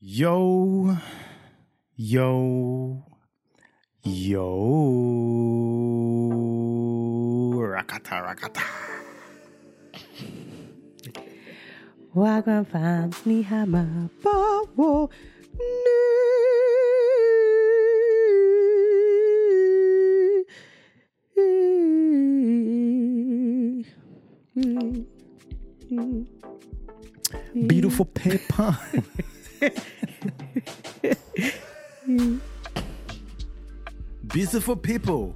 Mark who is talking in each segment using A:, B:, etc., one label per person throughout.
A: Yo, yo, yo, rakata, rakata.
B: Wagwan fans ni hama bawo ni
A: Beautiful paper. Beautiful people.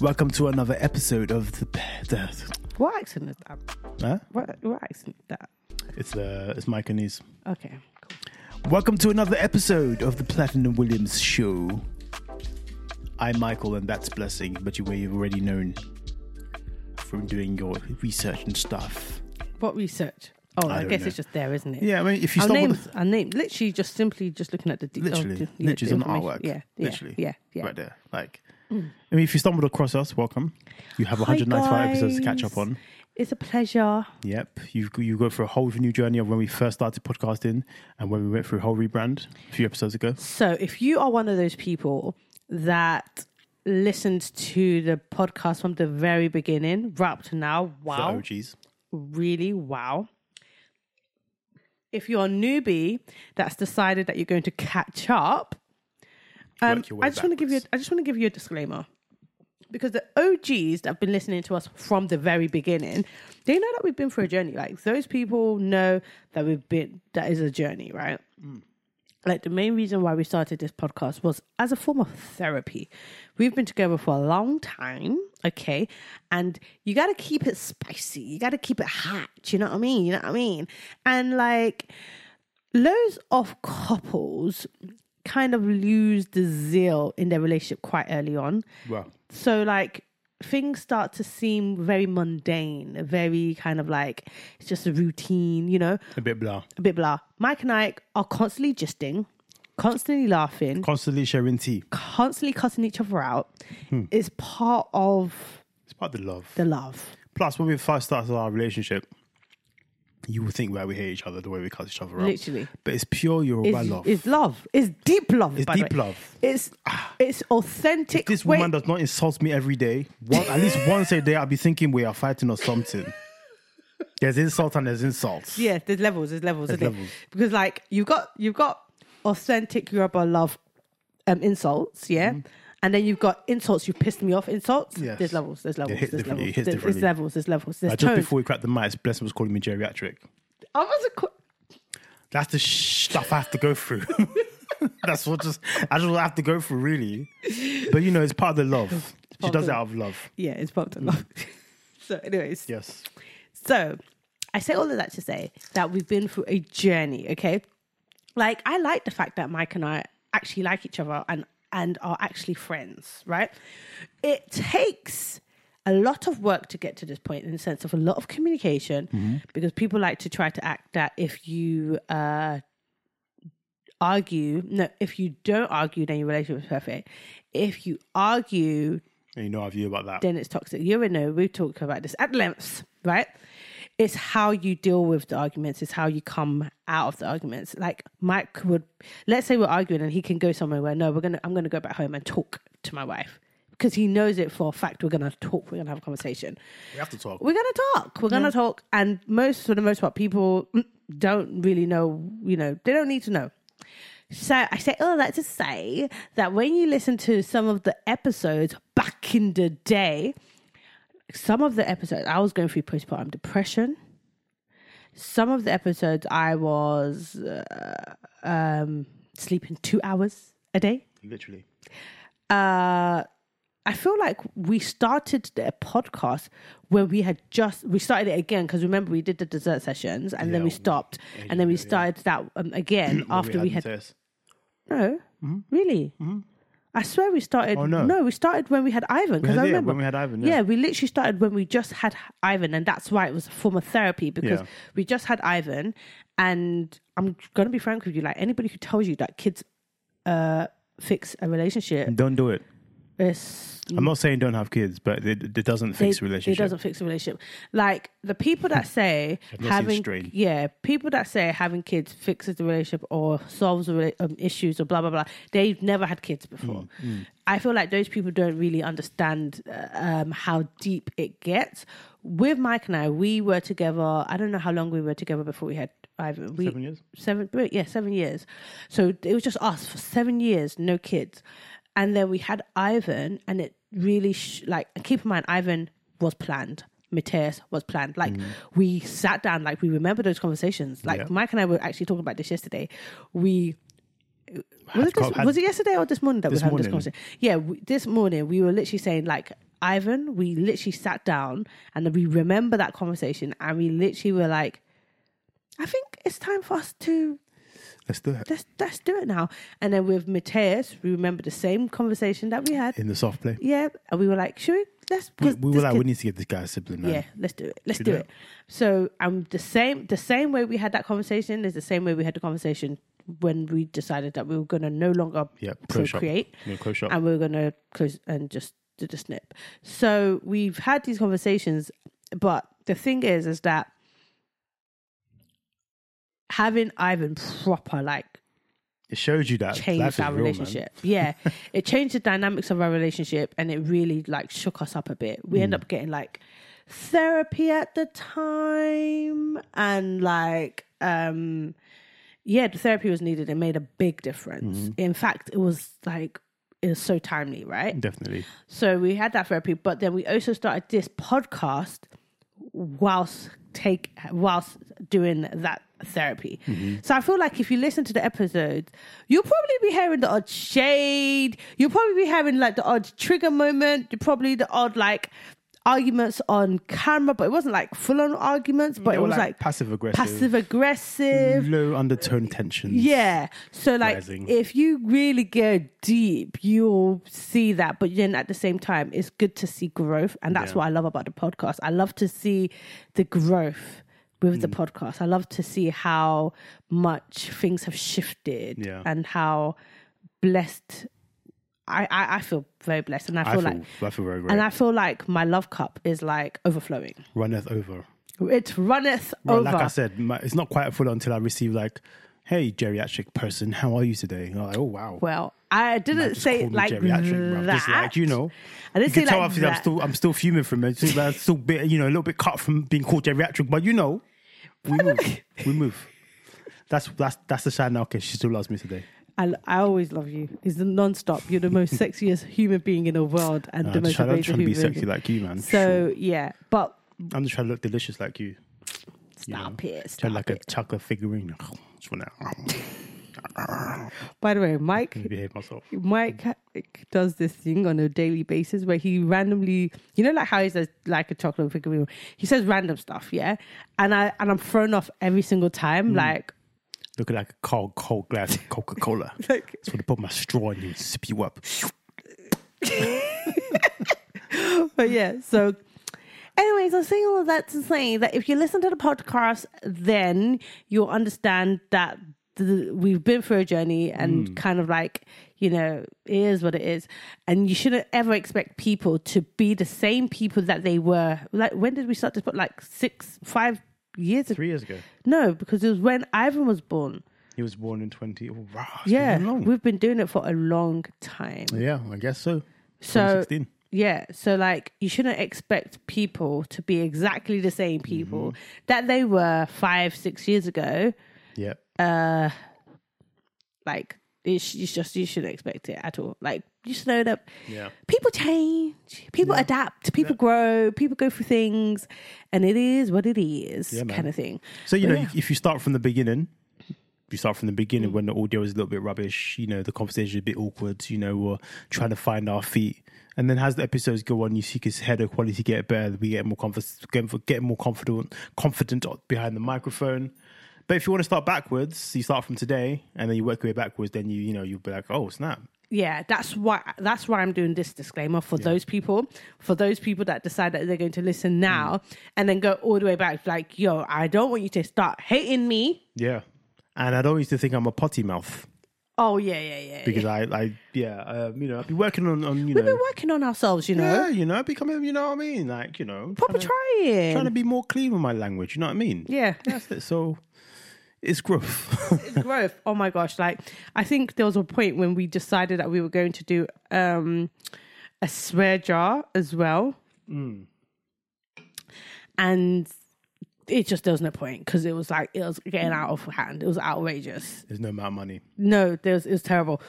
A: Welcome to another episode of the. the
B: What accent is that?
A: huh?
B: What, what accent is that?
A: It's uh, it's Mike and his.
B: Okay, cool.
A: Welcome to another episode of the Platinum Williams Show. I'm Michael, and that's Blessing, but you may have already known from doing your research and stuff.
B: What research? Oh,
A: I
B: I,
A: don't
B: guess
A: know.
B: it's just there, isn't it?
A: Yeah, I mean, if you
B: Our
A: stumble,
B: names, our name, literally, just simply, just looking at the de-
A: literally,
B: oh, the, yeah,
A: literally,
B: the
A: it's an artwork.
B: information. Yeah, yeah,
A: literally,
B: yeah, yeah.
A: right there. Like, I mean, if you stumbled across us, welcome. You have 195 episodes to catch up
B: guys.
A: on.
B: It's a pleasure.
A: Yep, you you go through a whole new journey of when we first started podcasting and when we went through a whole rebrand a few episodes ago.
B: So, if you are one of those people that listened to the podcast from the very beginning, right up to now, wow,
A: The OGs.
B: really wow. If you're a newbie that's decided that you're going to catch up, um,
A: Work your way
B: I just want to give you, I just want to give you a disclaimer. Because the OGs that have been listening to us from the very beginning, they know that we've been through a journey. Like those people know that we've been that is a journey, right?
A: Mm.
B: like the main reason why we started this podcast was as a form of therapy. We've been together for a long time, okay? And you got to keep it spicy. You got to keep it hot. You know what I mean? You know what I mean? And like loads of couples kind of lose the zeal in their relationship quite early on.
A: Wow.
B: So like things start to seem very mundane, very kind of like it's just a routine, you know?
A: A bit blah.
B: a bit blah. Mike and I are constantly gisting, constantly laughing,
A: Constantly sharing tea.
B: constantly cutting each other out.
A: Hmm.
B: It's part of
A: It's part of the love.
B: the love.
A: Plus, when we first started our relationship, you would think that we hate each other the way we cut each other up.
B: Literally.
A: But it's pure Yoruba
B: It's
A: love.
B: it's love. It's deep love.
A: It's
B: by the
A: deep
B: way.
A: love. Ah.
B: It's it's authentic.
A: this
B: Wait,
A: woman does not insult me every day. One, at least once a day, I'll be thinking we are fighting or something. There's insult and there's insults.
B: Yeah, there's levels. There's levels.
A: There's
B: isn't it?
A: levels.
B: Because like you've got you've got authentic Yoruba love um, insults, yeah, and then you've got insults. You pissed me off. Insults.
A: Mm-hmm. Yes.
B: There's levels. There's levels.
A: hit
B: There's
A: differently,
B: levels.
A: it hits
B: There's, there's
A: differently.
B: levels. There's levels. There's
A: Like, just
B: tones.
A: before we cracked the mics, Blessing was calling me geriatric.
B: I wasn't. co-
A: That's the sh- stuff I have to go through. That's what just I just have to go through, really. But you know, it's part of the love. She
B: part
A: does
B: of
A: it
B: the-
A: out of love.
B: Yeah, it's bumped a lot. so, anyways,
A: Yes.
B: so I say all of that to say that we've been through a journey. Okay, like I like the fact that Mike and I actually like each other and and are actually friends. Right? It takes a lot of work to get to this point in the sense of a lot of communication because people like to try to act that if you uh argue no if you don't argue then your relationship is perfect if you argue
A: And you know our view about that.
B: then it's toxic. You know, we talk about this at length, right? It's how you deal with the arguments. It's how you come out of the arguments. Like Mike would, let's say we're arguing, and he can go somewhere where no, we're gonna, I'm gonna go back home and talk to my wife because he knows it for a fact. We're gonna talk. We're gonna have a conversation.
A: we have to talk.
B: We're gonna talk. We're gonna talk. And most, for the most part, people mm, don't really know. You know, they don't need to know. So I say all that to say that when you listen to some of the episodes back in the day, some of the episodes I was going through postpartum depression. Some of the episodes I was uh, um, sleeping two hours a day.
A: Literally.
B: Uh, I feel like we started the podcast when we had just we started it again because remember we did the dessert sessions and then
A: Yeah,
B: we stopped and then we started that um, again after we had
A: Tess.
B: no, really. I swear we started.
A: Mm-hmm. Oh, no.
B: we started when we had Ivan because
A: had-
B: I
A: yeah,
B: remember
A: when we had Ivan,
B: Yeah.
A: yeah.
B: we literally started when we just had Ivan, and that's why it was a form of therapy because
A: Yeah.
B: we just had Ivan. And I'm gonna be frank with you, like anybody who tells you that kids uh, fix a relationship,
A: Don't do it.
B: It's
A: I'm not saying don't have kids, but it, it doesn't fix
B: they-
A: relationships.
B: It doesn't fix a relationship. Like the people that say
A: seen
B: having
A: strain.
B: yeah, people that say having kids fixes the relationship or solves the rela- um, issues or blah blah blah. They've never had kids before.
A: Mm,
B: I feel like those people don't really understand uh, um, how deep it gets. With Mike and I, we were together. I don't know how long we were together before we had Ivan. We,
A: Seven years?
B: seven but yeah seven years so it was just us for seven years no kids and then we had ivan and it really sh- like and keep in mind ivan was planned Mateus was planned. Like we sat down, like we remember those conversations. Like
A: Mm. Yeah.
B: Mike and I were actually talking about this yesterday. We was it,
A: co-
B: this,
A: had-
B: was it yesterday or this morning that we
A: This
B: were having this
A: morning.
B: conversation? Yeah, we, this morning we were literally saying like Ivan. We literally sat down and we remember that conversation, and we literally were like, I think it's time for us to
A: Let's do it
B: let's let's do it now. And then with Mateus, we remember the same conversation that we had.
A: in the soft play.
B: Yeah, and we were like, should we? Let's.
A: We,
B: 'cause
A: we were
B: this
A: like,
B: kid-
A: we need to get this guy a sibling, man.
B: yeah, let's do it. Let's
A: Should
B: do
A: do
B: it. So um, the same the same way we had that conversation is the same way we had the conversation when we decided that we were going to no longer
A: Yeah, close shop.
B: procreate
A: Yeah, close shop.
B: and we are going to close and just do the snip. So we've had these conversations, but the thing is, is that having Ivan proper like
A: it showed you that life
B: changed
A: is
B: our
A: real, man.
B: relationship. Yeah, it changed the dynamics of our relationship, and it really like shook us up a bit. We
A: Hmm.
B: end up getting like therapy at the time, and like um, yeah, the therapy was needed. It made a big difference.
A: Mm-hmm.
B: In fact, it was like it was so timely, right?
A: Definitely.
B: So we had that therapy, but then we also started this podcast whilst take whilst doing that therapy.
A: Mm-hmm.
B: So I feel like if you listen to the episodes, you'll probably be hearing the odd shade. You'll probably be having like the odd trigger moment. You probably the odd like arguments on camera, but it wasn't like full on arguments, but
A: They
B: it
A: were
B: was like,
A: passive aggressive,
B: passive aggressive.
A: low undertone tensions.
B: Yeah. So like
A: Rising.
B: if you really go deep, you'll see that. But then at the same time, it's good to see growth. And that's
A: Yeah.
B: what I love about the podcast. I love to see the growth with
A: Mm.
B: the podcast. I love to see how much things have shifted
A: Yeah.
B: and how blessed I, I, I feel very blessed. And I
A: I
B: feel
A: feel,
B: like
A: I feel very great.
B: and I feel like my love cup is like overflowing.
A: Runneth over.
B: It runneth
A: Well,
B: over.
A: like I said, my, it's not quite full until I receive like, "Hey, geriatric person, how are you today?" And I'm like, "Oh wow."
B: well, I didn't
A: Just
B: say
A: call
B: it
A: me
B: like
A: geriatric, bruv.
B: that.
A: Just like you know,
B: I
A: you
B: didn't say
A: can
B: it
A: tell
B: like
A: obviously I'm
B: that.
A: still I'm still fuming from it. Still, I'm still bit, you know, a little bit cut from being called geriatric, but you know, we move, we move. That's that's that's the sign. now, Okay, she still loves me today.
B: I, I always love you. It's non-stop. You're the most sexiest human being in the world and
A: Uh,
B: the
A: I'm just
B: most
A: trying, I'm
B: amazing
A: just trying to be
B: human
A: sexy
B: being.
A: like you, man. Sure.
B: so yeah, but
A: I'm just trying to look delicious like you.
B: stop it.
A: Trying
B: Stop
A: like a
B: it.
A: chocolate figurine. Just wanna
B: By the way, Mike
A: behave myself.
B: Mike does this thing on a daily basis where he randomly, you know, like how he says like a chocolate figurine. He says random stuff, yeah, and I and I'm thrown off every single
A: Hmm.
B: time. Like
A: Looking like a cold, cold glass of Coca Cola. Just
B: like
A: want to put my straw in you and sip you up.
B: but yeah, so anyways, I'm saying all of that to say that if you listen to the podcast, then you'll understand that the, we've been through a journey and kind of like, you know, it is what it is. And you shouldn't ever expect people to be the same people that they were. Like, when did we start this? But like six, five years ago?
A: Three years ago,
B: No, because it was when Ivan was born.
A: he was born in 20. Oh, wow, it's been
B: Yeah,
A: that long.
B: we've been doing it for a long time.
A: yeah, I guess so.
B: So
A: 2016.
B: yeah, so like you shouldn't expect people to be exactly the same people
A: Mm-hmm.
B: that they were five, six years ago.
A: Yeah,
B: uh, Like it's, it's just you shouldn't expect it at all. Like just know that
A: yeah.
B: people change, people adapt, people grow, people go through things, and it is what it is,
A: man.
B: kind of thing.
A: So you
B: But
A: know,
B: yeah. Mm.
A: if you start from the beginning, you start from the beginning when the audio is a little bit rubbish. You know, the conversation is a bit awkward. You know, we're trying to find our feet, and then as the episodes go on, you see his head of quality get better. We get more conf- get, get more confident, confident behind the microphone. But if you want to start backwards, you start from today, and then you work your way backwards. Then you you know you'll be like, oh snap,
B: yeah that's why that's why i'm doing this disclaimer for those people for those people that decide that they're going to listen
A: Mm.
B: now and then go all the way back like yo i don't want you to start hating me
A: yeah. And I don't used to think I'm a potty mouth.
B: Oh yeah, yeah, yeah.
A: because
B: yeah.
A: I, I, yeah, um, you know, I've been working on, on you
B: we've
A: know,
B: been working on ourselves, you know.
A: yeah, you know, becoming, you know what I mean, like, you know,
B: Proper
A: trying to,
B: trying.
A: trying to be more clean with my language. You know what I mean?
B: yeah,
A: That's it. So it's growth.
B: it's growth. Oh my gosh! Like I think there was a point when we decided that we were going to do um a swear jar as well,
A: Mm.
B: and it just there was no point because it was like it was getting out of hand. It was outrageous.
A: There's no amount of money.
B: No, there's it's terrible.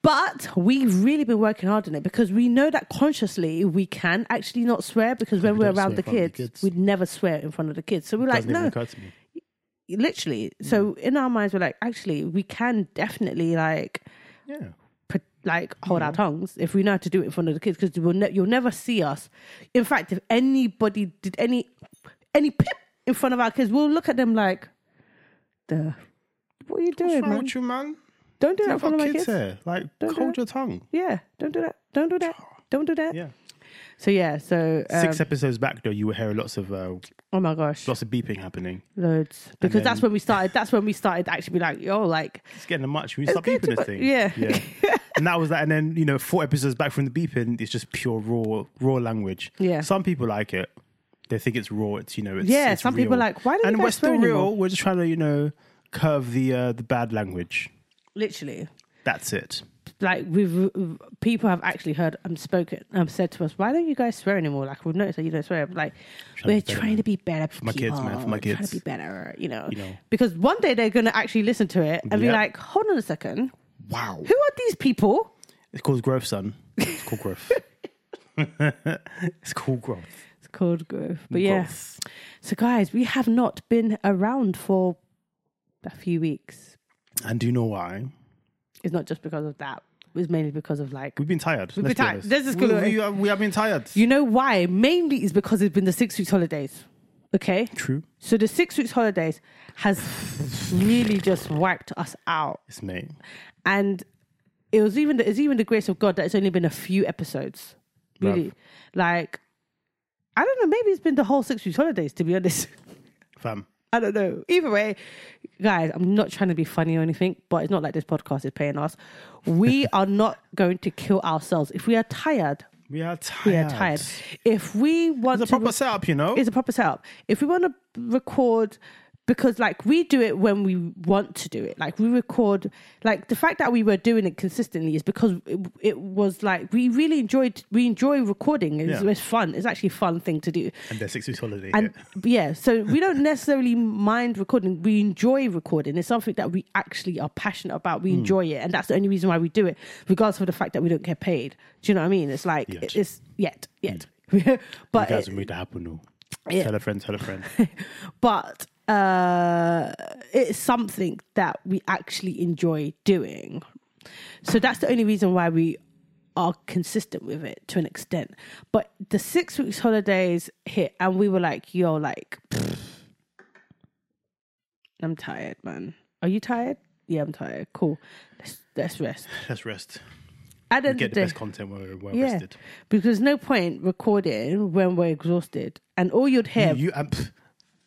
B: But we've really been working hard on it because we know that consciously we can actually not swear because when
A: We
B: we are
A: don't
B: around
A: swear
B: the
A: in front of
B: kids,
A: the kids.
B: we'd never swear in front of the kids. So we're like,
A: Doesn't even
B: no,
A: occur to me.
B: literally.
A: Mm.
B: So in our minds, we're like, actually, we can definitely like
A: Yeah.
B: put, like hold
A: Mm.
B: our tongues if we know how to do it in front of the kids because we'll ne- you'll never see us. In fact, if anybody did any any pip in front of our kids, we'll look at them like, the what are you doing,
A: What's wrong
B: man?
A: with you, man?
B: Don't do that in
A: I've got
B: front of my
A: kids,
B: kids.
A: here. Like,
B: Don't do
A: hold
B: it.
A: your tongue.
B: Yeah, don't do that. Don't do that. Don't do that.
A: Yeah.
B: So yeah, so um,
A: Six episodes back, though, you were hearing lots of uh,
B: oh my gosh,
A: lots of beeping happening.
B: loads because that's when we started. That's when we started to actually be like, yo, like
A: It's getting a much. We stop
B: getting
A: beeping
B: too
A: this
B: much-
A: thing.
B: yeah.
A: Yeah. and that was that. And then you know, four episodes back from the beeping, it's just pure raw, raw language.
B: Yeah.
A: Some people like it. They think it's raw. It's you know, it's
B: Yeah,
A: it's
B: some people
A: real.
B: like, why don't you
A: And
B: guys
A: we're still
B: swear
A: real.
B: anymore?
A: We're just trying to you know curve the uh, the bad language.
B: literally,
A: That's it.
B: like we've people have actually heard um spoken um said to us, why don't you guys swear anymore? Like we've noticed that you don't swear. but, Like we're
A: to be better,
B: trying to be better for
A: my kids, man, for my
B: Trying
A: kids.
B: to be better, you know.
A: know.
B: Because one day they're gonna actually listen to it and be
A: Yep.
B: like, hold on a second,
A: Wow.
B: who are these people?
A: It's called growth, son. It's called growth. it's called growth.
B: It's called growth, but yeah.
A: Growth.
B: So, guys, we have not been around for a few weeks.
A: And do you know why?
B: It's not just because of that. It was mainly because of like,
A: We've been tired. We've
B: been tired. This is
A: we,
B: cool.
A: we, have- we have been tired.
B: you know why? Mainly is because it's been the six weeks holidays. Okay,
A: True.
B: so the six weeks holidays has really just wiped us out,
A: It's me.
B: and it was even the, it's even the grace of God that it's only been a few episodes. Really, like I don't know. Maybe it's been the whole six weeks holidays. To be honest.
A: Fam.
B: I don't know. Either way, guys, I'm not trying to be funny or anything, but it's not like this podcast is paying us. We are not going to kill ourselves. If we are tired,
A: We are tired.
B: we are tired. If we want
A: It's a
B: to,
A: proper setup, you know?
B: it's a proper setup. If we want to record, because like we do it when we want to do it. Like we record, like the fact that we were doing it consistently is because it, it was like we really enjoyed. We enjoy recording. It's,
A: Yeah.
B: it's fun. It's actually a fun thing to do.
A: and their six weeks holiday.
B: And yeah, so we don't necessarily mind recording. We enjoy recording. It's something that we actually are passionate about.
A: Hmm.
B: We enjoy it, and that's the only reason why we do it, regardless of the fact that we don't get paid. Do you know what I mean? It's like
A: Yet. Hmm.
B: it's yet, yet. but
A: you guys
B: it-
A: will make that happen, though.
B: Yeah.
A: Tell a friend, tell a friend.
B: but uh, it's something that we actually enjoy doing. So that's the only reason why we are consistent with it to an extent. But the six weeks holidays hit, and we were like, "Yo, like, pfft, I'm tired, man. Are you tired? Yeah, I'm tired. Cool. Let's let's rest."
A: Let's rest.
B: At the end
A: Get
B: of
A: the
B: the day,
A: best content when we're well
B: yeah,
A: rested.
B: because there's no point recording when we're exhausted, and all you'd hear
A: You, um, pff,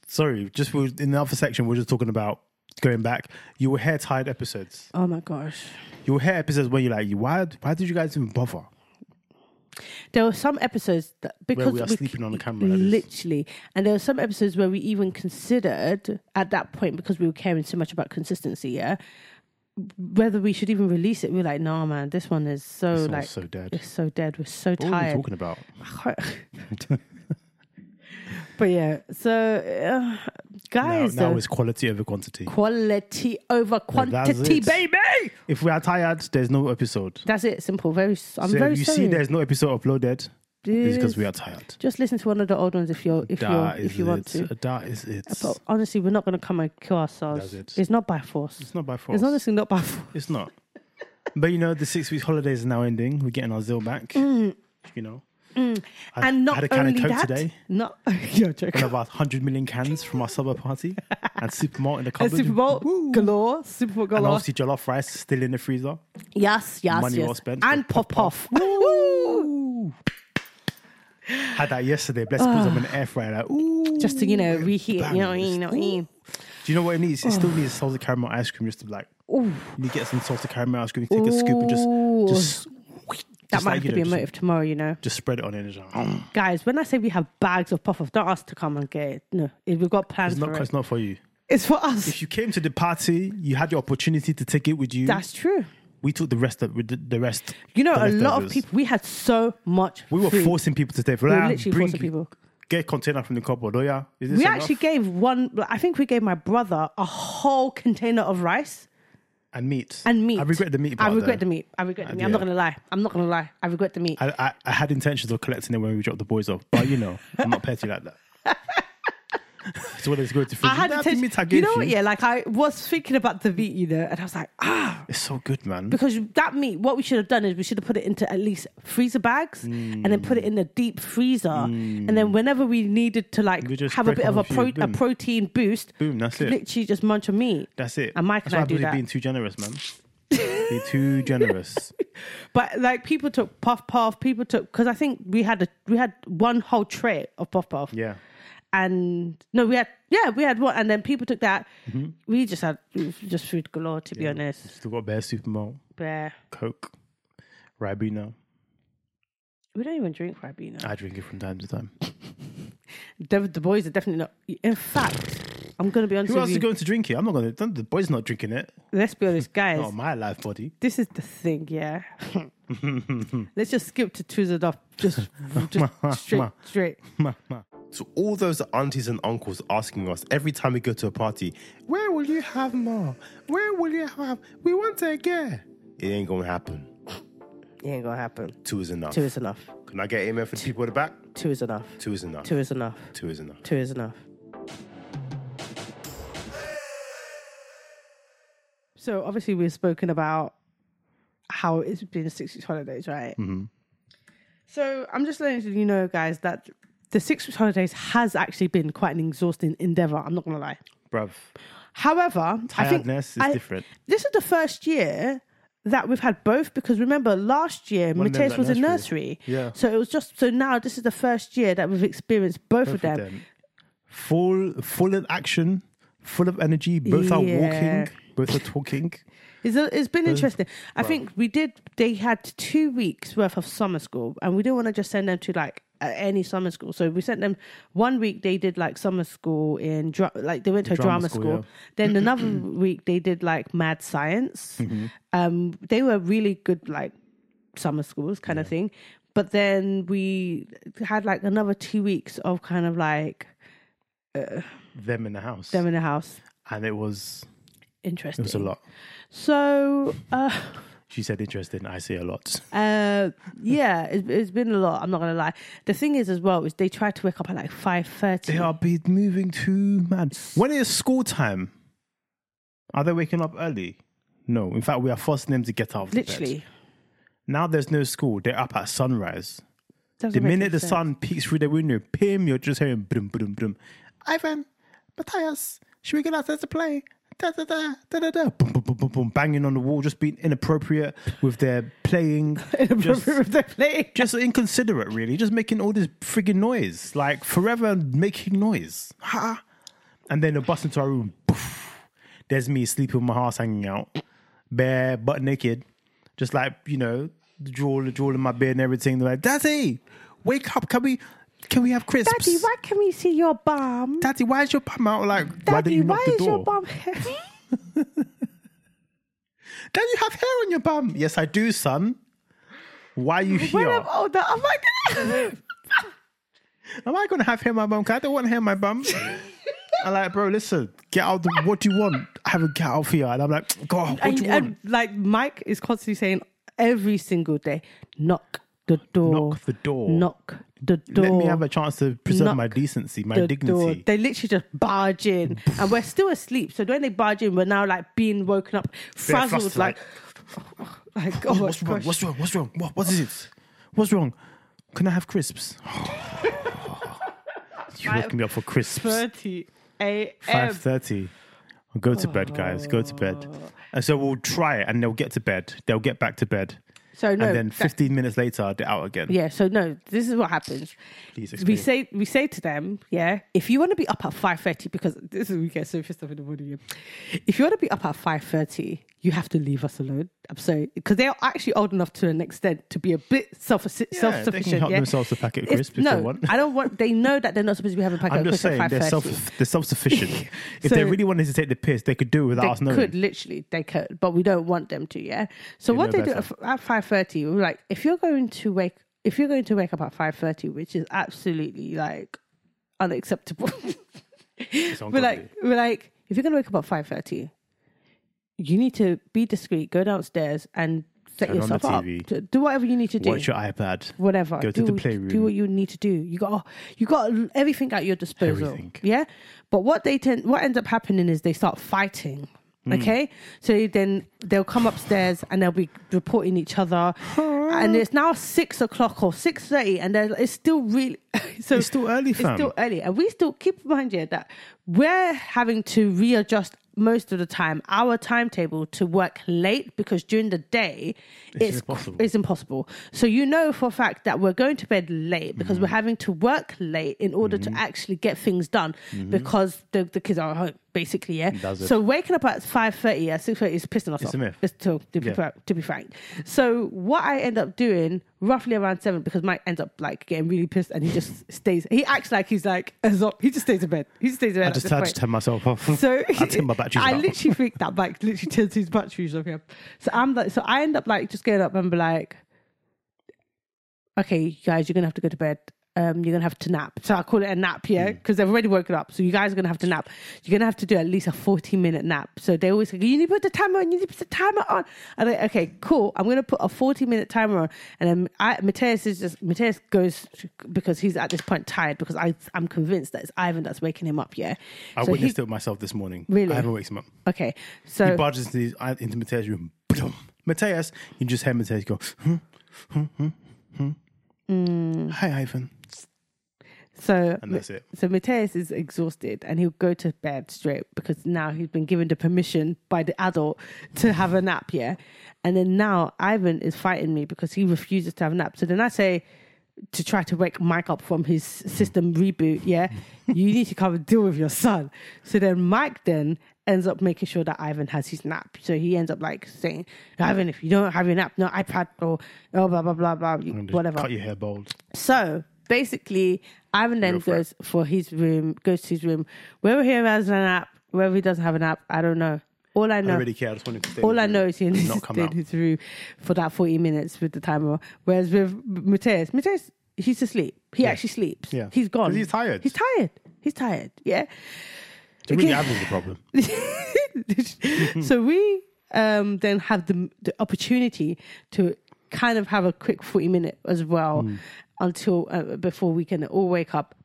A: sorry, just we- in the other section, we we're just talking about going back. You were hair tired episodes.
B: Oh my gosh.
A: You will hear episodes where you're like, why, why did you guys even bother?
B: There were some episodes that because
A: we are sleeping on the camera, that is.
B: literally, and there were some episodes where we even considered at that point because we were caring so much about consistency, yeah, whether we should even release it. We were like, nah, man, this one is so
A: Someone's
B: like
A: so dead.
B: it's so dead. We're so
A: What are we
B: tired.
A: talking about?
B: but yeah, so uh,
A: Now,
B: guys,
A: now
B: uh,
A: it's quality over quantity.
B: quality over quantity,
A: it.
B: baby.
A: If we are tired, there's no episode.
B: That's it. Simple. Very. s- I'm
A: so
B: very
A: if you
B: sorry.
A: see there's no episode uploaded, it's because
B: Yes.
A: we are tired.
B: Just listen to one of the old ones if you're if
A: That
B: you're
A: is
B: if you want to.
A: it. That is it.
B: But honestly, we're not going to come and kill ourselves.
A: That's it.
B: It's not by force.
A: It's not by force.
B: It's honestly not by force.
A: It's not. but you know, the six weeks holidays are now ending. We're getting our zeal back. You know, I
B: Mm. And not
A: had a can
B: only
A: of Coke
B: that,
A: today.
B: not you're joking.
A: One of our hundred million cans from our summer party and Super Malt in the
B: A
A: cupboard.
B: Super Bowl galore, Super Bowl
A: And
B: galore.
A: obviously, jollof rice still in the freezer.
B: Yes, yes,
A: Money
B: yes.
A: well spent.
B: and
A: Pop,
B: pop off.
A: Had that yesterday. Bless put them in the air fryer. Like, ooh,
B: Just to you know reheat, it, you know,
A: Bang.
B: you know, you know.
A: Do you know what it needs? It still needs salted caramel ice cream just to like
B: Ooh,
A: You get some salted caramel ice cream, take a scoop and just
B: Ooh.
A: just,
B: that
A: just
B: might
A: like,
B: have to
A: you know,
B: be a
A: just-
B: motive tomorrow, you know.
A: Just spread it on it. and just, mm.
B: Guys, when I say we have bags of puff puff, don't ask to come and get it. No, if we've got plans
A: It's
B: for
A: not.
B: it.
A: It's not for you.
B: It's for us.
A: If you came to the party, you had the opportunity to take it with you.
B: That's true.
A: we took the rest. Of, the the rest.
B: You know,
A: the
B: a lot of
A: leftovers.
B: people. We had so much.
A: We were
B: food.
A: forcing people to stay for
B: We were
A: that.
B: literally
A: Bring-
B: forcing people.
A: Get container from the cupboard. Oh yeah, is this
B: We
A: enough?
B: actually gave one. I think we gave my brother a whole container of rice
A: and meat
B: and meat.
A: I regret the meat. Part
B: I regret
A: though.
B: the meat. I regret the
A: And
B: meat. I'm not
A: yeah.
B: gonna lie. I'm not gonna lie. I regret the meat.
A: I, I, I had intentions of collecting it when we dropped the boys off, but you know, I'm not petty like that. so when it's going to fridge,
B: I had
A: "That's
B: to
A: the meat
B: taste-
A: I
B: You
A: gave
B: know what?
A: you."
B: Yeah, like I was thinking about the meat, you know, and I was like, ah,
A: It's so good, man.
B: because that meat. What we should have done is we should have put it into at least freezer bags and then put it in a deep freezer, and then whenever we needed to like
A: Mm. We just
B: have a
A: crack
B: bit
A: on
B: of a,
A: a few,
B: pro- a
A: boom.
B: protein boost,
A: Boom, that's it.
B: Literally just munch on meat.
A: That's it.
B: And Mike
A: That's
B: and I
A: why
B: do
A: believe
B: that.
A: being too generous, man. Be too generous.
B: But like people took puff puff, people took because I think we had a we had one whole tray of puff puff.
A: Yeah.
B: And no, we had yeah, we had one, and then people took that.
A: Mm-hmm.
B: We just had just food galore, to be honest.
A: Still got Bear Supermall,
B: But
A: Coke, Ribena.
B: we don't even drink Ribena.
A: I drink it from time to time.
B: The, the boys are definitely not. In fact, I'm gonna be honest
A: Who else
B: with
A: is
B: you.
A: going to drink it? I'm not going to. The boy's not drinking it.
B: Let's be honest, guys.
A: Not on my life, body.
B: This is the thing, yeah. Let's just skip to Tuesday off. Just, just straight, straight.
C: to all those aunties and uncles asking us every time we go to a party, where will you have more? Where will you have? We want to get. It ain't gonna happen.
B: It ain't gonna happen.
C: Two is enough.
B: Two is enough.
C: Can I get amen for the people at the back?
B: Two is enough.
C: Two is enough.
B: Two is enough.
C: Two is enough.
B: Two is enough. So obviously we've spoken about how it's been six weeks holidays, right?
A: Mm-hmm.
B: So I'm just letting you know, guys, that the six weeks holidays has actually been quite an exhausting endeavor. I'm not gonna lie.
A: Bruv.
B: However, I think
A: Tiredness is
B: I-
A: different.
B: This is the first year that we've had both because remember last year
A: of them's
B: Mateus
A: at
B: was in
A: nursery.
B: nursery.
A: Yeah.
B: So it was just so now this is the first year that we've experienced both, of
A: Both
B: them.
A: of them. Full, full of action, full of energy. Both are
B: Yeah.
A: walking, both are talking.
B: It's, a, it's been interesting. I think we did. They had two weeks worth of summer school, and we didn't want to just send them to like a- any summer school. So we sent them one week. They did like summer school in dra- like they went to a drama,
A: Drama
B: school.
A: school,
B: Then another week they did like mad science.
A: Mm-hmm.
B: Um, they were really good like summer schools kind of thing. But then we had like another two weeks of kind of like
A: them in the house.
B: them in the house.
A: and it was
B: Interesting.
A: it was a lot.
B: So. Uh,
A: She said interesting. I say a lot.
B: Uh, yeah, it's, it's been a lot. I'm not gonna lie. The thing is, as well, is they try to wake up at like five thirty.
A: They are be moving too mad. When is school time? Are they waking up early? No. In fact, we are forcing them to get out of the bed.
B: Literally,
A: Now there's no school. They're up at sunrise.
B: Doesn't
A: The
B: make
A: minute
B: any
A: the
B: sense.
A: sun peeks through the window, pim, you're just hearing boom, boom, boom. Ivan, Matthias, should we get outside to play? Da da da da da da. Boom, boom, boom, boom, boom. Banging on the wall, just being inappropriate with their playing. just,
B: they're playing.
A: just inconsiderate, really. Just making all this frigging noise, like forever making noise. Ha! And then they bust into our room. Poof. There's me sleeping with my heart hanging out, bare, butt naked, just like you know, draw, draw in my bed and everything. They're like, "Daddy, wake up! Can we, can we have crisps?
B: Daddy, why can we see your bum?
A: Daddy, why is your bum out? Like,
B: Daddy,
A: why didn't you knock
B: why
A: the
B: is
A: door?
B: your bum heavy?
A: Daddy, you have hair on your bum. Yes, I do, son. Why are you
B: when
A: here?
B: I'm older, I'm like.
A: Am I gonna have hair in my bum? 'Cause I don't want hair in my bum. I'm like, bro, listen, get out. The, what do you want? I haven't get out for you. And I'm like, God, what do
B: and,
A: you want?
B: and like Mike is constantly saying every single day, knock the door,
A: Knock the door.
B: knock the door.
A: Let me have a chance to preserve
B: Knock
A: my decency, my
B: the door.
A: dignity.
B: They literally just barge in, and we're still asleep. So when they barge in, we're now like being woken up, frazzled,
A: flustered,
B: like, like oh
A: What's
B: my
A: wrong?
B: gosh.
A: What's wrong? What's wrong? What, what is it? What's wrong? Can I have crisps? you woke me up for crisps.
B: thirty a.m.
A: Five thirty. Go to bed, guys. Go to bed.
B: Oh.
A: And so we'll try it, and they'll get to bed. They'll get back to bed,
B: So no,
A: and then
B: that-
A: 15 minutes later, they're out again.
B: yeah. So no, this is what happens.
A: Please
B: we
A: explain.
B: say we say to them, yeah, if you want to be up at five thirty, because this is we get so pissed off in the morning. yeah. If you want to be up at five thirty, you have to leave us alone. I'm sorry. Because they're actually old enough to an extent to be a bit self self
A: they can
B: sufficient.
A: help
B: Yeah?
A: themselves a packet of
B: It's-
A: crisps if
B: no,
A: they want.
B: I don't want. They know that they're not supposed to be having a packet
A: I'm
B: of
A: just
B: crisps
A: saying
B: at
A: they're
B: 5:30.
A: self they're self sufficient. if they
B: So-
A: really wanted to take the piss, they could do it without us
B: they
A: knowing.
B: could literally they could but we don't want them to yeah so what
A: know
B: they do at, at 5.30 we we're like if you're going to wake if you're going to wake up at 5.30 which is absolutely like unacceptable
A: Oh,
B: we're like we're like if you're going to wake up at 5.30 you need to be discreet go downstairs and set
A: Turn on the
B: yourself up
A: TV.
B: Do- do whatever you need to do
A: Watch your iPad.
B: whatever.
A: Go to
B: do,
A: the playroom.
B: Do what you need to do. You got you got everything at your disposal.
A: Everything.
B: Yeah. But what they tend what ends up happening is they start fighting.
A: Hmm.
B: Okay, so then they'll come upstairs and they'll be reporting each other, and it's now six o'clock or six thirty, and then it's still really so
A: It's still early,
B: It's
A: fam.
B: still early, and we still keep in mind here that we're having to readjust most of the time our timetable to work late because during the day it's it's
A: impossible.
B: impossible. It's impossible. So you know for a fact that we're going to bed late because
A: Mm-hmm.
B: we're having to work late in order to actually get things done because the, the kids are at home basically. Yeah.
A: That's Mm-hmm. it.
B: So waking up at five thirty at six thirty is pissing us off.
A: a myth.
B: to, to be
A: Yeah.
B: fra- to be frank. So what I end up doing roughly around seven because Mike ends up like getting really pissed and he just stays. He acts like he's like as up. He just stays in bed. He just stays in bed.
A: I
B: at
A: just
B: this
A: had to
B: point.
A: turn myself off.
B: So
A: I turned my batteries
B: I
A: out.
B: literally think that bike literally turns his batteries off. Yeah. So I'm like, so I end up like just getting up and be like, okay, you guys, you're gonna have to go to bed. Um, you're gonna have to nap. So I call it a nap, yeah,
A: Mm.
B: because they've already woken up. So you guys are gonna have to nap. You're gonna have to do at least a 40 minute nap. So they always say, you need to put the timer on. You need to put the timer on. And I, okay, cool. I'm gonna put a 40 minute timer on. And then I, Mateus is just Mateus goes because he's at this point tired because I I'm convinced that it's Ivan that's waking him up. Yeah,
A: I
B: So he-
A: witnessed it myself this morning.
B: Really? Oh.
A: I haven't waked him up.
B: Okay, so
A: He barges into, his- into Mateus' room. Boom. Mateus, you just hear Mateus go, hmm, hmm, hmm, hmm.
B: Mm.
A: Hi, Ivan.
B: So,
A: And that's it.
B: so Mateus is exhausted and he'll go to bed straight because now he's been given the permission by the adult to have a nap, yeah? And then now Ivan is fighting me because he refuses to have a nap. So then I say to try to wake Mike up from his system reboot, yeah? you need to come and deal with your son. So then Mike then ends up making sure that Ivan has his nap. So he ends up like saying, Ivan, if you don't have your nap, no iPad or oh, blah, blah, blah, blah, you-
A: And just
B: whatever.
A: Cut your hair bald.
B: So basically, Ivan then
A: Real threat.
B: goes for his room, goes to his room. Whether he has an app, whether he doesn't have an app, I don't know. All I
A: I
B: know,
A: don't really care. I just wanted to stay in
B: all
A: the
B: I
A: room
B: know is he
A: and
B: needs
A: not
B: to
A: come
B: stay in
A: out.
B: his room for that forty minutes with the timer. Whereas with Mateus, Mateus, he's asleep. He actually sleeps.
A: Yeah.
B: he's gone.
A: 'Cause he's tired.
B: He's tired. He's tired. Yeah.
A: It really
B: Okay.
A: Ivan's the problem.
B: so we um, then have the, the opportunity to kind of have a quick 40 minute as well until uh, before we can all wake up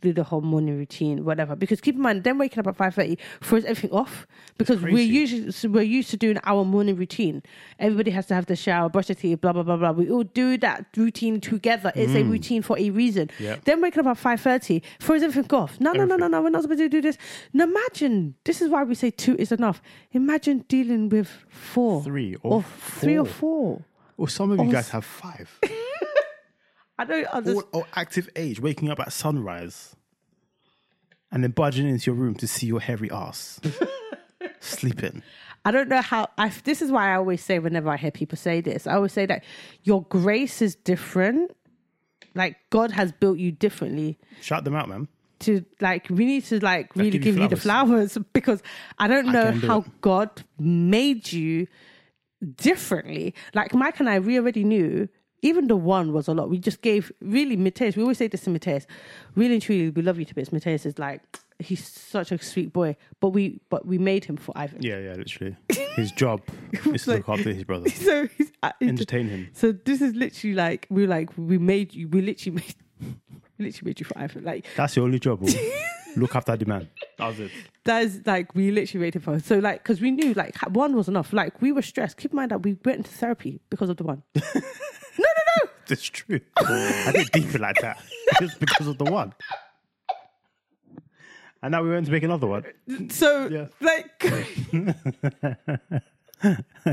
B: do the whole morning routine whatever because keep in mind then waking up at 5.30 throws everything off because we're
A: crazy.
B: usually so we're used to doing our morning routine everybody has to have the shower brush their teeth blah blah blah blah we all do that routine together it's a routine for a reason
A: Yeah.
B: then waking up at 5.30 throws everything off no no no no no we're not supposed to do this now imagine this is why we say two is enough imagine dealing with four
A: Three or
B: or, three or four
A: Well, some of you
B: Oh,
A: guys
B: s-
A: have five.
B: i don't
A: or,
B: understand
A: or active age, waking up at sunrise and then barging into your room to see your hairy ass sleeping.
B: I don't know how. I, this is why I always say whenever I hear people say this, I always say that your grace is different. Like God has built you differently.
A: Shout them out, man.
B: To like, we need to like really
A: give you
B: give you the flowers because I don't know
A: can do
B: how
A: it.
B: God made you differently. Like Mike and I, we already knew. Even the one was a lot. We just gave really Mateus. We always say this to Mateus. Really and truly, we love you to bits. Mateus is like he's such a sweet boy, but we but we made him for Ivan.
A: Yeah, yeah, literally. His job is to look after his brother,
B: So he's
A: entertain him.
B: So this is literally like we were like we made you we literally made we literally made you for iPhone. Like
A: That's your only job. bro. look after the man. That's it.
B: that is like we literally made it for so like because we knew like ha- one was enough. Like we were stressed. Keep in mind that we went into therapy because of the one. no no no.
A: That's true. I didn't deep it like that just because of the one. And now we went to make another one.
B: So
A: Yeah.
B: like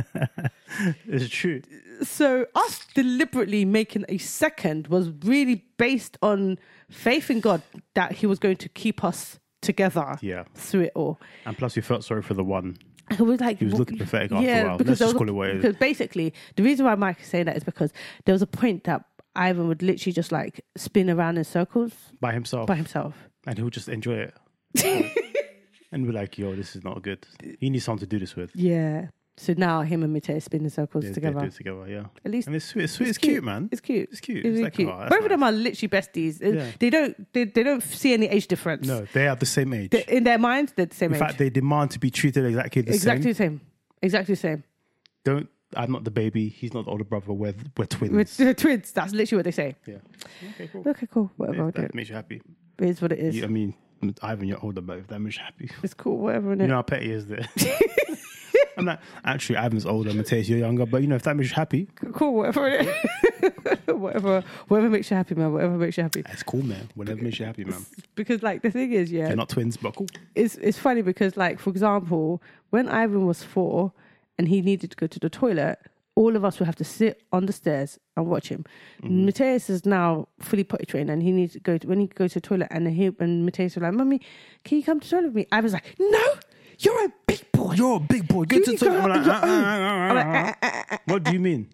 A: It's true.
B: so us deliberately making a second was really based on faith in God that He was going to keep us together
A: Yeah.
B: through it all.
A: And plus, we felt sorry for the one.
B: I was like, he
A: was looking pathetic after a while. Let's just call it what it is.
B: Because basically, the reason why Mike is saying that is because there was a point that Ivan would literally just like spin around in circles
A: by himself,
B: by himself.
A: and he'll just enjoy it. and we're like, "Yo, this is not good. He needs someone to do this with."
B: Yeah. So now him and Mite spin in circles
A: They- they
B: together.
A: do it together, yeah.
B: At least
A: And it's sweet. It's, sweet. it's, cute, man.
B: It's cute.
A: It's cute.
B: It's really
A: It's like,
B: cute.
A: "Oh, that's
B: Both of them are literally besties. It-
A: Yeah.
B: They don't they, they don't see any age difference.
A: no, they are the same age.
B: They- in their minds, they're the same
A: In
B: age.
A: fact, they demand to be treated exactly the same.
B: exactly the same. Exactly the same.
A: Don't. I'm not the baby. He's not the older brother. We're we're twins.
B: With the twins, that's literally what they say.
A: yeah. Okay, cool.
B: Okay, cool. Whatever.
A: If
B: I do
A: that makes you happy.
B: It is what it is.
A: You, I mean, Ivan, you're older, but if that makes you happy,
B: It's cool. Whatever.
A: you
B: Innit?
A: know how petty is that. I'm not actually Ivan's older, Mateus, you're younger, but you know if that makes you happy,
B: Cool. Whatever. Innit? whatever. Whatever makes you happy, man. Whatever makes you happy.
A: that's cool, man. Whatever makes you happy, man.
B: Because like the thing is, yeah,
A: They're not twins, but cool.
B: it's it's funny because like for example, when Ivan was four and he needed to go to the toilet, all of us would have to sit on the stairs and watch him. Mateus is now fully potty trained and he needs to go to when he goes to the toilet and he and Mateus was like, "Mummy, can you come to the toilet with me?" Ivan's like, "No, you're a big boy.
A: You're a big boy. Get
B: You
A: to
B: need
A: the
B: to
A: toilet.
B: go
A: I'm like,
B: out on
A: "Ah, ah, ah,
B: I'm like,
A: ah, ah." What do you mean?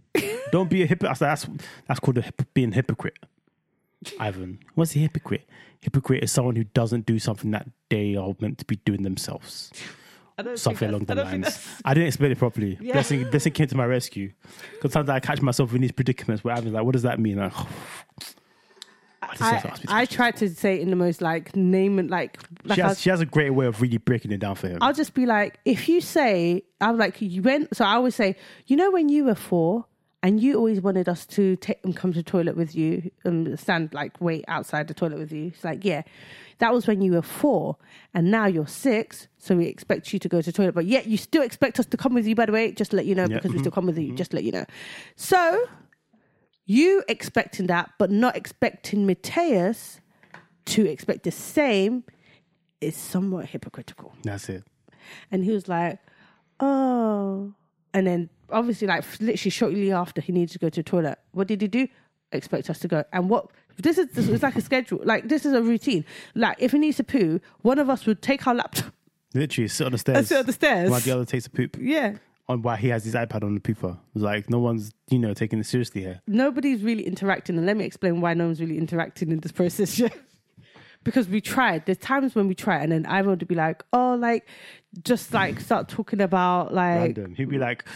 A: Don't be a hypocrite. I said, That's that's called a hip- being hypocrite. Ivan, what's a hypocrite? Hypocrite is someone who doesn't do something that they are meant to be doing themselves.
B: I don't think
A: Something along
B: that's-
A: the
B: I don't think
A: lines.
B: that's-
A: I didn't explain it properly. Blessing, blessing came to my rescue. Because sometimes I catch myself in these predicaments where Ivan's like, what does that mean? Like, just have to
B: I,
A: ask me
B: I tried to say it in the most like name and like like
A: she,
B: I
A: has,
B: was-
A: she has a great way of really breaking it down for him.
B: I'll just be like, if you say, I'm like, you went, so I always say, you know, when you were four and you always wanted us to take and come to the toilet with you and stand like wait outside the toilet with you. It's like, yeah, that was when you were four and now you're six. So we expect you to go to the toilet, but yet you still expect us to come with you, by the way, just to let you know, because we still come with you, just to let you know. So you expecting that, but not expecting Mateus to expect the same is somewhat hypocritical.
A: That's it.
B: And he was like, oh. And then obviously, like literally shortly after, he needed to go to the toilet. What did he do? Expect us to go. And what? This is this is like a schedule. Like this is a routine. Like if he needs to poo, one of us would take our laptop
A: Literally, sit on the
B: and
A: stairs
B: sit on the stairs.
A: while the other takes a poop.
B: yeah.
A: On why he has his iPad on the pooper. Like, no one's, you know, taking it seriously here.
B: Nobody's really interacting, and let me explain why no one's really interacting in this process. Yeah. because we tried. There's times when we try, and then Ivan would be like, "Oh, like." Just like start talking about like
A: Random. He'd be like,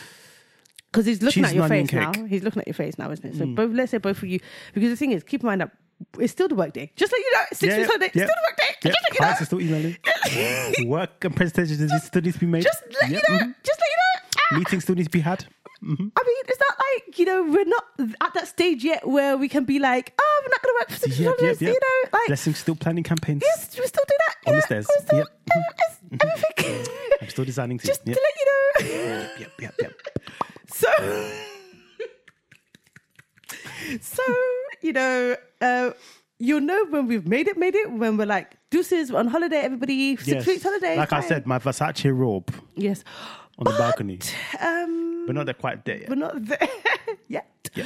B: Because he's looking
A: Cheese
B: at your
A: and onion
B: face now.
A: cake. Mm.
B: He's looking at your face now, isn't it? So both, let's say both of you, because the thing is, keep in mind that it's still the work day. Just like you know, it's six
A: Yeah,
B: weeks
A: yeah,
B: holiday, it's
A: yeah.
B: still the work day.
A: Yep.
B: Just let you know.
A: Clients are still emailing. Work and presentations just, still needs to be made.
B: Just let
A: Yep.
B: you know. Just let you know. Ah!
A: Meetings still need to be had.
B: I mean, it's not like you know we're not at that stage yet where we can be like, oh, we're not going to work for six
A: Yep,
B: holidays.
A: yep, yep.
B: You know, like
A: Blessings still planning campaigns.
B: yes, we still do that.
A: On
B: you
A: the
B: know,
A: stairs.
B: we're still-
A: Yep.
B: it's everything.
A: I'm still designing things.
B: Just
A: Yep.
B: to let you know.
A: Yep, yep, yep, yep.
B: So, so you know, uh, you'll know when we've made it, made it. When we're like, deuces we're on holiday, everybody, six
A: Yes.
B: weeks holiday.
A: Like I
B: fine.
A: said, my Versace robe
B: yes.
A: on the balcony.
B: Um,
A: But not they're quite there
B: we're
A: yet.
B: not there yet.
A: Yet.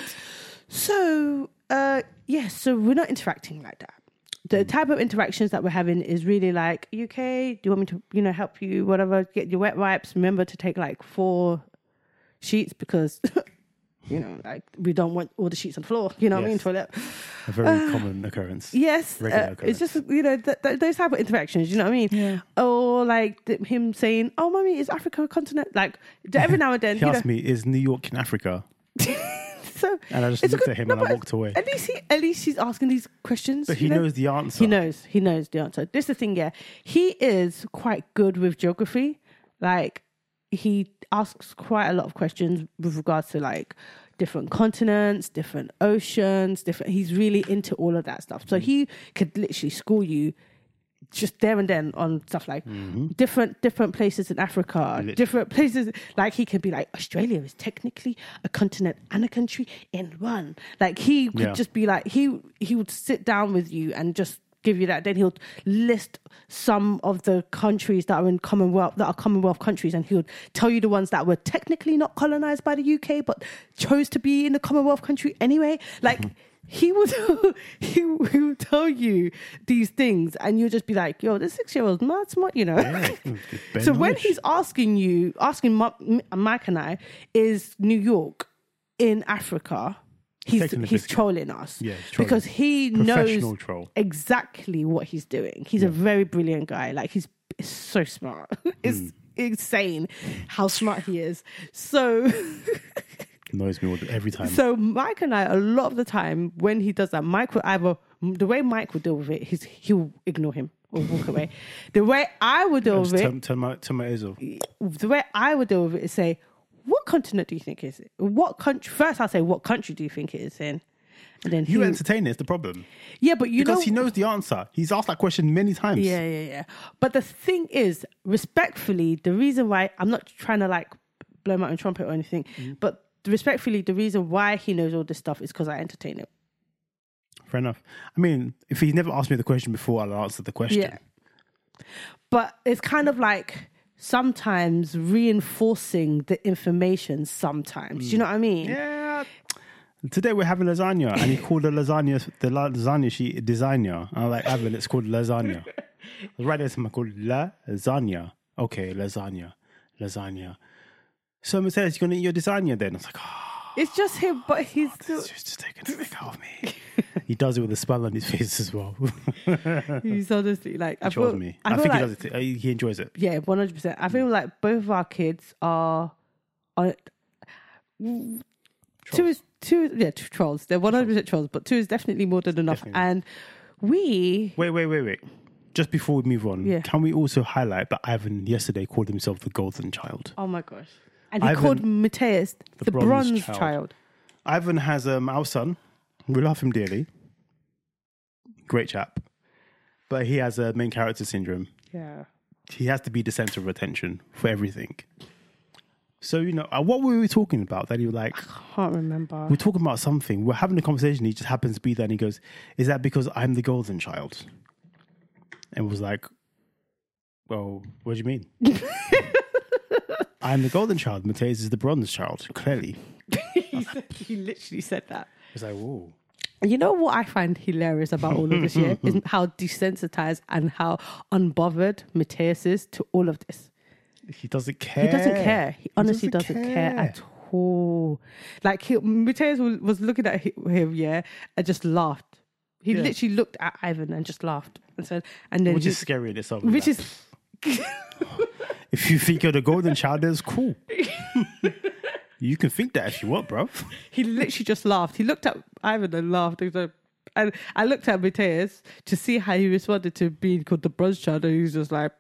B: So, uh, yes, so we're not interacting like that. The
A: Mm.
B: type of interactions that we're having is really like, "You okay? Do you want me to, you know, help you? Whatever. Get your wet wipes. Remember to take like four sheets because, you know, like we don't want all the sheets on the floor. You know what I mean?
A: Yes.
B: Toilet.
A: A very
B: Ah.
A: common occurrence.
B: Yes,
A: Regular
B: uh, it's just you know th- th- those type of interactions. You know what I mean?
A: Yeah.
B: Or like th- him saying, "Oh, mommy, is Africa a continent?" Like every now and then,
A: He
B: you know,
A: asked me, "Is New York in Africa?"
B: So
A: And I just
B: it's a
A: looked
B: good-
A: at him
B: no,
A: and I
B: but
A: walked away.
B: At least, he, at least he's asking these questions.
A: But he
B: you know?
A: knows the answer.
B: He knows. He knows the answer. This is the thing. Yeah, he is quite good with geography. Like he asks quite a lot of questions with regards to like different continents, different oceans, different. He's really into all of that stuff.
A: Mm.
B: So he could literally school you just there and then on stuff like
A: Mm-hmm.
B: different different places in Africa, different places like he can be like Australia is technically a continent and a country in one. Like he could
A: Yeah.
B: just be like he he would sit down with you and just give you that. Then he'll list some of the countries that are in Commonwealth that are Commonwealth countries and he'll tell you the ones that were technically not colonized by the UK but chose to be in the Commonwealth country anyway. Like he would he, would tell you these things, and you'll just be like, "Yo, this six year old's mad smart," you know.
A: Mm,
B: so when he's asking you, asking Ma- Mike and I, is New York in Africa? He's
D: Taking the
B: he's
D: biscuit.
B: trolling us,
D: Yeah, he's trolling.
B: because he
D: Professional
B: knows
D: troll.
B: exactly what he's doing. He's a very brilliant guy. Like he's so smart. it's
D: Hmm.
B: insane how smart he is. So.
A: Annoys me all the- every time.
B: So Mike and I, a lot of the time when he does that, Mike will either the way Mike will deal with it, he's he'll ignore him or walk away. The way I would deal with
E: Just
B: it,
E: turn, turn my turn my ears off.
B: the way I would deal with it is say, "What continent do you think is it? What country?" First, I'll say, "What country do you think it is in?" And then
A: you
B: he-
A: entertain it, it's the problem.
B: yeah, but you
A: Because
B: know,
A: he knows the answer. He's asked that question many times.
B: Yeah, yeah, yeah. But the thing is, respectfully, the reason why I'm not trying to like blow my own trumpet or anything,
A: Mm.
B: but respectfully, the reason why he knows all this stuff is because I entertain it.
A: Fair enough. I mean, if he's never asked me the question before, I'll answer the question.
B: Yeah. But it's kind of like sometimes reinforcing the information sometimes. Do you know what I mean?
A: Mm. Yeah. Today we're having lasagna, and he called the lasagna the la- lasagna she designer. I'm like, Evan, it's called lasagna. I was writing something called lasagna. Okay, lasagna, lasagna. Someone says you're gonna eat your lasagna then. I was like, oh,
B: It's just him, but he's still,
A: it's just taking the mick out of me. he does it with a smile on his face as well.
B: he's honestly like, I
A: Shows
B: feel,
A: me.
B: I
A: I,
B: feel
A: think
B: like,
A: he does it. Uh, He he enjoys it.
B: yeah, 100%. I feel like both of our kids are, are two is, two, is- yeah, two trolls. They're 100% trolls. but two is definitely more than enough. And we,
A: Wait, wait, wait, wait. Just before we move on,
B: Yeah.
A: can we also highlight that Ivan yesterday called himself the golden child?
B: oh my gosh. And he
A: Ivan-
B: called Mateus the,
A: bronze
B: bronze,
A: child.
B: child.
A: Ivan has um, our son. We love him dearly. Great chap. But he has a main character syndrome.
B: Yeah.
A: He has to be the center of attention for everything. So, you know, uh, what were we talking about? That he was like,
B: Can't remember.
A: we're talking about something. We're having a conversation. He just happens to be there and he goes, Is that because I'm the golden child? And was like, Well, what do you mean? I'm the golden child. Mateus is the bronze child, clearly.
B: he, said, he literally said that.
A: It's like, Whoa.
B: And You know what I find hilarious about all of this year is how desensitized and how unbothered Mateus is to all of this.
A: He doesn't care.
B: He doesn't care. He honestly doesn't,
A: doesn't
B: care.
A: care.
B: at all. Like he, Mateus was was looking at hi- him, yeah, and just laughed. He literally looked at Ivan and just laughed and said, and then
A: Which
B: he-
A: is scary in itself.
B: which
A: like,
B: is
A: if you think you're the golden child, that's cool. you can think that if you want, bro.
B: He literally just laughed. He looked at Ivan and laughed. He was like- and I looked at Mateus to see how he responded to being called the bronze child, and he was just like,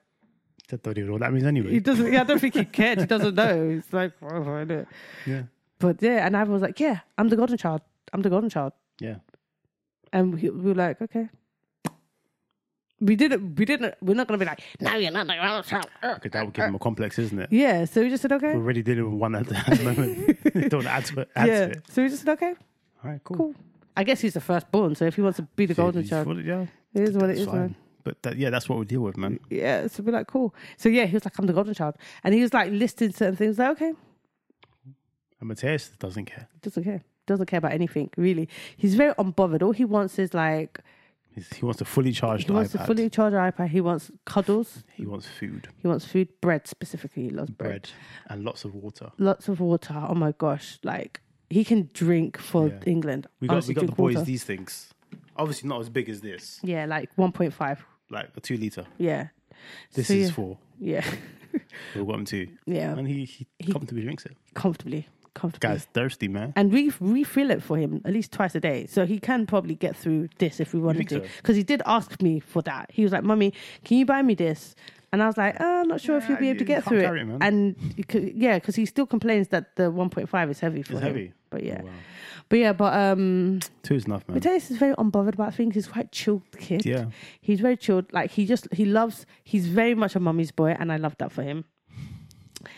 A: I don't even know what that means anyway.
B: he doesn't. I don't think he cared. He doesn't know. It's like, whatever, innit?
A: Yeah.
B: But yeah, and Ivan was like, yeah, I'm the golden child. I'm the golden child.
A: Yeah.
B: And we, we were like, okay. We didn't. We didn't. We're not gonna be like, no, you're not the golden child. Uh.
A: Because that would give him a complex, isn't it?
B: Yeah. So we just said okay.
A: We're already dealing with one at the moment. don't add to it. Add
B: Yeah.
A: to it.
B: So we just said okay.
A: All right, cool.
B: Cool. I guess he's the firstborn, so if he wants to be the golden
A: yeah,
B: child,
A: Yeah,
B: it is what it
A: it's
B: is, man.
A: fine. But that, yeah, that's what we deal with, man.
B: yeah, so we're like, cool. So yeah, he was like, I'm the golden child. And he was like listing certain things, like, okay,
A: And Mateus doesn't care.
B: doesn't care. Doesn't care about anything, really. He's very unbothered. All he wants is like
A: He's, he wants to fully charge
B: he
A: the
B: wants
A: iPad.
B: to fully charge our iPad. He wants cuddles.
A: He wants food,
B: He wants food, bread specifically. He loves bread.
A: bread, and lots of water.
B: Lots of water. Oh my gosh. Like he can drink for
A: Yeah.
B: England.
A: We got, we
B: Honestly,
A: got the
B: drink
A: boys
B: water.
A: these things. Obviously, not as big as this,
B: Yeah, like one point five.
A: like a two liter.
B: Yeah.
A: This
B: So,
A: is
B: yeah.
A: four.
B: Yeah.
A: We've got him two.
B: yeah.
A: And he, he, comfortably drinks it.
B: Comfortably. Comfortably.
A: Guy's thirsty, man.
B: and we refill it for him at least twice a day. So he can probably get through this if we wanted
A: think
B: to.
A: so?
B: Because he did ask me for that. He was like, "Mummy, can you buy me this?" And I was like, "Uh, I'm not sure if
A: Yeah,
B: you'll be able
A: you-
B: to
A: you
B: get
A: can't
B: through
A: carry
B: it."
A: it, man.
B: and you could- yeah, because he still complains that the 1.5 is heavy for
A: It's
B: him.
A: heavy. Oh,
B: But yeah,
A: wow.
B: but yeah, but um,
A: Two is enough, man.
B: Mateus is very unbothered about things. He's quite chilled kid.
A: Yeah.
B: he's very chilled. Like he just he loves. He's very much a mummy's boy, and I love that for him.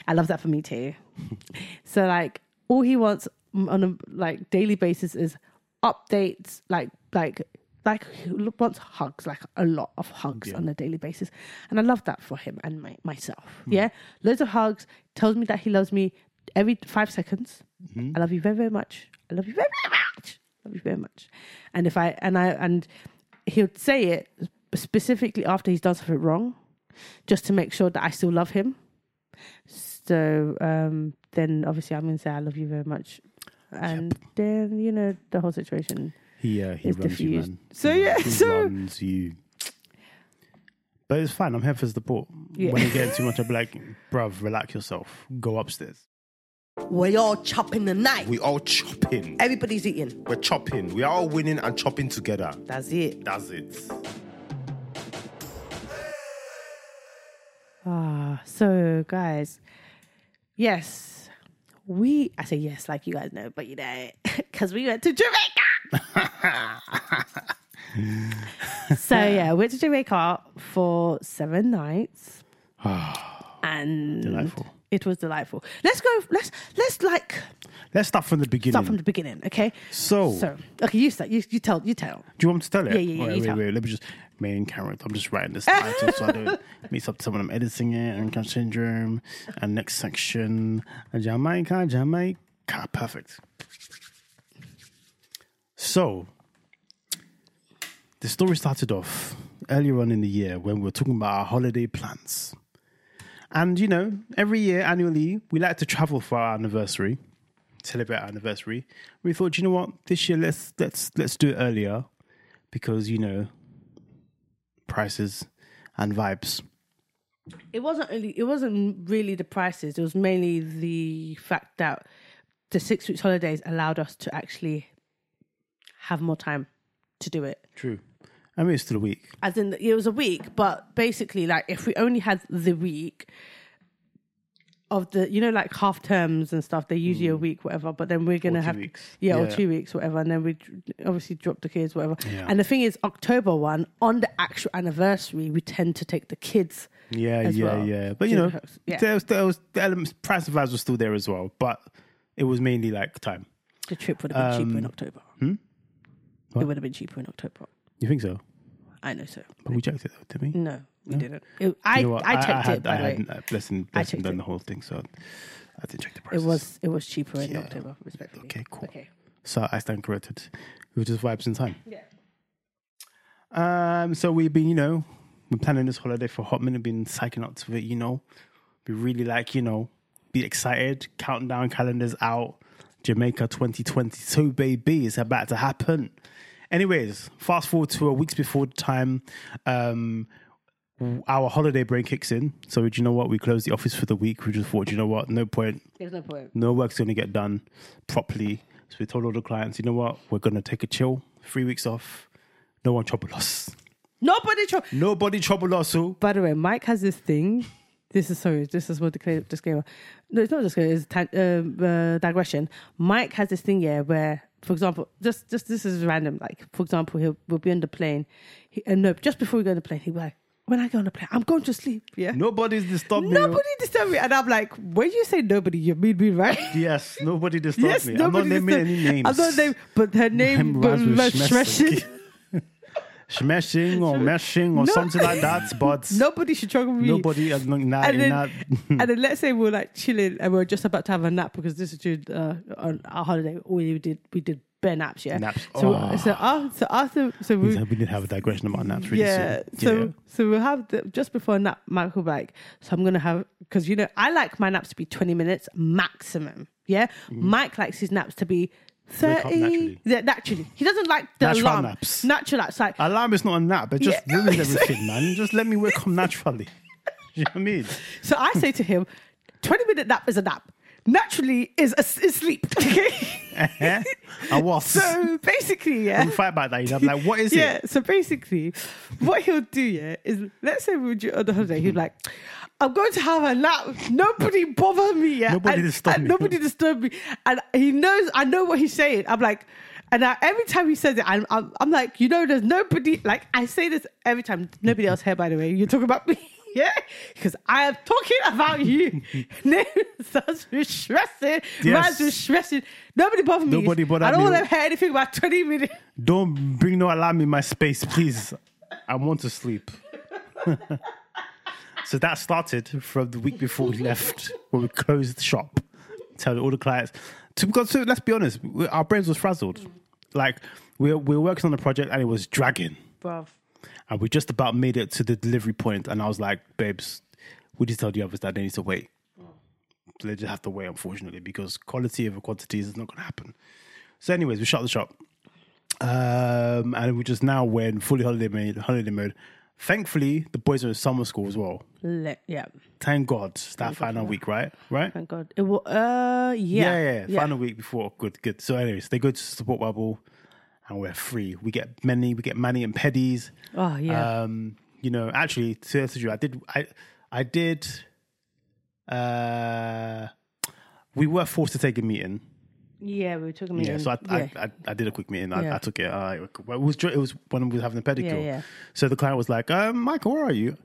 B: I love that for me too. so like all he wants on a like daily basis is updates, like like like he wants hugs, like a lot of hugs on a daily basis, and I love that for him and my, myself. Yeah, loads of hugs. Tells me that he loves me every five seconds. I love you very very much. I love you very very much. love you very much. And if I and I and he'll say it specifically after he's done something wrong, just to make sure that I still love him. So um, then obviously I'm gonna say I love you very much. And then you know the whole situation.
A: He uh, he
B: It's
A: runs you,
B: diffused.
A: man.
B: So,
A: He
B: yeah,
A: runs- he
B: so-
A: runs you. But it's fine. I'm here for support.
B: Yeah.
A: When you get too much, I'm like, bruv, relax yourself. Go upstairs.
F: We're all chopping the night.
G: We all chopping.
F: Everybody's eating.
G: We're chopping. We are all winning and chopping together.
F: That's it.
G: That's it.
B: Ah, so guys, yes, we. I say yes, like you guys know, but you know, because we went to Jamaica. so yeah, we went to Jamaica for seven nights, and
A: Delightful.
B: It was delightful. Let's go. Let's let's like
A: Let's start from the beginning.
B: start from the beginning, okay?
A: So-
B: so okay, you start. You you tell you tell.
A: Do you want me to tell it?
B: Yeah, yeah, yeah,
A: Wait,
B: you
A: wait,
B: tell.
A: wait. Let me just main character. I'm just writing this title so I don't mix up someone. I'm editing it. Anchor syndrome. And next section, Jamaica, Jamaica. Perfect. So, the story started off earlier on in the year when we were talking about our holiday plans. And you know, every year annually, we like to travel for our anniversary, celebrate our anniversary. We thought, you know what, this year let's let's let's do it earlier because you know prices and vibes.
B: it wasn't only it wasn't really the prices it was mainly the fact that the six weeks holidays allowed us to actually have more time to do it
A: True. I mean, it's still a week.
B: as in it was a week but basically like if we only had the week of the you know like half terms and stuff they're usually a week whatever but then we're gonna
A: two
B: have
A: Mm. weeks.
B: Yeah, or
A: Yeah.
B: two weeks whatever and then we dr- obviously drop the kids whatever
A: Yeah.
B: and the thing is october one on the actual anniversary we tend to take the kids
A: Yeah,
B: as
A: yeah,
B: well.
A: yeah. But you know,
B: Yeah.
A: there was, there was the elements, price and vibes were still there as well, but it was mainly like time.
B: The trip would have been cheaper in
A: Um,
B: October.
A: hmm?
B: It would have been cheaper in October.
A: You think so?
B: I know so.
A: But we checked it though, didn't we?
B: No, we didn't. It- Mm, I,
A: You know what?
B: I checked
A: had,
B: it by
A: I
B: the way.
A: hadn't, uh, blessing,
B: I
A: blessing
B: checked
A: done
B: it.
A: the whole thing, so I didn't check the price.
B: It was it was cheaper in
A: Yeah.
B: October, respectively.
A: Okay, cool.
B: Okay.
A: So I stand corrected. We were just vibes in time.
B: Yeah.
A: Um, so we've been, you know, been planning this holiday for a hot minute, been psyching up to it, you know. Be really like, you know, be excited, counting down calendars out. Jamaica 2022, baby, it's about to happen. Anyways, fast forward to a weeks before the time, um, our holiday break kicks in. So, do you know what? We closed the office for the week. We just thought, you know what? No point
B: There's no point.
A: no work's going to get done properly. So we told all the clients, you know what, we're going to take a chill, three weeks off. No one trouble us.
B: Nobody. Tro-
A: Nobody trouble us. oh. So
B: by the way, Mike has this thing. This is sorry. This is what the cla- disclaimer. No, it's not disclaimer. It's tan- uh, uh, digression. Mike has this thing yeah, where, for example, just just this is random. Like for example, he'll we'll be on the plane, he, and no, just before we go on the plane, he'll be like, "When I go on the plane, I'm going to sleep." Yeah.
A: nobody's disturbed me. oh.
B: Nobody disturbed me, and I'm like, when you say nobody, you mean me, right?
A: Yes, nobody disturbed
B: yes,
A: me. I'm
B: nobody
A: not naming
B: disturbed-
A: any names.
B: I'm not naming, but her name,
A: name
B: but
A: rhymes with
B: but
A: Schmessing.
B: Schmessing.
A: Smashing or meshing or
B: No.
A: something like that, but
B: nobody should struggle with me.
A: nobody has not nah,
B: And then,
A: nah.
B: and then let's say we we're like chilling and we we're just about to have a nap because this is during uh, on our holiday. All we did we did bare naps, yeah.
A: Naps.
B: So
A: Oh.
B: so after so after so we
A: We did have a digression about naps really
B: yeah.
A: soon.
B: So so we'll have the, just before nap, Michael be like, so I'm gonna have because you know I like my naps to be 20 minutes maximum. Yeah, Mike likes his naps to
A: Mm.
B: be.
A: Wake up
B: 30
A: naturally.
B: Yeah, naturally. He doesn't like the
A: Natural
B: alarm.
A: naps. Uh,
B: Natural naps. Like,
A: Alarm is not a nap, it just
B: Yeah.
A: ruins everything, man. Just let me wake up naturally. you know what I mean?
B: So I say to him, 20 minute nap is a nap. Naturally is a, is sleep. Okay.
A: Eh? I was.
B: so basically,
A: we
B: yeah.
A: fight about that. You know, I'm like, what is
B: yeah,
A: it?
B: so basically, what he'll do, yeah, is let's say we do on the holiday, he'll be like, I'm going to have a nap. Nobody bother me, yeah.
A: Nobody
B: and,
A: disturb
B: and
A: me.
B: Nobody disturb me. And he knows, I know what he's saying. I'm like, and I, every time he says it, I'm, I'm, I'm like, you know, there's nobody, like, I say this every time. Nobody else here, by the way. You're talking about me. Yeah, because I am talking about you. Names that's stressing. Yes.
A: Yes.
B: Man's stressing. Nobody bother me.
A: Nobody bother
B: I don't
A: me.
B: want to hear anything about 20 minutes.
A: Don't bring no alarm in my space, please. I want to sleep. so that started from the week before we left, when we closed the shop. Tell all the clients to because so let's be honest, we- our brains was frazzled. like we we were working on a project and it was dragging,
B: bruv.
A: and we just about made it to the delivery point, and I was like, babes, we just told the others that they need to wait. So they just have to wait, unfortunately, because quality over quantity is not going to happen. So, anyways, we shut the shop, um, and we just now went fully holiday mode. Holiday mode. Thankfully, the boys are in summer school as well.
B: Le- yeah.
A: Thank God, it's that final week, right? Right.
B: Thank God. It will. Uh. Yeah.
A: Yeah, yeah, yeah. Final week before. Good, good. So, anyways, they go to support bubble, and we're free. We get many, we get many and pedis.
B: Oh yeah.
A: Um, you know, actually, to be honest with you, I did, I, I did. Uh, we were forced to take a meeting.
B: yeah. We took a meeting.
A: Yeah, so I,
B: Mm. yeah.
A: I, I, I did a quick meeting. I,
B: Yeah.
A: I took it. I, well, it was dur- it was when we were having the pedicure.
B: Yeah, yeah.
A: So the client was like, um, "Michael, where are you?"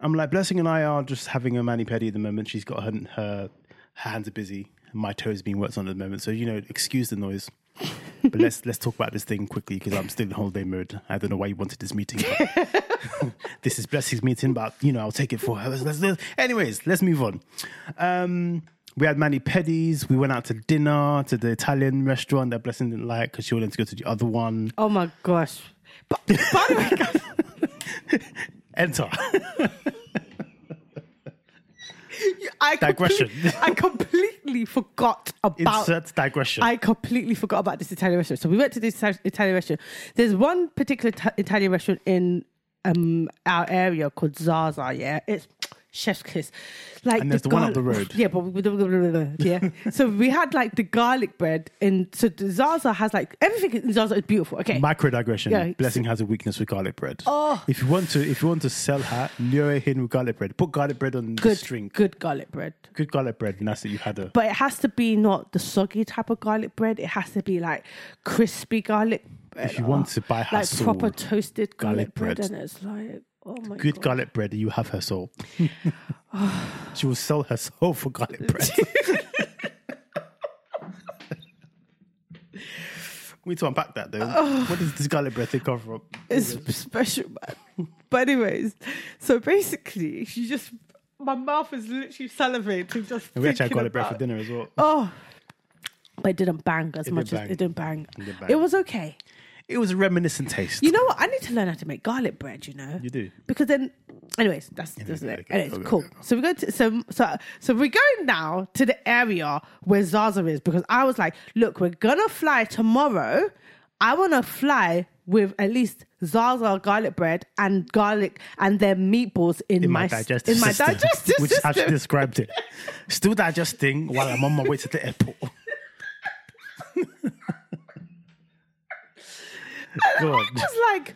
A: I'm like, "Blessing and I are just having a mani pedi at the moment. She's got her, her, her hands are busy. My toes being worked on at the moment. So you know, excuse the noise." but let's let's talk about this thing quickly because I'm still in holiday mode. I don't know why you wanted this meeting. but- this is Blessing's meeting, but you know I'll take it for her. Let's- let's- let's- anyways, let's move on. Um, we had mani pedis. We went out to dinner to the Italian restaurant that Blessing didn't like because she wanted to go to the other one.
B: oh my gosh. But, by the way, guys,
A: Enter.
B: I
A: Digression.
B: complete- I completely forgot about
A: Insert digression.
B: I completely forgot about this Italian restaurant. So we went to this Ita- Italian restaurant. There's one particular Ita- Italian restaurant in um our area called Zaza. Yeah, it's chef's kiss. Like
A: And there's the one up
B: garlic-
A: the road.
B: Yeah, but we- yeah. so we had like the garlic bread, and so the Zaza has like everything in Zaza is beautiful. Okay,
A: Micro digression.
B: Yeah.
A: Blessing has a weakness with garlic bread. Oh. If you want to, if you want to sell her, lure her in with garlic bread. Put garlic bread on the
B: good
A: string.
B: good garlic bread.
A: Good garlic bread, and that's it. You had her.
B: But it has to be not the soggy type of garlic bread. It has to be like crispy garlic bread.
A: If you want to buy her
B: like
A: soul,
B: proper toasted garlic,
A: garlic
B: bread.
A: bread.
B: and it's like oh my
A: good
B: god.
A: garlic bread, you have her soul. she will sell her soul for garlic bread. we need to unpack that though. What does this garlic bread thing come from?
B: It's special, man. But anyways, so basically, she just my mouth is literally salivating just.
A: And we actually had
B: thinking
A: garlic bread for
B: about-
A: dinner as well.
B: Oh, but it didn't bang as much
A: didn't
B: as
A: bang.
B: it didn't bang. It,
A: didn't bang.
B: was okay.
A: It was a reminiscent taste.
B: You know what? I need to learn how to make garlic bread. You know.
A: You do.
B: because then, anyways, that's that's
A: okay,
B: it.
A: okay,
B: Anyways,
A: okay,
B: cool.
A: okay.
B: So we go to so so so we're going now to the area where Zaza is because I was like, look, we're gonna fly tomorrow. I wanna fly with at least Zaza garlic bread and garlic and their meatballs in,
A: in my,
B: s-
A: digestive
B: in my
A: system,
B: digestive
A: which
B: system.
A: I've described it. Still digesting while I'm on my way to the airport. God.
B: I was like,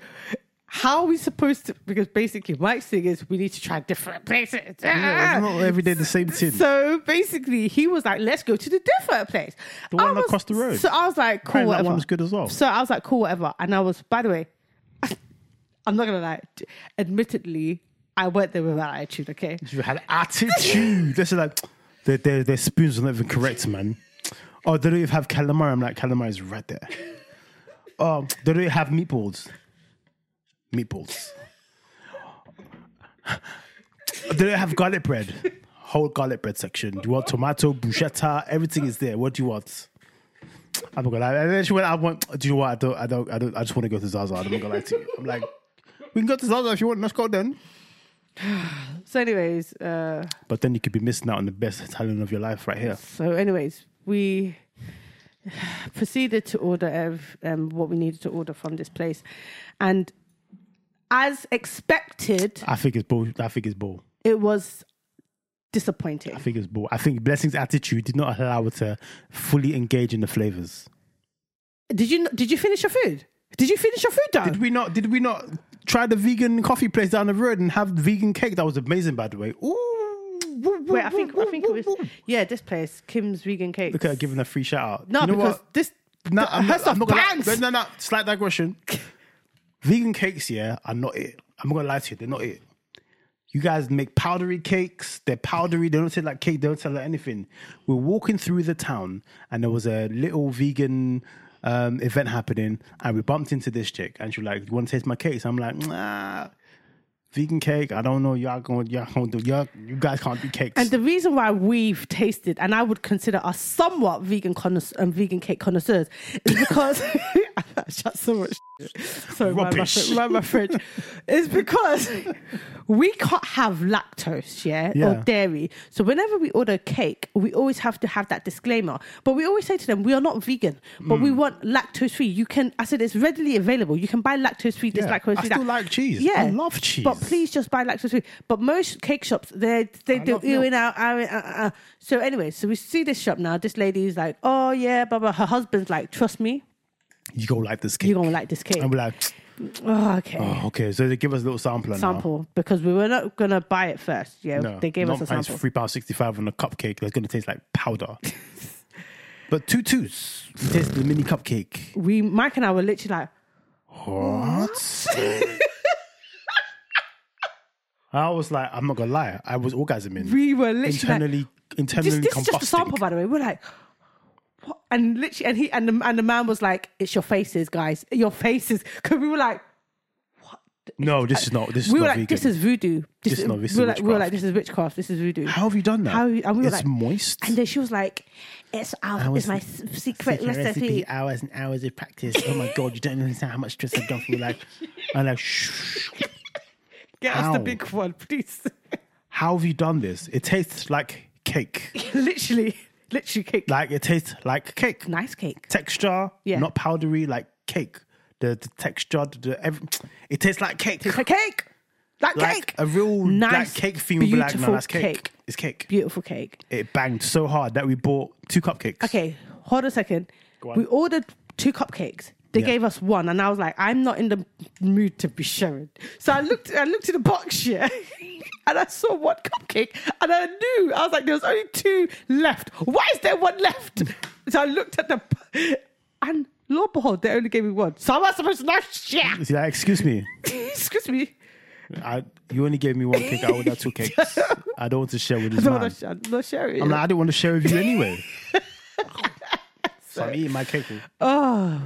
B: how are we supposed to? Because basically, Mike's thing is we need to try different places. Ah,
A: Yeah, it's not every day the same thing.
B: So basically, he was like, "Let's go to the different place." The
A: one across the road.
B: So I was like, "Cool,
A: Apparently that
B: whatever."
A: one's good as well.
B: So I was like, "Cool, whatever." And I was, by the way, I'm not gonna lie. d- Admittedly, I went there with that attitude. Okay,
A: You had attitude. this is like their, their, their spoons are not even correct, man. Oh, they don't even have calamari. I'm like, calamari is right there. Oh, they don't even have meatballs. Meatballs. they don't have garlic bread. Whole garlic bread section. You want tomato, bruschetta, everything is there. What do you want? I'm not gonna lie. And then she went, I want do you know what? I don't I don't I don't I just want to go to Zaza. I'm not gonna lie to you. I'm like, we can go to Zaza if you want, let's go then.
B: so anyways, uh,
A: But then you could be missing out on the best Italian of your life right here.
B: so anyways, we proceeded to order ev- um, what we needed to order from this place, and as expected,
A: I think it's bull. I think it's bull.
B: it was disappointing.
A: I think it's bull. I think Blessing's attitude did not allow her to fully engage in the flavors.
B: Did you did you finish your food? Did you finish your food, though?
A: Did we not? Did we not try the vegan coffee place down the road and have vegan cake? That was amazing, by the way. Ooh.
B: Wait, I think I think it was yeah. This place, Kim's Vegan Cake.
A: Look at her giving a free shout out.
B: no,
A: You know
B: because
A: what?
B: this
A: No, I'm
B: her
A: not,
B: stuff
A: I'm not gonna,
B: bangs.
A: No, no, no. Slight digression. Vegan cakes, yeah, are not it. I'm not gonna lie to you, they're not it. You guys make powdery cakes. They're powdery. They don't taste like cake. They don't taste like anything. We're walking through the town, and there was a little vegan um, event happening, and we bumped into this chick, and she was like, "You want to taste my cakes?" I'm like, "Nah, vegan cake. I don't know. Y'all going, y'all going to do. Y'all, you guys can't do cakes."
B: And the reason why we've tasted, and I would consider us somewhat vegan connoisseurs, um, vegan cake connoisseurs, is because I shut so much. shit. Sorry, mind my,
H: Rubbish.
B: fr- mind my fridge. It's because we can't have lactose, yeah, or
A: Yeah.
B: dairy. So whenever we order cake, we always have to have that disclaimer. But we always say to them, we are not vegan, but
A: Mm.
B: we want lactose free. You can, I said, it's readily available. You can buy lactose free. This
A: Yeah.
B: lactose free.
A: I still like cheese.
B: Yeah,
A: I love cheese.
B: But please just buy lactose free. But most cake shops, they they do
A: love
B: you in out. out, out, out, out. uh. So anyway, so we see this shop now. This lady's like, oh yeah, blah blah. Her husband's like, trust me,
A: You go like this cake.
B: you're gonna like this cake.
A: And we're like,
B: oh, okay.
A: oh, okay. So they give us a little sampler now.
B: sample because we were not gonna buy it first. Yeah,
A: No,
B: they gave us a
A: not- and it's
B: sample.
A: Three pound sixty-five on a cupcake. That's gonna taste like powder. but two twos. Taste the mini cupcake.
B: We Mike and I were literally like,
A: What? I was like, I'm not gonna lie. I was orgasming.
B: we were literally like,
A: internally, internally
B: this, this is just a
A: combusting.
B: sample, by the way. We're like, what? and literally, and he and the, and the man was like, "It's your faces, guys. Your faces." Because we were like,
A: No, this is not. This is
B: we
A: not
B: were like,
A: vegan.
B: "This is voodoo.
A: This is not- this is
B: we were like, we were
A: witchcraft.
B: like, "This is witchcraft. This is voodoo."
A: How have you done that?
B: How have you- and we were
A: it's
B: like-
A: moist.
B: And then she was like, "It's our,
A: was
B: it's my s- secret recipe."
A: hours and hours of practice. Oh my god, you don't understand how much stress I've done for you. Like, I'm like, shh.
B: Get us the
A: Ow.
B: big one, please.
A: How have you done this? It tastes like cake.
B: literally, literally cake.
A: Like it tastes like cake.
B: nice cake.
A: Texture,
B: Yeah.
A: not powdery, like cake. The, the texture, the, the every, it tastes like cake.
B: It's like cake. Like,
A: Like
B: cake.
A: a real
B: Nice,
A: like cake theme. We're Like, no,
B: beautiful
A: that's cake.
B: cake.
A: It's cake.
B: Beautiful cake.
A: It banged so hard that we bought two cupcakes.
B: Okay, hold a second.
A: on.
B: We ordered two cupcakes. They
A: Yeah.
B: gave us one, and I was like, I'm not in the mood to be sharing. So I looked, I looked at the box, yeah, and I saw one cupcake, and I knew I was like, there was only two left. Why is there one left? so I looked at the, and lo and behold, they only gave me one. So am I supposed to know? Shit.
A: He's like, excuse me.
B: Excuse me.
A: I, you only gave me one cake. I ordered two cakes. I don't want to share with
B: I
A: this
B: don't
A: man.
B: want to not share it.
A: I'm like, I didn't want to share with you anyway. so I'm eating my cake.
B: oh,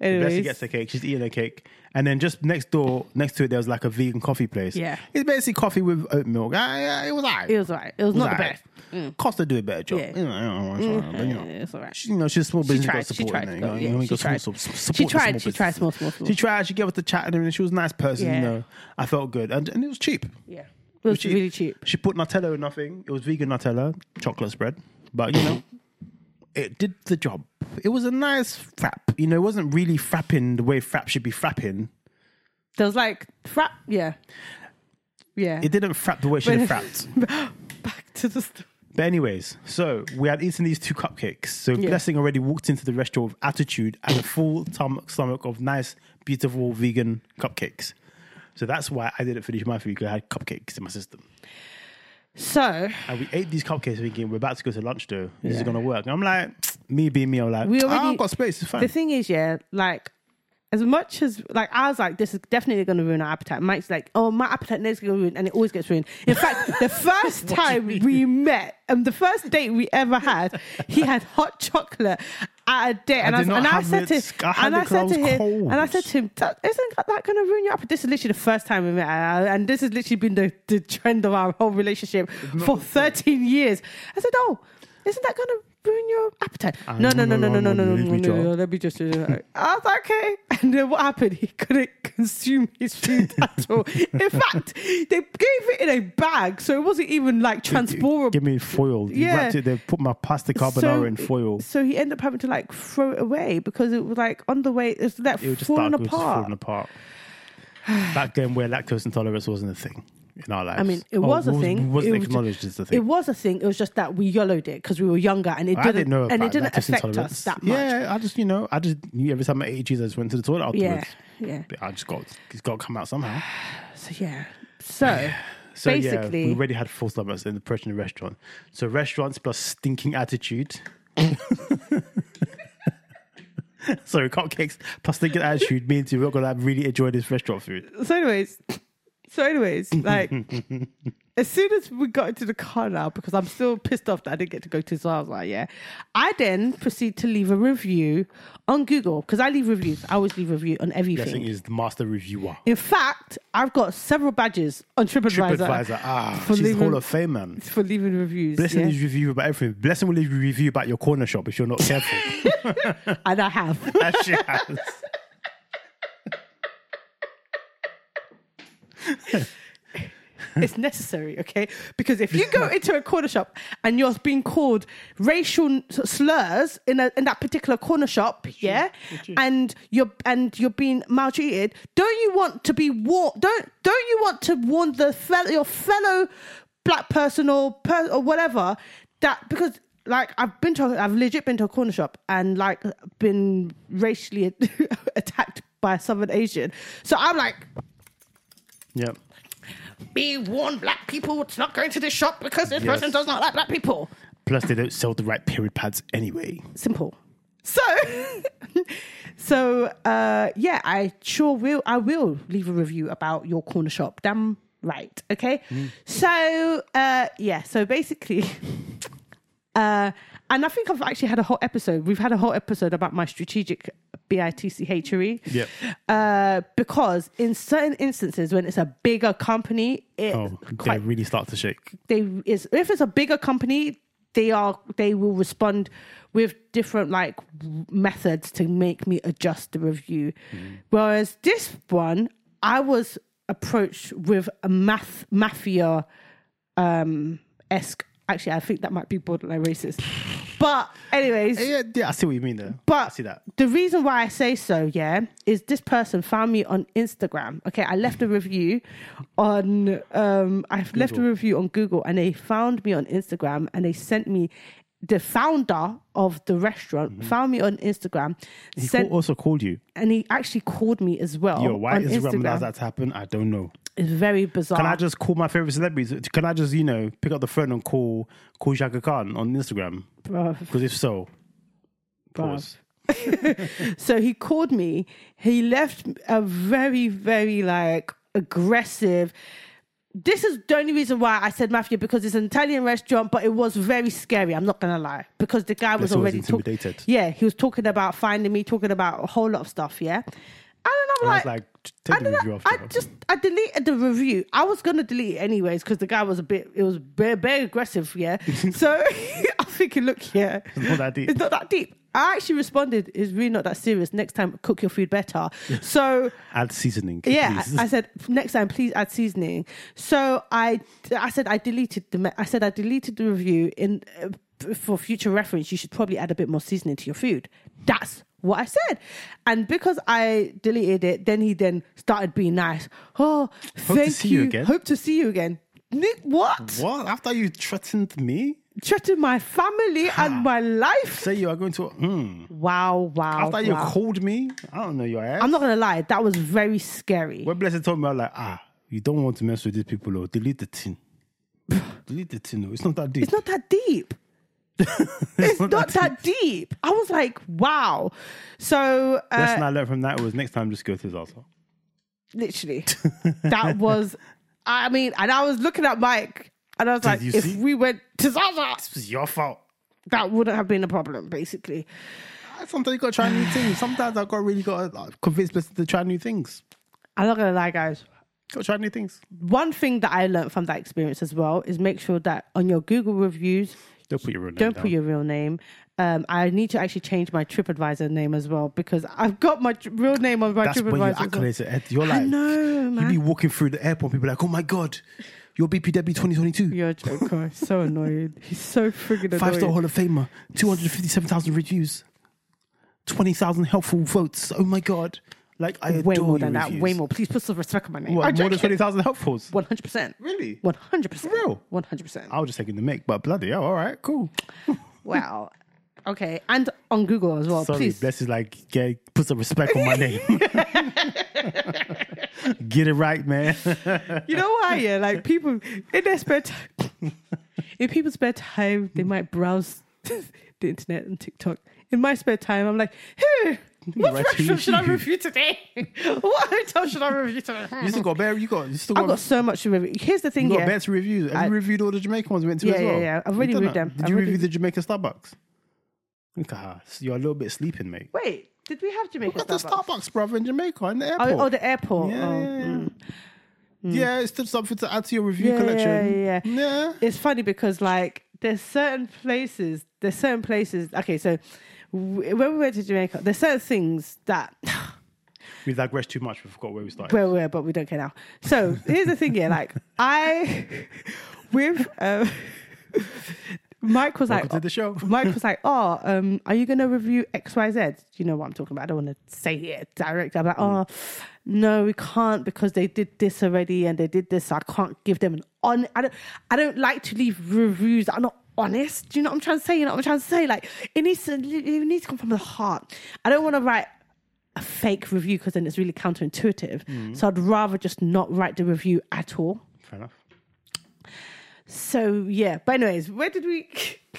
A: Bessie
B: anyways,
A: gets the cake. She's eating a cake, and then just next door, next to it, there was like a vegan coffee place.
B: Yeah.
A: it's basically coffee with oat milk. Ah, yeah, it was alright.
B: it was alright. It was not the
A: alright.
B: best. Mm.
A: Costa do a better job.
B: Yeah.
A: You know, I don't know, it's alright, but, you know.
B: It's alright.
A: She, you know, she's a small business.
B: tried,
A: got
B: she
A: support
B: tried,
A: in it, you
B: though,
A: know,
B: yeah,
A: you know, we
B: she
A: got
B: tried.
A: Small, su-
B: She
A: support the
B: tried,
A: small
B: she tried,
A: businesses.
B: small, small, small.
A: She tried. She gave us the chat, and everything. she was a nice person.
B: Yeah.
A: You know, I felt good, and, and it was cheap.
B: Yeah, it was really cheap.
A: She put Nutella in nothing. It was vegan Nutella, chocolate spread, but
B: Mm.
A: you know, it did the job. It was a nice frap. You know, it wasn't really frapping the way frap should be frapping.
B: There was like frap. Yeah, yeah.
A: It didn't frap the way she
B: But-
A: frapped.
B: Back to the st-
A: But anyways, so we had eaten these two cupcakes. So Blessing already walked into the restaurant with attitude and a full tum- stomach of nice, beautiful vegan cupcakes. So that's why I didn't finish my food because I had cupcakes in my system.
B: so
A: And we ate these cupcakes thinking we're about to go to lunch though. This is gonna work. And I'm like, me being me, I'm like, "Ah,
B: We already-
A: I've got space, it's fine.
B: the thing is, yeah, like as much as like I was like, this is definitely going to ruin our appetite. Mike's like, oh, my appetite never going to ruin, and it always gets ruined. In fact, the first time we met, um, the first date we ever had, he had hot chocolate. At a date,
A: did
B: and I, was,
A: not
B: and I
A: have
B: said to,
A: it. I had
B: and
A: it
B: I
A: 'cause I
B: said to
A: was
B: him,
A: cold.
B: and I said to him, "That- isn't that going to ruin your appetite? This is literally the first time we met. and I- And this has literally been the, the trend of our whole relationship for 13 years. I said, oh, isn't that going to ruin your appetite? No, no, no, no, no, no, no, no,
A: leave
B: no,
A: me
B: no,
A: drop.
B: no, let me just. I was like, okay. And then what happened? He couldn't consume his food at all. In fact, they gave it in a bag, so it wasn't even like transportable.
A: Give me foil. You
B: Yeah.
A: wrapped it, they put my pasta carbonara in foil.
B: So he ended up having to like throw it away because it was like on the way, it was like
A: It was just
B: falling
A: dark, it was just
B: apart.
A: falling apart. Back then where lactose intolerance wasn't a thing in our lives.
B: I mean, it
A: Or
B: was a thing.
A: Wasn't
B: It was ju-
A: acknowledged as a thing.
B: It was a thing. It was just that we yellowed it because we were younger and it
A: I
B: didn't,
A: didn't know about
B: and it didn't
A: lactose
B: affect
A: intolerance.
B: us that much.
A: Yeah, I just you know, I just knew every time I ate cheese, I just went to the toilet
B: yeah,
A: afterwards.
B: yeah.
A: But I just got it's got to come out somehow.
B: So yeah. So
A: So
B: Basically-
A: yeah, we already had full stomachs in the person in the restaurant. So restaurants plus stinking attitude. Sorry, cupcakes plus stinking attitude means you're not gonna really enjoy this restaurant food.
B: so anyways so anyways like as soon as we got into the car now because i'm still pissed off that i didn't get to go to so i was like yeah i then proceed to leave a review on google because i leave reviews i always leave review on
A: Blessing
B: everything
A: is the master reviewer.
B: in fact i've got several badges on tripadvisor,
A: TripAdvisor, ah,
B: For
A: she's
B: leaving-
A: Hall of Fame man.
B: for leaving reviews
A: Blessing
B: yeah?
A: is review about everything. Blessing will leave a review about your corner shop if you're not careful.
B: and i have
A: As she has.
B: it's necessary, okay? Because if you go into a corner shop and you're being called racial slurs in a, in that particular corner shop, yeah, and you're and you're being maltreated, don't you want to be war? Don't don't you want to warn the fellow your fellow black person or per- or whatever that because. Like I've been to, I've legit been to a corner shop and like been racially attacked by a Southern Asian. So I'm like,
A: Yep.
B: be warned, black people, it's not going to this shop because this
A: Yes.
B: person does not like black people.
I: Plus, they don't sell the right period pads anyway.
B: Simple. So, so uh, yeah, I sure will. I will leave a review about your corner shop. Damn right. Okay.
A: Mm.
B: So uh, yeah. So basically, uh, and I think I've actually had a whole episode. We've had a whole episode about my strategic bitchery.
A: Yep.
B: E Uh, because in certain instances, when it's a bigger company, it
A: Oh,
B: quite
A: they really start to shake.
B: they is if it's a bigger company they are they will respond with different like w- methods to make me adjust the review whereas this one i was approached with a math mafia um esque actually i think that might be borderline racist but anyways
A: Yeah, yeah, I see what you mean there.
B: but
A: I see that.
B: the reason why I say so, yeah, is this person found me on Instagram. Okay, I left a review on um I left a review on Google and they found me on Instagram and they sent me the founder of the restaurant found me on Instagram
A: Mm-hmm. He
B: sent,
A: call- also called you.
B: and he actually called me as well.
A: Yo, why
B: on
A: is Instagram allows
B: Instagram. Ah.
A: that to happen? I don't know.
B: It's very bizarre.
A: Can I just call my favorite celebrities? Can I just, you know, pick up the phone and call call Shaka Khan on Instagram?
B: Bruv.
A: Because if so, pause.
B: So he called me. He left a very, very like aggressive. This is the only reason why I said mafia because it's an Italian restaurant, but it was very scary. I'm not gonna lie because the guy was
A: That's always
B: already talk-
A: intimidated.
B: yeah, he was talking about finding me, talking about a whole lot of stuff. Yeah, and then I'm
A: And I was
B: like,
A: like, take the
B: did
A: review off.
B: not- I just I deleted the review. I was gonna delete it anyways because the guy was a bit it was very, very aggressive, yeah. so I'm thinking, look here,
A: It's not that deep.
B: It's not that deep. I actually responded, "It's really not that serious. Next time, cook your food better." so
A: add seasoning.
B: yeah,
A: please.
B: I, I said next time, please add seasoning. So I I said I deleted the me- I said I deleted the review in uh, for future reference. You should probably add a bit more seasoning to your food. That's what I said, and because I deleted it, then he then started being nice. Oh, thank
A: see you again. Mm-hmm.
B: Hope to see you again. Nick, what?
A: what? After you threatened me,
B: Threatened my family and my life.
A: say you are going to. Hmm.
B: Wow, wow.
A: After you
B: Oh, wow.
A: called me, I don't know your ass.
B: I'm not gonna lie, that was very scary.
A: When Blessed told me, I was like, ah, you don't want to mess with these people, or delete the thing. delete the thing, oh. it's not that deep.
B: It's not that deep. it's not, that, deep. I was like, wow. So uh,
A: Lesson I learned from that was next time just go to his asshole.
B: literally, that was. I mean, and I was looking at Mike, and I was like,
A: you
B: if
A: see?
B: we went to Zaza,
A: It's your fault.
B: that wouldn't have been a problem, basically.
A: Sometimes you gotta try new things. Sometimes I got really gotta like, convince Blessed to try new things.
B: I'm not gonna lie, guys.
A: Gotta try new things.
B: One thing that I learned from that experience as well is make sure that on your Google reviews,
A: Don't put your real name
B: Don't
A: down.
B: put your real name. Um, I need to actually change my TripAdvisor name as well because I've got my tr- real name on my
A: That's when your
B: TripAdvisor. as well.
A: accolades are at. You're like,
B: know,
A: you
B: man.
A: be walking through the airport, people are like, oh my god, you're BPW 2022,
B: You're a joker. He's so annoying. He's so friggin' annoying.
A: five star Hall of Famer, 257,000 reviews, 20,000 helpful votes. Oh my god. Like, I
B: Way
A: adore
B: more
A: your
B: than that.
A: reviews.
B: Way more. Please put some respect on my name.
A: What, more than 20,000 helpfuls?
B: One hundred percent.
A: Really?
B: One hundred percent.
A: real? Ah.
B: One hundred percent.
A: I was just taking the mic, but bloody hell, all right, cool.
B: Wow. Okay, and on Google as well.
A: Sorry,
B: Oh, please.
A: Bless is like, yeah, put some respect on my name. Get it right, man.
B: You know why? Yeah, like people in their spare time, in people's spare time,
A: Hmm.
B: they might browse the internet and TikTok. In my spare time, I'm like, hmm, what
A: Right,
B: restaurant should I
A: you-
B: review today? what hotel should I review today?
A: You still got bear, you got, you still
B: I've
A: got,
B: got so much to review. Here's the thing,
A: you got
B: yeah.
A: better reviews. Have
B: I-
A: you reviewed all the Jamaican ones we went to
B: Yeah,
A: as
B: yeah,
A: well?
B: yeah. I've
A: You
B: already
A: done
B: reviewed
A: that?
B: them.
A: Did
B: I've
A: you
B: already-
A: review the Jamaican Starbucks? Look at us. You're a little bit sleeping, mate.
B: Wait, did we have Jamaica?
A: Look at the
B: Starbucks?
A: Starbucks, brother, in Jamaica, in the airport.
B: Oh, oh, the airport.
A: yeah,
B: oh. mm.
A: yeah, yeah. Yeah, it's still something to add to your review
B: Yeah,
A: collection.
B: yeah, yeah.
A: yeah.
B: it's funny because like there's certain places there's certain places okay so w- when we went to jamaica there's certain things that
A: We digressed too much. We forgot where we started.
B: where we were, but we don't care now. So here's the thing, yeah. Like I, with um, Mike was like,
A: Welcome to the show.
B: Mike was like, oh, um, are you going to review X Y Z? You know what I'm talking about. I don't want to say it direct. I'm like, oh, no, we can't because they did this already and they did this. So I can't give them an on. I don't. I don't like to leave reviews that are not honest. Do you know what I'm trying to say? You know what I'm trying to say? Like it needs to. It needs to come from the heart. I don't want to write a fake review because then it's really counterintuitive. So I'd rather just not write the review at all.
A: Fair enough.
B: So yeah. But anyways, where did we?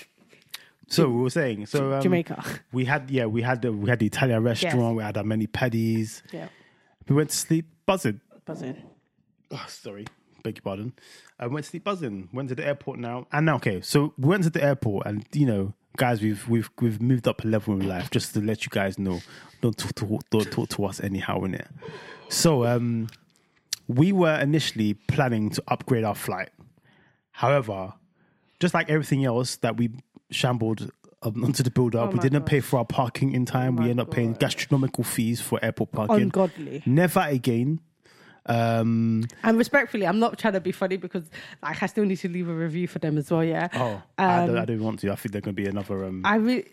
A: So we were saying. So um,
B: Jamaica.
A: We had yeah. We had the, we had the Italian restaurant. We had our many paddies.
B: yeah.
A: We went to sleep buzzing.
B: Buzzing.
A: Oh, sorry, beg your pardon. I went to sleep buzzing. Went to the airport now. And now, okay, so we went to the airport, and you know, guys, we've we've we've moved up a level in life. Just to let you guys know, don't talk to don't talk to us anyhow in it. So, um, we were initially planning to upgrade our flight. However, just like everything else that we shambled up onto the build up, we
B: Oh my
A: didn't
B: God.
A: pay for our parking in time. we
B: my
A: ended up paying
B: God.
A: gastronomical fees for airport parking.
B: Ungodly.
A: Never again. Um,
B: And respectfully, I'm not trying to be funny because like I still need to leave a review for them as well. Yeah. Um,
A: Oh, I, don't, I don't want to. I think they're going to be another. Um,
B: I really,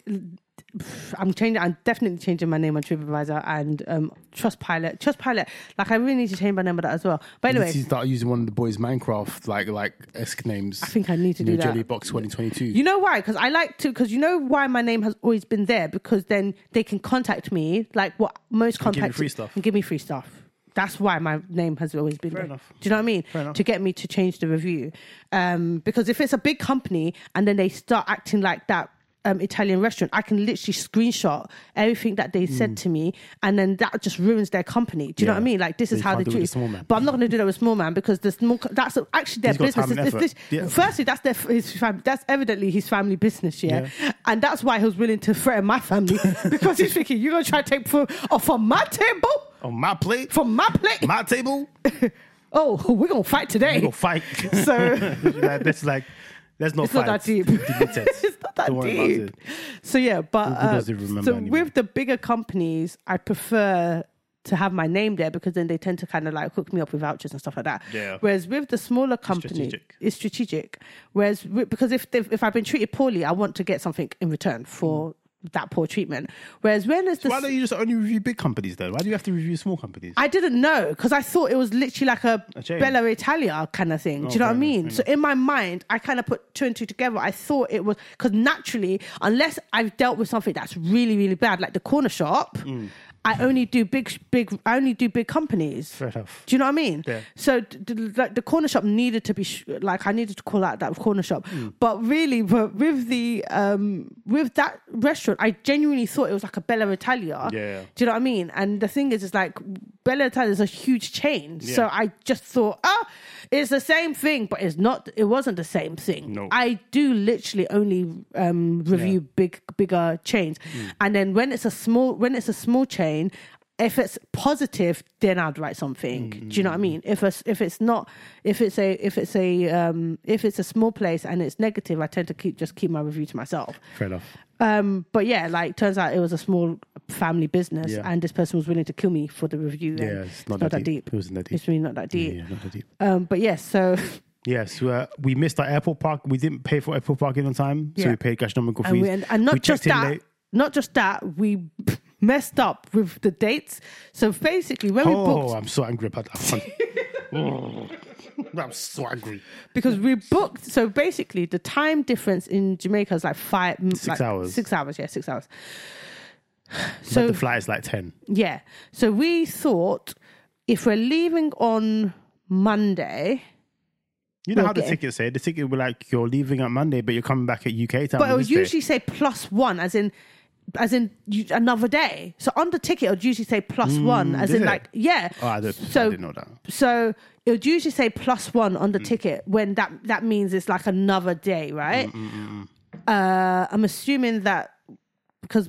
B: I'm changing. I'm definitely changing my name on TripAdvisor and um, Trustpilot. Trustpilot. Like I really need to change my name on that as well. But
A: Let's
B: anyway,
A: see, start using one of the boys' Minecraft like like esque names. I
B: think I need to do that.
A: Jelly Box 2022.
B: You know why? Because I like to. Because you know why my name has always been there. Because then they can contact me, like what most
A: give you
B: contact
A: free stuff.
B: and give me free stuff. That's why my name has always been there.
A: enough.
B: Do you know what I mean?
A: Fair enough.
B: To get me to change the review, um, because if it's a big company and then they start acting like that. Um, Italian restaurant. I can literally screenshot everything that they said to me, and then that just ruins their company. Do you know
A: Mm. Yeah.
B: what I mean? Like this
A: So
B: is
A: you
B: how
A: can't do
B: they
A: it
B: do.
A: with
B: it.
A: small man.
B: But I'm not going to do that with small man because the small. co- That's actually their
A: He's got
B: business.
A: time and
B: It's- it's-
A: effort. Yeah.
B: Firstly, that's their his fam- that's evidently his family business, yeah? and that's why he was willing to threaten my family because he's thinking you're gonna try to take food off from my table,
A: on my plate,
B: from my plate.
A: my table,
B: oh, we're gonna fight today.
A: we go fight.
B: So-
A: like, that's like, let's not
B: It's
A: fight.
B: not that deep.
A: Delete it.
B: it's not that
A: Don't worry about
B: deep.
A: it.
B: So yeah, but
A: who
B: uh,
A: does it remember
B: so
A: anyway?
B: with the bigger companies, I prefer to have my name there because then they tend to kind of like hook me up with vouchers and stuff like that.
A: Yeah.
B: Whereas with the smaller company,
A: strategic.
B: it's strategic. Whereas with, because if they've- if I've been treated poorly, I want to get something in return for
A: Mm.
B: that poor treatment. Whereas when it's the
A: Why don't you just only review big companies though? Why do you have to review small companies?
B: I didn't know because I thought it was literally like a,
A: A chain.
B: Bella Italia kind of thing. Do
A: Oh,
B: you know
A: fair
B: what I
A: enough,
B: mean?
A: fair
B: So in my mind, I kind of put two and two together. I thought it was because naturally, unless I've dealt with something that's really really bad, like the corner shop, I only do big big. I only do big companies.
A: Fair enough.
B: Do you know what I mean?
A: Yeah.
B: So d- d- like the corner shop needed to be sh- like I needed to call out that corner shop,
A: Mm.
B: but really, but with the um with that restaurant, I genuinely thought it was like a Bella Italia.
A: Yeah.
B: Do you know what I mean? And the thing is, it's like Bella Italia is a huge chain, so
A: Yeah.
B: I just thought, oh, it's the same thing, but it's not. It wasn't the same thing.
A: No.
B: I do literally only um review
A: Yeah. Mm.
B: big bigger chains, and then when it's a small when it's a small chain. If it's positive, then I'd write something. Do you
A: Mm.
B: know what I mean? If it's if it's not, if it's a if it's a um, if it's a small place and it's negative, I tend to keep just keep my review to myself.
A: Fair enough.
B: Um, but yeah, like turns out it was a small family business,
A: Yeah.
B: and this person was willing to kill me for the review. and
A: Yeah, it's not, that, deep. It wasn't that deep.
B: It's really not that deep.
A: Yeah, not that deep.
B: Um, but yes, so
A: Yes, we, uh, we missed our airport park. We didn't pay for airport parking on time, so
B: Yeah.
A: we paid gastronomical fees.
B: and, we, and, and not
A: We
B: just
A: checked in
B: that,
A: late.
B: not just that, we messed up with the dates. So basically, when we
A: Oh,
B: booked,
A: I'm so angry about that one. Oh, I'm so angry.
B: because we booked so basically the time difference in jamaica is like five six
A: hours.
B: six hours yeah six hours
A: but
B: so
A: the flight is like 10.
B: yeah so we thought if we're leaving on monday
A: You know how the
B: Okay.
A: tickets say? The ticket were like, you're leaving on Monday, but you're coming back at UK time.
B: but
A: on
B: it would
A: Wednesday.
B: usually say plus one as in as in you, another day so on the ticket it would usually say plus one as
A: Mm, did
B: in
A: it?
B: like yeah
A: Oh, I, don't, I
B: so
A: didn't know that.
B: so it would usually say plus one
A: Mm.
B: on the ticket when that that means it's like another day
A: Mm,
B: right uh i'm assuming that because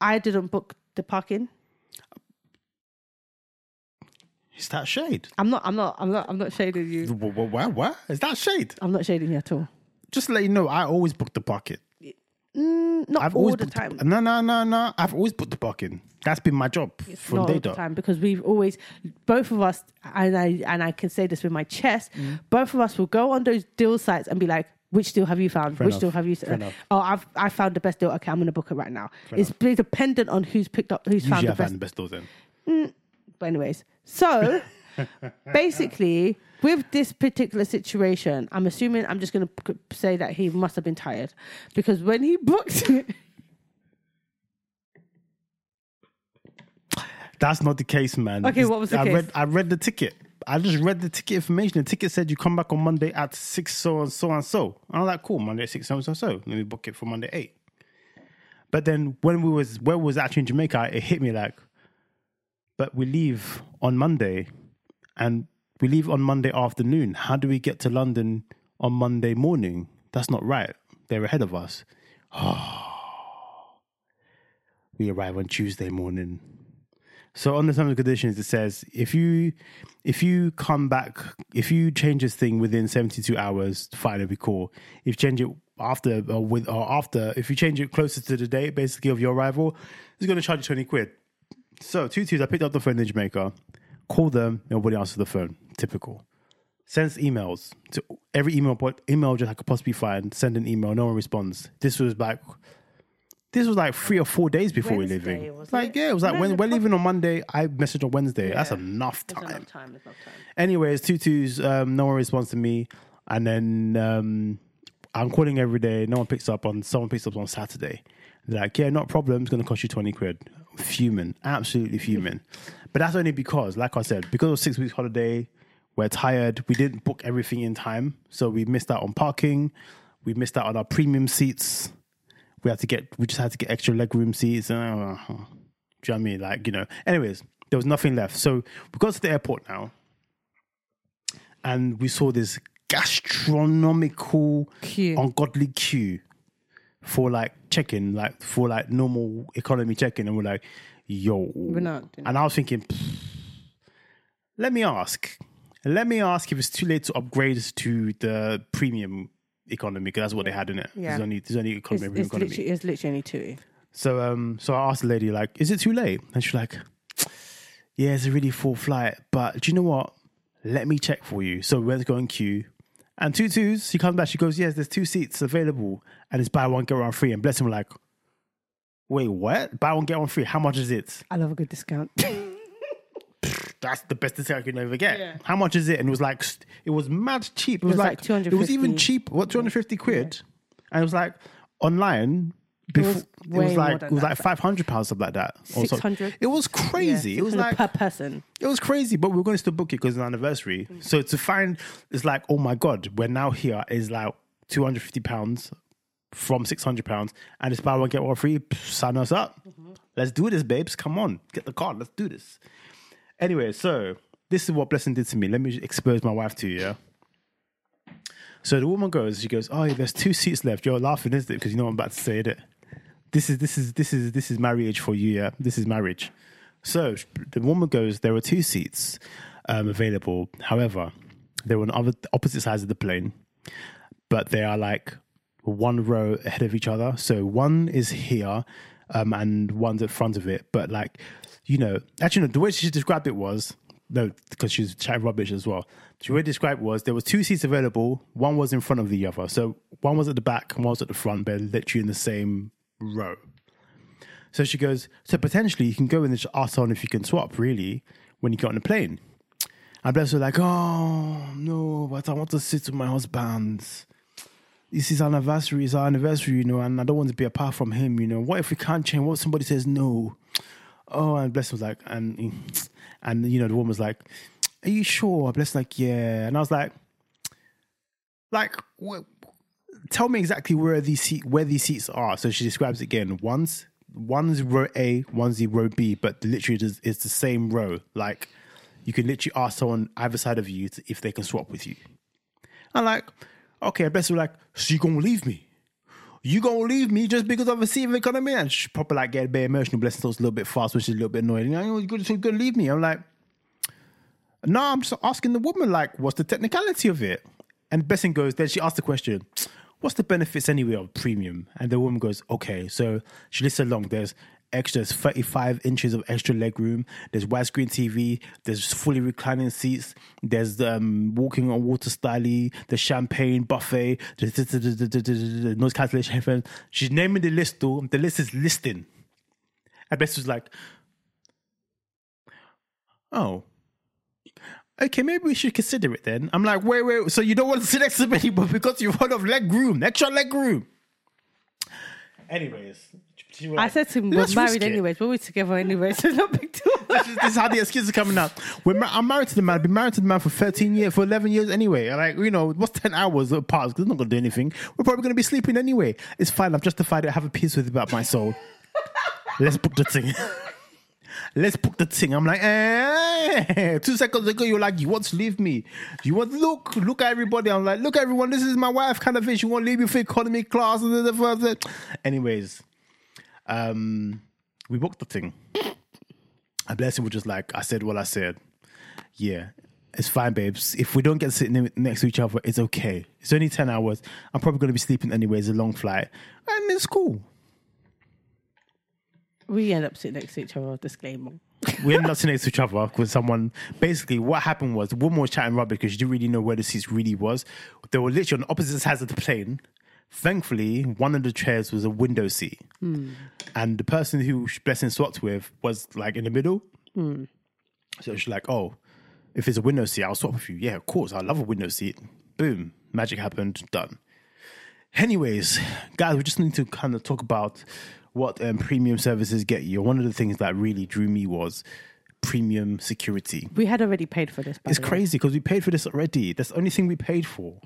B: i didn't book the parking
A: Is that shade?
B: i'm not i'm not i'm not i'm not shading you
A: Wha- wha- wha- What? Is that shade?
B: i'm not shading you at all
A: Just to let you know, I always book the pocket.
B: Mm, not
A: I've
B: all
A: always
B: the
A: put
B: time.
A: No, no, no, no. I've always put the buck in. That's been my job from
B: not
A: day
B: all the
A: dot.
B: time because we've always both of us and I and I can say this with my chest.
A: Mm.
B: Both of us will go on those deal sites and be like, "Which deal have you found? Which
A: enough.
B: deal have you?"
A: Fair enough.
B: oh, I've I found the best deal. Okay, I'm gonna book it right now. it's dependent on who's picked up, who's found
A: Usually
B: the
A: I've had
B: best.
A: the best deals in.
B: But anyways, so basically, with this particular situation, I'm assuming I'm just going to say that he must have been tired because when he booked it,
A: That's not the case, man.
B: Okay, what was the
A: I
B: case?
A: Read, I read the ticket. I just read the ticket information. The ticket said you come back on Monday at six so and so and so. And I'm like, cool, Monday at six so and so and so. Let me book it for Monday eight. But then when we was where we was actually in Jamaica, it hit me like, but we leave on Monday, and we leave on Monday afternoon. How do we get to London on Monday morning? That's not right. They're ahead of us. we arrive on Tuesday morning. So on the terms and conditions, it says if you if you come back, if you change this thing within seventy two hours, fine, it'll be cool. If you change it after or with or after, if you change it closer to the date, basically of your arrival, it's going to charge you twenty quid. So two twos, I picked up the phone in Jamaica, called them, nobody answered the phone. Typical. Sends emails to every email po- email address I could possibly find. Send an email, no one responds. This was like this was like three or four days before
B: Wednesday,
A: we're leaving.
B: wasn't
A: like
B: it?
A: yeah, it was like
B: No,
A: when
B: the
A: we're
B: pro-
A: leaving on Monday. I messaged on Wednesday. That's enough
B: It's
A: time.
B: enough time. It's enough time.
A: Anyways, two twos, um, no one responds to me, and then um, I'm calling every day. No one picks up on. Someone picks up on Saturday. They're like, yeah, not a problem. It's going to cost you twenty quid. Fuming, absolutely fuming. But that's only because, like I said, because of six weeks holiday, we're tired. We didn't book everything in time, so we missed out on parking. We missed out on our premium seats. We had to get. We just had to get extra legroom seats. Uh, do you know what I mean? Like you know. Anyways, there was nothing left. So we got to the airport now and we saw this gastronomical
B: Queue.
A: ungodly queue for like check-in, like for like normal economy check-in, and we're like, yo, we're
B: not doing
A: And I was thinking, "Pfft, let me ask, let me ask if it's too late to upgrade to the premium economy because that's what they had in it.
B: Yeah.
A: There's only there's only economy,
B: It's,
A: premium
B: it's
A: economy.
B: literally, it's literally only two.
A: So um, so I asked the lady like, "Is it too late?" And she's like, "Yeah, it's a really full flight, but do you know what? Let me check for you." So we went to go in queue, and two twos. She comes back. She goes, "Yes, there's two seats available, and it's buy one get one free." And bless him, like, "Wait, what? Buy one get one free? How much is it?"
B: I love a good discount.
A: that's the best discount I can ever get.
B: Yeah.
A: How much is it? And it was like, st- it was mad cheap. It was,
B: was
A: like,
B: like
A: it was even
B: 250.
A: cheap. What, 250 quid? And it was like online. Before, it
B: was
A: was,
B: way more
A: like
B: than
A: it was
B: that.
A: like five hundred pounds something like that. or so-
B: 600.
A: It was crazy. it was like
B: per person.
A: it was crazy, but we were going to still book it because it's an anniversary. So to find, it's like, oh my God, we're now here is like £250 from £600 and it's buy one, get one free. Pff, Sign us up. Let's do this, babes. Come on, get the card. Let's do this. Anyway, so this is what Blessing did to me. Let me expose my wife to you, yeah? So the woman goes, she goes, oh, there's two seats left. You're laughing, isn't it? Because you know what I'm about to say, it? This is, this is, this is, this is marriage for you, yeah? This is marriage. So sh- the woman goes, there are two seats um, available. However, they were on other, opposite sides of the plane, but they are like one row ahead of each other. So one is here um, and one's at front of it. But like, you know, actually, no, the way she described it was, no, because she was chatting rubbish as well. The way it described was there was two seats available. One was in front of the other. So one was at the back and one was at the front, but literally in the same row. So she goes, So potentially you can go in and just ask someone if you can swap, really, when you get on the plane. And Bless was like, Oh, no, but I want to sit with my husband. This is our anniversary, it's our anniversary, you know, and I don't want to be apart from him, you know. What if we can't change? What if somebody says no? Oh, and Bless was like, and and you know, the woman was like, Are you sure? Bless like, yeah. And I was like, like what tell me exactly where these seat where these seats are. So she describes again. One's one's row A, one's the row B, but literally it is, it's the same row. Like you can literally ask someone either side of you to, if they can swap with you. I'm like, okay, best like, so you gonna leave me? You gonna leave me just because of a seat of economy? And she proper like get a bit emotional, blessing thoughts a little bit fast, which is a little bit annoying. You know, you gonna, you gonna leave me? I'm like, no, I'm just asking the woman, like, what's the technicality of it? And Blessing goes, then she asked the question, what's the benefits anyway of premium? And the woman goes, okay, so she lists along. There's extras, 35 inches of extra leg room. There's widescreen TV. There's fully reclining seats. There's um, walking on water style. The champagne buffet. There's this- this- this- this- this- this- this- this- noise cancellation headphones. She's naming the list though. The list is listing. And Bess was like, oh. Okay, maybe we should consider it then. I'm like, wait, wait. So you don't want to sit next to me, but because you've heard of leg room, extra leg room. Anyways, she was
B: I
A: like,
B: said to him, we're
A: "Let's risk
B: married
A: it."
B: anyways, but we're together anyways, so it's not a big deal.
A: this, is- this is how the excuses are coming out. We're mar- I'm married to the man. I've been married to the man for 13 years, for 11 years anyway. Like, you know, what's 10 hours apart? Because it's not going to do anything. We're probably going to be sleeping anyway. It's fine. I've justified it. I have a peace with it about my soul. Let's book the thing. Let's book the thing. I'm like, eh. Two seconds ago, you're like, you want to leave me. You want, look, look at everybody. I'm like, look, everyone, this is my wife kind of thing. She won't leave me for economy class. Anyways, um, we booked the thing. And Blessing was just like, I said what I said. Yeah, it's fine, babes. If we don't get sitting next to each other, it's okay. It's only 10 hours. I'm probably going to be sleeping anyway. It's a long flight. And it's cool.
B: we end up sitting next to each other, disclaimer.
A: We ended up sitting next to each other because someone basically what happened was the woman was chatting rubbish because she didn't really know where the seats really was. They were literally on opposite sides of the plane. Thankfully, one of the chairs was a window seat, and the person who Blessing swapped with was like in the middle. So she's like, "Oh, if it's a window seat, I'll swap with you." Yeah, of course, I love a window seat. Boom, magic happened. Done. Anyways, guys, we just need to kind of talk about what um, premium services get you. One of the things that really drew me was premium security.
B: We had already paid for this. By
A: It's
B: the way.
A: crazy because we paid for this already. That's the only thing we paid for.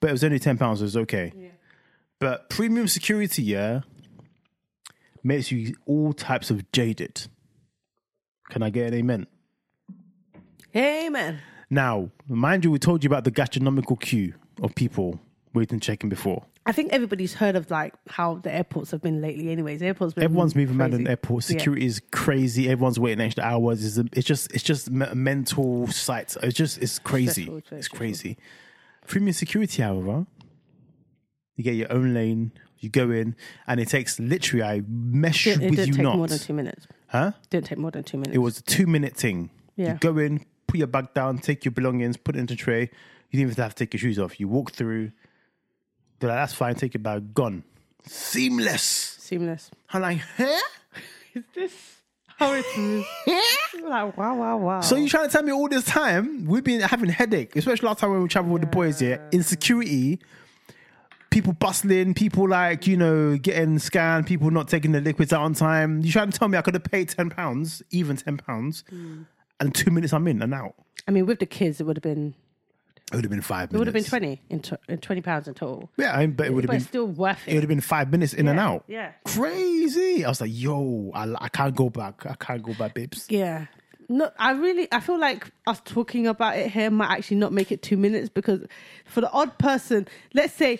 A: but it was only ten pounds, so it's okay. But premium security, yeah, makes you all types of jaded. Can I get an amen?
B: Amen.
A: Now, mind you, we told you about the gastronomical queue of people waiting to check in before.
B: I think everybody's heard of like how the airports have been lately. Anyways, airports. Been
A: Everyone's moving mad in
B: crazy.
A: the airport.
B: Yeah.
A: Security is crazy. Everyone's waiting extra hours. It's, a- it's just it's just me- mental sites. It's just it's crazy.
B: Stressful, it's very
A: it's
B: stressful.
A: crazy. Premium security, however, you get your own lane. You go in, and it takes literally. I mesh
B: It, it
A: with
B: didn't
A: you
B: take
A: not.
B: more than two minutes.
A: Huh?
B: Didn't take more than two minutes.
A: It was a two minute thing.
B: Yeah.
A: You go in, put your bag down, take your belongings, put it into tray. You didn't even have to take your shoes off. You walk through. They're like, that's fine. Take your bag. Gone. Seamless.
B: seamless.
A: I'm like, huh?
B: Is this how it is? like wow, wow, wow.
A: So you trying to tell me all this time we've been having headache, especially last time when we traveled with the boys. Yeah, insecurity, people bustling, people like you know getting scanned, people not taking the liquids out on time. You trying to tell me I could have paid ten pounds, even ten pounds,
B: Mm.
A: and two minutes I'm in and out.
B: I mean, with the kids, it would have been
A: It would have been five.
B: it
A: minutes.
B: would have been twenty in, to- in twenty pounds in total.
A: Yeah, I mean, but it would
B: But
A: have been
B: it's still worth
A: it would
B: it.
A: have been five minutes in and out.
B: yeah.
A: crazy. I was like, yo, I, I can't go back. I can't go back, babes.
B: Yeah. No, I really I feel like us talking about it here might actually not make it two minutes because for the odd person, let's say,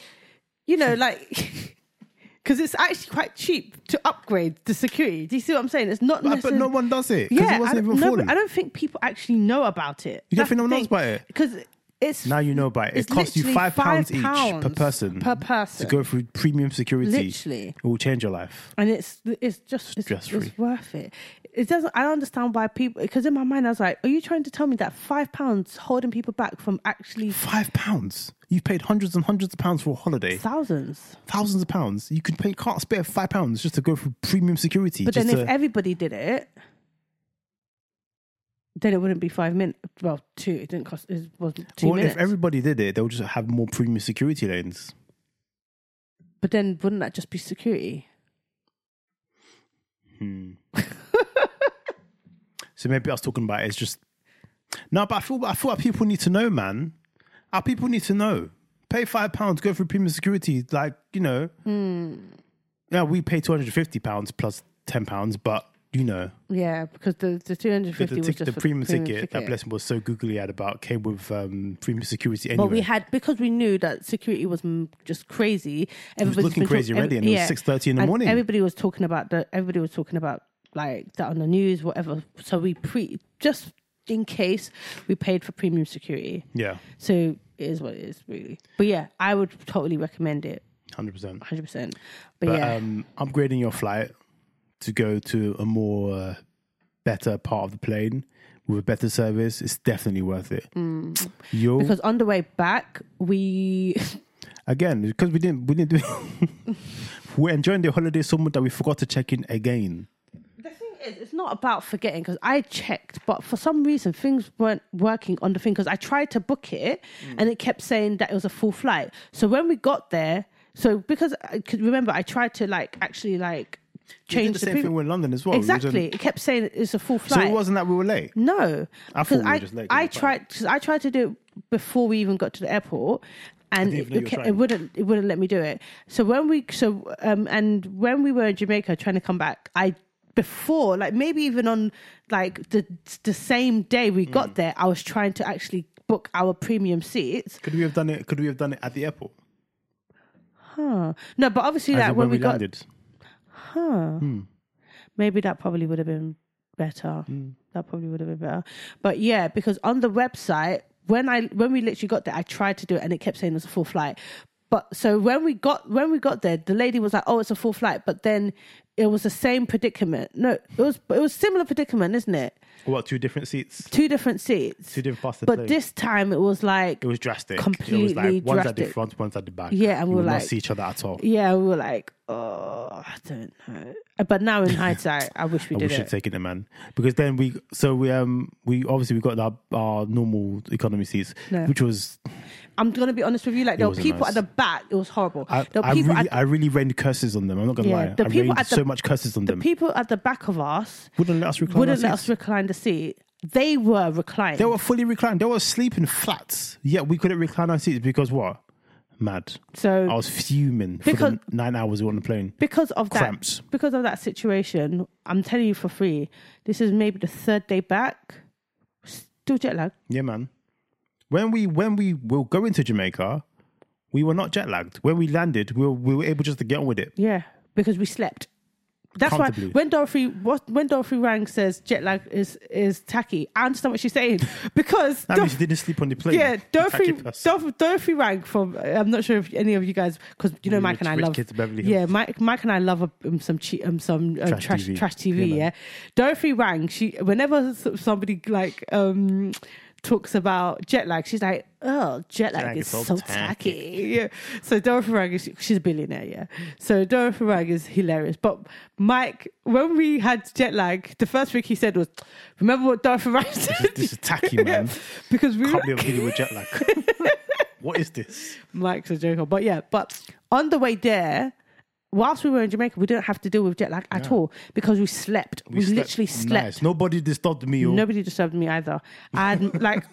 B: you know, like because it's actually quite cheap to upgrade the security. Do you see what I'm saying? It's not
A: But, but
B: necessarily
A: no one does it because
B: yeah,
A: it
B: I
A: wasn't
B: don't,
A: even
B: no,
A: for
B: but
A: them.
B: I don't think people actually know about it.
A: You don't think no one knows about it?
B: Because it's
A: Now you know about it. It
B: It's
A: costs you
B: literally
A: five pounds each
B: £5
A: per person.
B: per person.
A: To go through premium security.
B: Literally.
A: It will change your life.
B: and it's it's just it's,
A: Stress-free.
B: it's worth it. It doesn't. I don't understand why people. Because in my mind, I was like, "Are you trying to tell me that five pounds holding people back from actually
A: Five pounds. You've paid hundreds and hundreds of pounds for a holiday.
B: thousands?
A: Thousands of pounds. You could pay can't spare five pounds just to go through premium security.
B: But
A: just uh,
B: then, if
A: to-
B: everybody did it, then it wouldn't be five minutes. Well, two. It didn't cost. It was two
A: well,
B: minutes.
A: if everybody did it, they'll just have more premium security lanes.
B: but then, wouldn't that just be security?
A: So maybe I was talking about it, it's just No, but I feel I feel like people need to know, man. Our people need to know. Pay five pounds, go through premium security, like, you know.
B: Hmm.
A: Yeah, we pay two hundred and fifty pounds plus ten pounds, but you know,
B: Yeah, because the the two hundred
A: the,
B: fifty
A: the,
B: was
A: tic-
B: just
A: the
B: for
A: premium, ticket, that Blessing was so googly eyed about came with um, premium security anyway.
B: But we had because we knew that security was mm, just crazy. Everybody
A: looking crazy already, and it was 6:30 in the morning.
B: Everybody was talking about the. Everybody was talking about like that on the news, whatever. So we pre just in case we paid for premium security.
A: Yeah,
B: So it is what it is, really. But yeah, I would totally recommend it,
A: hundred percent.
B: hundred percent. But,
A: But
B: yeah,
A: um, upgrading your flight to go to a more uh, better part of the plane with a better service is definitely worth it. Yo,
B: Mm. because on the way back we
A: again because we didn't we didn't do. We're enjoying the holiday so much that we forgot to check in again.
B: The thing is, it's not about forgetting because I checked, but for some reason things weren't working on the thing because I tried to book it
A: Mm.
B: and it kept saying that it was a full flight. So when we got there, so because I could remember, I tried to like actually like
A: We did
B: change
A: the same
B: pre-
A: thing with London as well. We was in-
B: exactly. It kept saying it's a full
A: so
B: flight.
A: it wasn't that we were late.
B: no,
A: I thought
B: 'cause
A: we were
B: I,
A: just late to the
B: I
A: flight.
B: tried because I tried to do it before we even got to the airport. And
A: didn't even know
B: it,
A: you
B: it,
A: were
B: kept- it
A: trying.
B: wouldn't it wouldn't let me do it. So when we so um and when we were in Jamaica trying to come back, I before like maybe even on like the the same day we
A: Hmm.
B: got there, I was trying to actually book our premium seats.
A: Could we have done it? Could we have done it at the airport?
B: Huh. No, but obviously
A: As
B: that
A: in
B: when, we, got
A: landed.
B: maybe that probably would have been better.
A: Mm.
B: That probably would have been better. But yeah, because on the website, when I when we literally got there, I tried to do it and it kept saying it was a full flight. But so when we got when we got there, the lady was like, "Oh, it's a full flight," but then it was the same predicament. No, it was it was similar predicament, isn't it?
A: What two different seats?
B: Two different seats.
A: Two different parts of the
B: But
A: plane.
B: this time it was like
A: It was drastic. it was
B: Completely
A: like one's at the
B: drastic.
A: front, one's at the back.
B: Yeah, and
A: You
B: we're
A: would not
B: like-
A: see each other at all.
B: yeah, we were like, "Oh, I don't know." But now in hindsight, I wish we
A: I
B: did
A: wish
B: it.
A: I'd taken it, man. Because then we, so we, um, we obviously we got our, our normal economy seats,
B: No.
A: which was
B: I'm gonna be honest with you. Like there were
A: wasn't
B: people
A: nice.
B: at the back. It was horrible.
A: I,
B: there were
A: I
B: people
A: really,
B: at
A: I really rained curses on them. I'm not gonna
B: Yeah,
A: lie,
B: the
A: I
B: people
A: rained
B: at the-
A: so much curses on
B: the
A: them.
B: people at the back of us
A: wouldn't let us recline.
B: wouldn't
A: our
B: let us
A: seats.
B: recline the seat. They were reclined.
A: Oh, they were fully reclined. They were sleeping flats. Yet we couldn't recline our seats because what? Mad.
B: So-
A: I was fuming
B: Because-
A: for the nine hours we were on the plane.
B: because of that
A: Cramps.
B: because of that situation. I'm telling you for free. This is maybe the third day back. Still jet lag.
A: Yeah, man. When we when we were going to Jamaica, we were not jet lagged. When we landed, we were, we were able just to get on with it.
B: Yeah, because we slept. That's why
A: Comfortably.
B: when Dorothy what when Dorothy Rang says jet lag is is tacky, I understand what she's saying because
A: That
B: Dor-
A: means you didn't sleep on the plane.
B: Yeah,
A: You
B: Dorothy,
A: tacky person.
B: Dorothy, Dorothy Rank from. I'm not sure if any of you guys, because you know
A: We
B: Mike
A: were
B: and I
A: rich
B: love.
A: kids of Beverly Hills.
B: yeah, Mike, Mike and I love a, um, some che- um, some um,
A: Trash
B: trash trash
A: TV.
B: TV.
A: Yeah,
B: yeah,
A: man.
B: Dorothy Rank. She whenever s- somebody like um talks about jet lag, she's like, oh, jet lag
A: lag
B: is
A: is all
B: so tacky. Yeah. So Dorothy Rank is she's a billionaire. Yeah. So Dorothy Rank is hilarious. But Mike, when we had jet lag, the first thing he said was, "Remember what Dorothy Rank said?
A: This is tacky, man.
B: because we
A: Can't
B: were-
A: believe I'm dealing with jet lag. what is this?
B: Mike's a joker. But yeah, but on the way there, whilst we were in Jamaica, we didn't have to deal with jet lag at all because we slept. We, literally slept.
A: Nice. Nobody disturbed me. No.
B: Nobody disturbed me either. And like,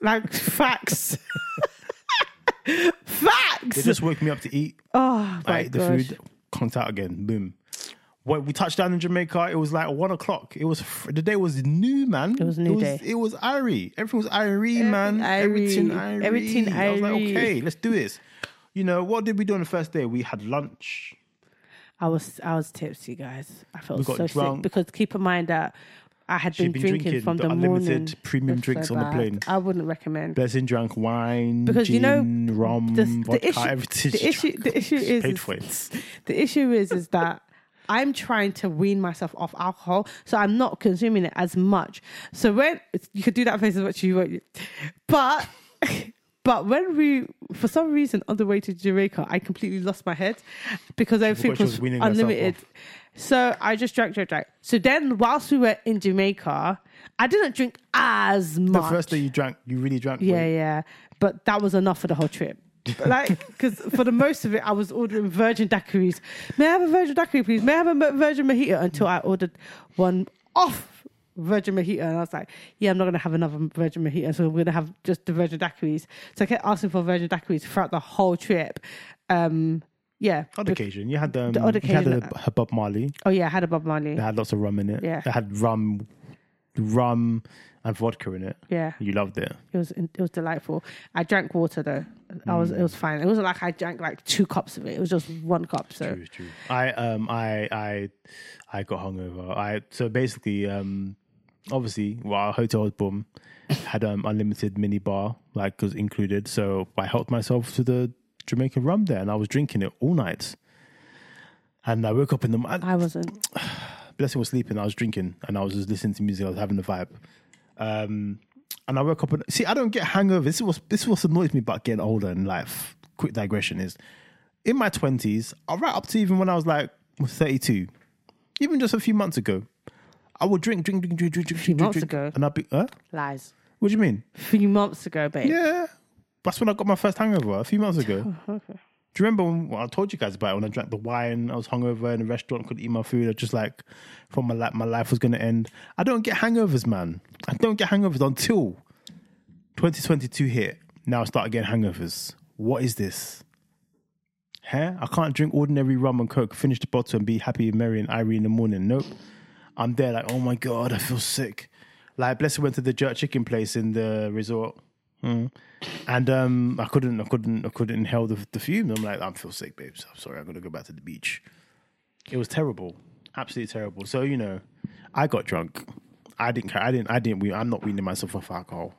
B: like facts.
A: They
B: facts.
A: just woke me up to eat.
B: oh, my
A: I ate the
B: gosh.
A: food. Conked out again. Boom. When we touched down in Jamaica, it was like one o'clock. It was fr- the day was new, man. It
B: was a new
A: it was,
B: day.
A: It was Irie. Everything was Irie, man.
B: Irie.
A: Everything Irie.
B: Everything
A: I was like,
B: Irie.
A: okay, let's do this. You know what did we do on the first day? We had lunch.
B: I was I was tipsy, guys. I felt
A: We got
B: so
A: drunk.
B: sick because keep in mind that I had been,
A: She'd been
B: drinking,
A: drinking
B: from
A: the
B: the,
A: unlimited
B: morning.
A: premium
B: It's so
A: drinks on the
B: bad.
A: plane.
B: I wouldn't recommend.
A: Blessing drank wine,
B: because
A: gin,
B: you know
A: rum,
B: the, the
A: Mm, vodka,
B: issue,
A: everything.
B: the
A: she
B: issue,
A: drank.
B: the issue
A: She
B: is,
A: paid
B: is-
A: for it.
B: the issue is is that I'm trying to wean myself off alcohol, so I'm not consuming it as much. So when you could do that face as much as you want, but but when we for some reason on the way to Jamaica, I completely lost my head because everything
A: she was
B: was
A: weaning herself
B: unlimited.
A: off.
B: So I just drank, drank, drank. So then, whilst we were in Jamaica, I didn't drink as
A: The
B: much.
A: first day you drank, you really drank.
B: Yeah,
A: wine.
B: yeah. But that was enough for the whole trip. like, because for the most of it, I was ordering virgin daiquiris. May I have a virgin daiquiri, please? May I have a mo- virgin mojito? Until I ordered one off virgin mojito, and I was like, "Yeah, I'm not gonna have another virgin mojito, so we're gonna have just the virgin daiquiris." So I kept asking for virgin daiquiris throughout the whole trip. Um, yeah.
A: Odd occasion. You had um,
B: The odd
A: You
B: occasion
A: had a, a Bob Marley.
B: Oh yeah, I had a Bob Marley.
A: It had lots of rum in it.
B: Yeah.
A: It had rum, rum, and vodka in it.
B: Yeah.
A: You loved it.
B: It was it was delightful. I drank water though. I was it was fine. It wasn't like I drank like two cups of it. It was just one cup. So
A: It was true. I um I I I got hungover. I so basically um obviously, well, our hotel room had um unlimited mini bar, like was included. So I helped myself to the Jamaican rum there, and I was drinking it all night. And I woke up in the morning.
B: I wasn't.
A: Blessing was sleeping. I was drinking, and I was just listening to music. I was having the vibe. Um, and I woke up and see. I don't get hangovers. This was this was annoys me about getting older in life. Quick digression is in my twenties, uh, right up to even when I was like thirty two, even just a few months ago, I would drink, drink, drink, drink, drink, drink,
B: Few
A: drink,
B: months
A: drink,
B: ago?
A: and I'd be, huh?
B: Lies.
A: What do you mean?
B: A few months ago, babe.
A: Yeah, that's when I got my first hangover a few months ago. Do you remember when well, I told you guys about it when I drank the wine? I was hungover in a restaurant, couldn't eat my food. I just like thought my life, my life was going to end. I don't get hangovers, man. I don't get hangovers until 2022 hit. Now I start getting hangovers. What is this? Huh? I can't drink ordinary rum and coke, finish the bottle, and be happy and merry and irie in the morning. Nope. I'm there like, oh my god, I feel sick. Like, blessed went to the jerk chicken place in the resort and um, I couldn't, I couldn't, I couldn't inhale the, the fumes. I'm like, I am feel sick, babes. I'm sorry, I'm gonna go back to the beach. It was terrible, absolutely terrible. So you know, I got drunk. I didn't, care. I didn't, I didn't. wean- I'm not weaning myself off alcohol.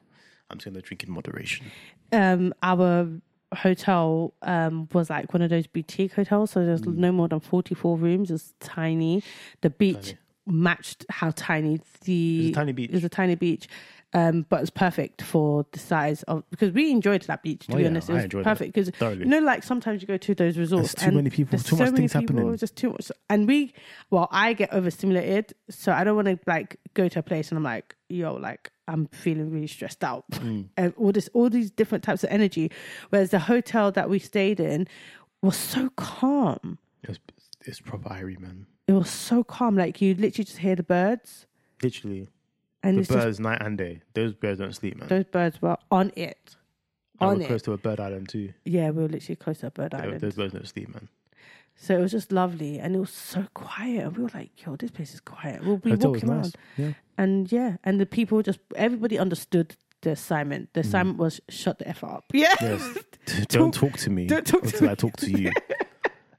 A: I'm just gonna drink in moderation.
B: um our hotel um was like one of those boutique hotels so
A: Mm.
B: there's no more than 44 rooms it's tiny the beach matched how tiny the
A: It's a tiny beach.
B: it's a tiny beach um but it's perfect for the size of because we enjoyed that beach to
A: Oh,
B: be
A: yeah,
B: honest
A: I
B: it
A: enjoyed
B: was
A: it
B: perfect because
A: thoroughly.
B: you know like sometimes you go to those resorts
A: too many people,
B: there's
A: too much
B: so many
A: things
B: people,
A: happening.
B: just too much and we well i get overstimulated so i don't want to like go to a place and i'm like yo like i'm feeling really stressed out
A: Mm.
B: and all this all these different types of energy whereas the hotel that we stayed in was so calm
A: It's, it's proper Irie, man.
B: it was so calm like you literally just hear the birds
A: Literally,
B: and
A: the
B: it's just
A: birds night and day. Those birds don't sleep, man.
B: those birds were on it
A: And
B: on
A: we're close
B: it
A: to a bird island too.
B: yeah we were literally close to a bird
A: Those-
B: island
A: Those birds don't sleep, man.
B: so it was just lovely and it was so quiet and we were like yo this place is quiet we'll be
A: Hotel was
B: walking
A: nice.
B: around
A: Yeah.
B: and yeah, and the people just everybody understood the assignment. The assignment was shut the f up. Yeah,
A: Mm. Yes. don't talk to me
B: don't talk to
A: until
B: me.
A: I talk to you.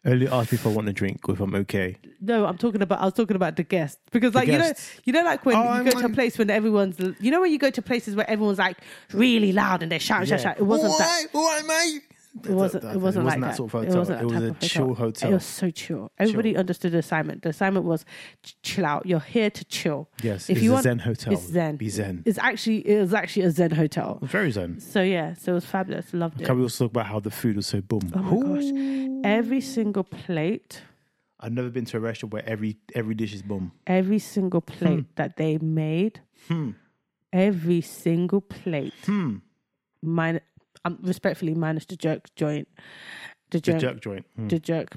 A: Only ask me if I want a drink or if I'm okay.
B: no, I'm talking about I was talking about the guests because like
A: guests.
B: you know you know like when
A: Oh,
B: you
A: I'm
B: go to a
A: like-
B: place when everyone's you know when you go to places where everyone's like really loud and they're shouting shout shout. It wasn't that.
A: Why, mate?
B: It wasn't. It wasn't like that.
A: sort of
B: It
A: hotel. It,
B: wasn't that
A: was
B: type
A: a
B: of
A: chill hotel.
B: It was so chill. Everybody understood the assignment. The assignment was ch- chill out. You're here to chill.
A: Yes, it's a zen hotel.
B: It's zen.
A: Be zen.
B: It's actually it was actually a zen hotel.
A: Very zen.
B: So yeah, so it was fabulous. Loved it.
A: Can we also talk about how the food was so boom?
B: Oh my gosh. Every single plate,
A: I've never been to a restaurant where every every dish is boom.
B: every single plate
A: Hmm.
B: that they made, every single plate,
A: hmm.
B: min- um, respectfully minus the jerk joint, the
A: The
B: jerk, the jerk.
A: jerk joint. Mm.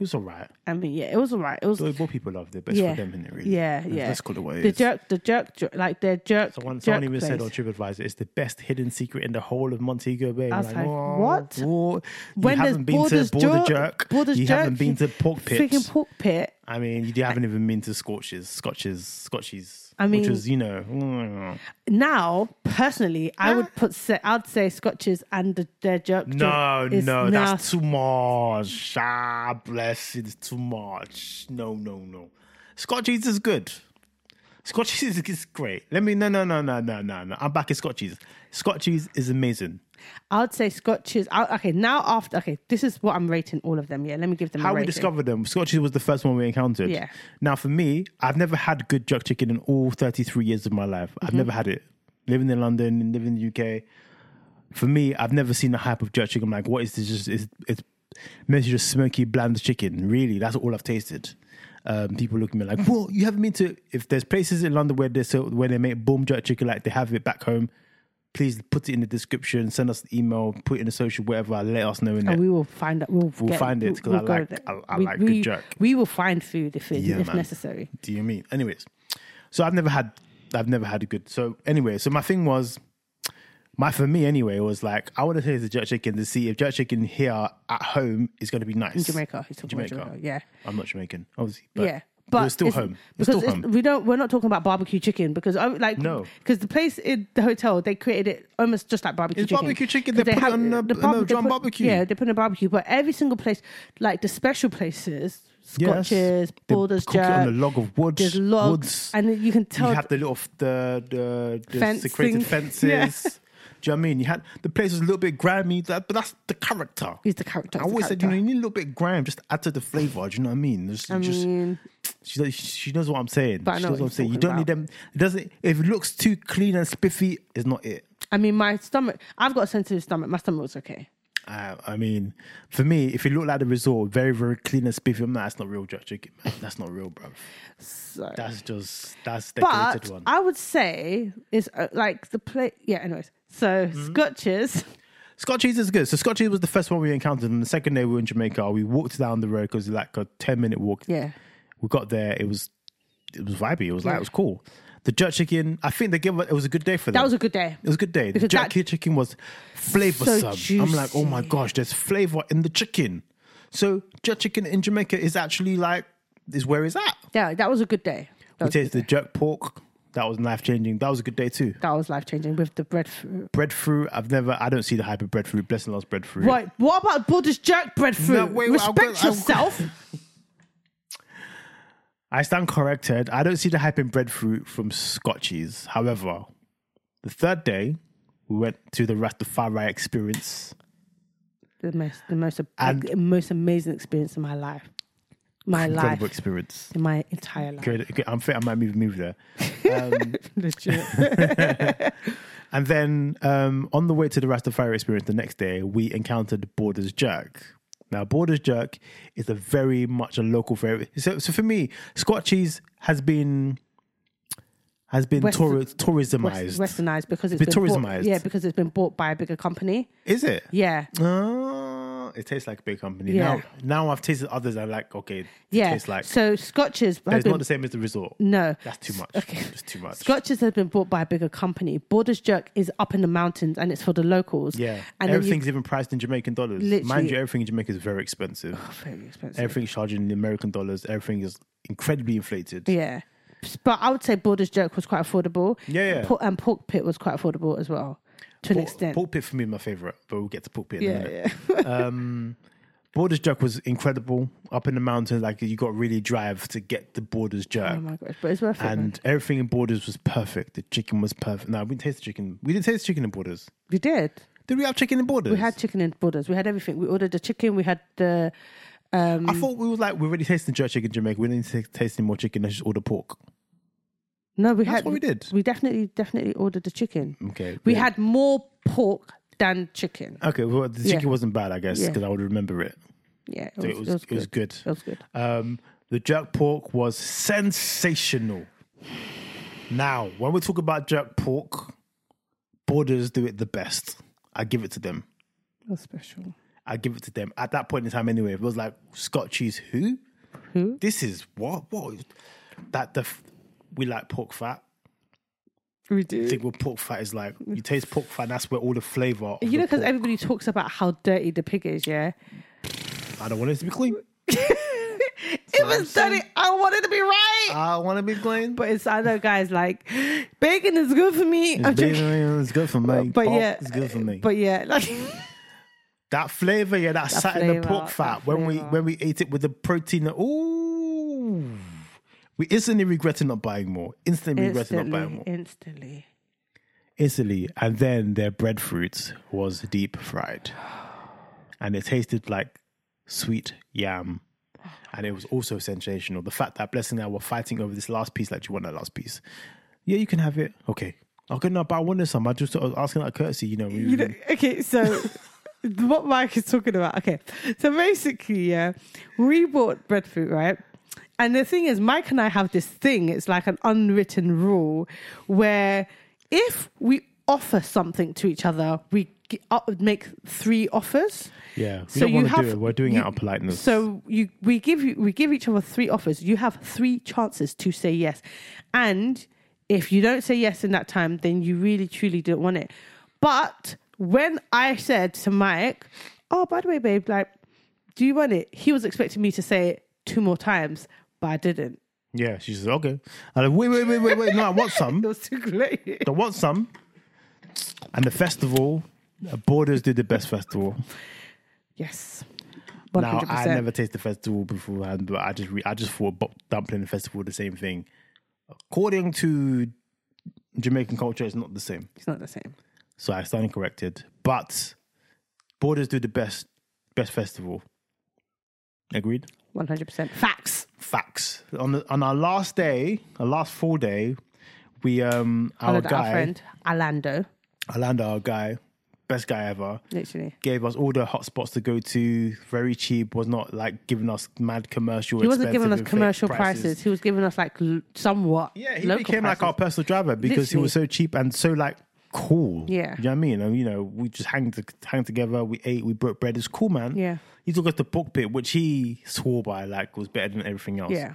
A: It was all right.
B: I mean, yeah, it was alright. It was
A: The more people loved it, but it's
B: yeah,
A: for them, isn't it, really?
B: yeah,
A: Let's-
B: yeah.
A: Let's call it what it
B: the
A: is.
B: jerk, the jerk, jo- like their jerk.
A: Someone,
B: jerk
A: someone even said
B: place.
A: on TripAdvisor, it's the best hidden secret in the whole of Montego Bay.
B: I was
A: Like,
B: like,
A: "Whoa,
B: what?
A: whoa." You
B: When there's
A: haven't been to
B: Borders
A: Border
B: Jerk-
A: Jerk.
B: Borders
A: you
B: Jerk,
A: haven't been to Pork oh, Pits.
B: Freaking pork pit.
A: I mean, you haven't even been to Scorches, Scotches, Scotchies.
B: I
A: which
B: mean-
A: was, you know, mm.
B: Now, personally, I
A: Ah.
B: would put. Se- I'd say scotches and the, their jerk.
A: no,
B: joint is
A: no,
B: nasty.
A: that's too much. Ah, bless it's too much. No, no, no. Scotchies is good. Scotchies is, is great. Let me, no, no, no, no, no, no, no. I'm back in Scotchies. Scotchies is amazing.
B: I'd say scotches. I, okay, now after okay, this is what I'm rating all of them. Yeah, let me give them
A: How
B: a
A: we
B: rating.
A: discovered them, Scotchies was the first one we encountered.
B: Yeah.
A: Now, for me, I've never had good jerk chicken in all 33 years of my life. I've never had it. Living in London, living in the UK, for me, I've never seen the hype of jerk chicken. I'm like, what is this? Just it's, it's mostly just smoky, bland chicken. Really, that's all I've tasted. Um, people look at me like, "What? You haven't been to?" If there's places in London where they so where they make boom jerk chicken like they have it back home, please put it in the description. Send us an email. Put it in the social, whatever. Let us know in
B: and
A: it.
B: we will find that we'll, get-
A: find it,
B: we'll-
A: 'cause
B: we'll
A: I
B: go
A: like-
B: there.
A: I- I
B: we,
A: like good
B: we,
A: jerk.
B: We will find food if it,
A: Yeah,
B: if
A: man.
B: necessary.
A: Do you mean? Anyways, so I've never had, I've never had a good. So anyway, so my thing was, my for me anyway was like I want to taste the jerk chicken to see if jerk chicken here at home is going to be nice.
B: Jamaica, he's talking
A: Jamaica.
B: about Jamaica. Yeah,
A: I'm not Jamaican, obviously. But
B: yeah. But
A: We're still
B: it's-
A: home. We're
B: because
A: still
B: it's-
A: home.
B: we don't. We're not talking about barbecue chicken because I like
A: No.
B: because the place in the hotel they created it almost just like barbecue
A: It's
B: chicken.
A: barbecue chicken,
B: 'Cause
A: they put it
B: have-
A: on a- on
B: barbe-
A: a
B: they
A: drum
B: put-
A: barbecue.
B: Yeah, they put on a barbecue. But every single place, like the special places,
C: Yes.
B: Scotches,
C: They
B: Baldur's
C: cook it on a
B: Jack,
C: log of wood.
B: there's logs,
A: woods.
B: and you can tell.
A: you had the little f- the the, the
B: Fencing.
A: secreted fences.
B: Yeah.
A: Do you know what I mean? You had the place was a little bit grimy, that, but that's the character.
B: He's the character.
A: I
B: he's the
A: always said, you know,
B: character.
A: you need a little bit of grime just to add to the flavor. Do you know what I mean? There's-
B: I
A: just-
B: mean,
A: she, knows- she knows what I'm saying.
B: But I
A: she
B: know
A: knows
B: what
A: what I'm saying.
B: you're
A: You
B: talking
A: don't need them. It doesn't. If it looks too clean and spiffy, it's not it.
B: I mean, my stomach. I've got a sensitive stomach. My stomach was okay.
A: I, I mean, for me, if it looked like the resort, very very clean and spiffy, I'm like, that's not real jerk chicken. Man. That's not real, bro.
B: So.
A: That's just that's the
B: but
A: created one.
B: I would say is uh, like the play. Yeah, anyways. So
A: Mm-hmm.
B: scotches.
A: Scotch cheese is good. So Scotch cheese was the first one we encountered, and the second day we were in Jamaica, we walked down the road because like a ten minute walk.
B: Yeah.
A: we got there. It was it was vibey. It was like
B: Yeah.
A: it was cool. The jerk chicken. I think they gave it was a good day for them.
B: That was a good day.
A: It was a good day. The
B: Because
A: jerk
B: that-
A: chicken was
B: So
A: flavorsome. I'm like, oh my
B: juicy.
A: gosh, there's flavor in the chicken. So jerk chicken in Jamaica is actually like is where it's at.
B: Yeah, that was a good day.
A: We
B: That was,
A: tasted the jerk pork. That was life changing. That was a good day too.
B: life changing with the breadfruit.
A: Breadfruit. I've never. I don't see the hype of breadfruit. Blessing loves breadfruit.
B: Right. What about Buddha's jerk breadfruit?
A: No, wait, wait, I'll
B: Respect
A: go- I'll go-
B: yourself.
A: I stand corrected. I don't see the hype in breadfruit from Scotchies. However, the third day, we went to the Rastafari experience.
B: the most, the most,
A: And-
B: like, most amazing experience in my life. My
A: Incredible
B: life.
A: experience.
B: In my entire life.
A: Great. okay, I'm fit. I might move, move there.
B: Legit.
A: And then um, on the way to the Rastafari experience the next day, we encountered Borders Jerk. Now, Borders Jerk is a very much a local favorite. So, so for me, Scotchies has been has been
B: West-
A: tour- tourismized.
B: West, westernized because it's
A: Bit
B: been
A: tourismized.
B: Bought, yeah, because it's been bought by a bigger company.
A: Is it?
B: Yeah.
A: Oh, it tastes like a big company.
B: Yeah.
A: Now, now I've tasted others. I'm like, okay, it
B: Yeah.
A: tastes like.
B: so scotches
A: but
B: have
A: it's
B: been
A: not the same as the resort.
B: No.
A: That's too much.
B: Okay.
A: It's too much.
B: Scotches has been bought by a bigger company. Borders Jerk is up in the mountains and it's for the locals.
A: yeah,
B: And then you-
A: everything's even priced in Jamaican dollars.
B: Literally.
A: Mind you, everything in Jamaica is very expensive.
B: very expensive.
A: Everything's charging in American dollars. Everything is incredibly inflated.
B: Yeah. But I would say Borders Jerk was quite affordable.
A: Yeah, yeah.
B: Por- and Pork Pit was quite affordable as well, to an extent.
A: Pork pit for me is my favorite, but we'll get to pork pit in a
B: yeah,
A: minute.
B: yeah.
A: Borders jerk was incredible up in the mountains. Like you got to really drive to get the Borders jerk.
B: oh my gosh. But it's worth it. man.
A: and everything in Borders was perfect. The chicken was perfect. No, we didn't taste the chicken. We didn't taste the chicken in Borders.
B: We did.
A: Did we have chicken in Borders?
B: We had chicken in Borders. We had everything. We ordered the chicken. We had the. um,
A: I thought we were like we already tasted jerk chicken in Jamaica. We didn't ta- taste any more chicken. Let's just order pork.
B: No, we
A: That's
B: had.
A: what we did.
B: We definitely, definitely ordered the chicken.
A: Okay.
B: We
A: yeah.
B: had more pork than chicken.
A: Okay, well the
B: Yeah.
A: chicken wasn't bad, I guess,
B: Yeah.
A: because I would remember it.
B: Yeah. It
A: So
B: was,
A: it was it was,
B: good.
A: good.
B: It was good.
A: Um, the jerk pork was sensational. Now, when we talk about jerk pork, Borders do it the best. I give it to them.
B: It was special.
A: I give it to them at that point in time. Anyway, it was like Scotchies. Who? Who? This is what? What? is- That the f- we like pork fat.
B: We
A: I
B: do.
A: think with pork fat is like you taste pork fat. and That's where all the flavor. of
B: You know,
A: the
B: because
A: pork-
B: everybody talks about how dirty the pig is, yeah?
A: I don't want it to be clean.
B: It was dirty. I wanted to be right.
A: I want to be clean.
B: but it's other guys like, bacon is good for me. I'm
A: Bacon,
B: joking.
A: it's good for me.
B: But
A: Pork
B: yeah.
A: is good for me.
B: But yeah, like,
A: That flavor, yeah, that, sat in the
B: flavour,
A: pork
B: that
A: fat when we
B: flavour.
A: when we ate it with the protein. Ooh, we instantly regretted not buying more. Instantly regretted not buying
B: instantly,
A: more.
B: instantly.
A: Instantly, and then their breadfruit was deep fried, and it tasted like sweet yam, and it was also sensational. The fact that Blessing and I were fighting over this last piece, like, do you want that last piece? Yeah, you can have it. Okay. Okay, no, but I wanted some. I just I was asking that courtesy, you know. we-
B: You know, okay, so what Mike is talking about. Okay, so basically, yeah, we bought breadfruit, right? And the thing is, Mike and I have this thing. It's like an unwritten rule where if we offer something to each other, we g- up- make three offers.
A: yeah, we
B: So
A: don't
B: you
A: want to
B: have-
A: do it. We're doing
B: you-
A: it out of politeness.
B: So you, we give you, we give each other three offers. You have three chances to say yes, and if you don't say yes in that time, then you really truly don't want it. But when I said to Mike, "Oh, by the way, babe, like, do you want it?" He was expecting me to say it two more times, but I didn't.
A: Yeah, she says, okay. I'm like, wait, wait, wait, wait, wait. No, I want some.
B: It was too late.
A: I want some. And the festival, uh, Borders did the best festival.
B: Yes.
A: Now
B: 100%.
A: I never tasted the festival beforehand, but I just re- I just thought bo- dumpling and festival the same thing. According to Jamaican culture, it's not the same.
B: It's not the same.
A: So I stand corrected. But Borders do the best best festival. Agreed.
B: 100%. Facts.
A: Facts. On the, on our last day, our last full day, we um our
B: Our,
A: guy
B: our friend, Alando,
A: Orlando, our guy, best guy ever,
B: literally.
A: gave us all the hot spots to go to. Very cheap. Was not like giving us mad commercial.
B: He wasn't
A: expensive
B: giving us
A: and fake
B: commercial prices. He was giving us like l- somewhat.
A: Yeah, he
B: local
A: became like
B: prices.
A: our personal driver because he was so cheap and so like cool.
B: Yeah.
A: you know what I mean. And you know, we just hang to, hang together. We ate. We broke bread. It's cool, man.
B: Yeah.
A: He took us to book pit, which he swore by like was better than everything else.
B: Yeah.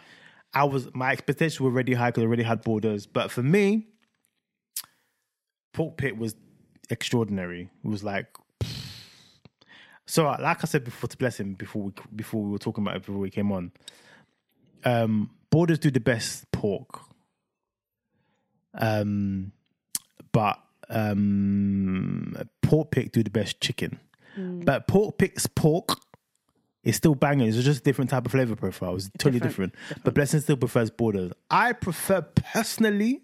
A: I was my expectations were already high because I already had borders, but for me, pork pit was extraordinary. It was like. So, uh, like I said before to blessing before we before we were talking about it before we came on, um, Borders do the best pork. Um, but um, Pork Pick do the best chicken. But Pork Pick's pork is still banging. It's just a different type of flavor profile. It's totally different.
B: Different,
A: But Blessing still prefers Borders. I prefer personally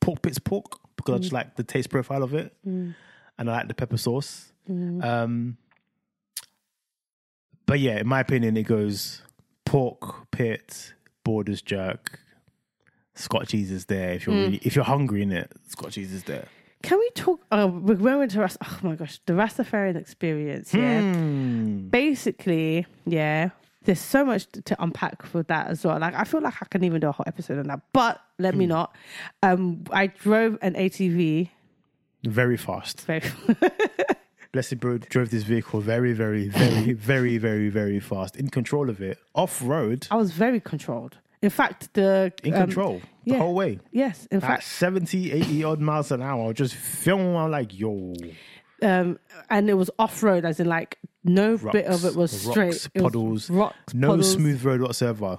A: Pork Pick's pork because I just
B: Mm.
A: like the taste profile of it, and I like the pepper sauce.
B: Mm.
A: Um, but yeah, in my opinion, it goes pork pit, borders jerk, Scotch cheese is there. If
B: Mm.
A: you're really, if you're hungry in it, Scotch cheese is there.
B: Can we talk? Uh, we're going to Ras. Oh my gosh, the Rastafarian experience. Yeah.
A: Hmm. Mm.
B: Basically, yeah. There's so much t- to unpack for that as well. Like I feel like I can even do a whole episode on that, but let
A: Hmm.
B: me not. Um, I drove an ATV.
A: Very fast.
B: Very,
A: Blessed Bro drove this vehicle very, very, very, very, very, very fast. In control of it, off road,
B: I was very controlled. In fact, the
A: in
B: Oh, um,
A: control the
B: yeah.
A: whole way.
B: Yes, in
A: At
B: fact,
A: 70, 80 odd miles an hour, just film. I'm like, yo,
B: um, and it was off road, as in like no bit of it was
A: rocks,
B: straight. It was
A: puddles,
B: rocks,
A: no
B: puddles.
A: smooth road whatsoever.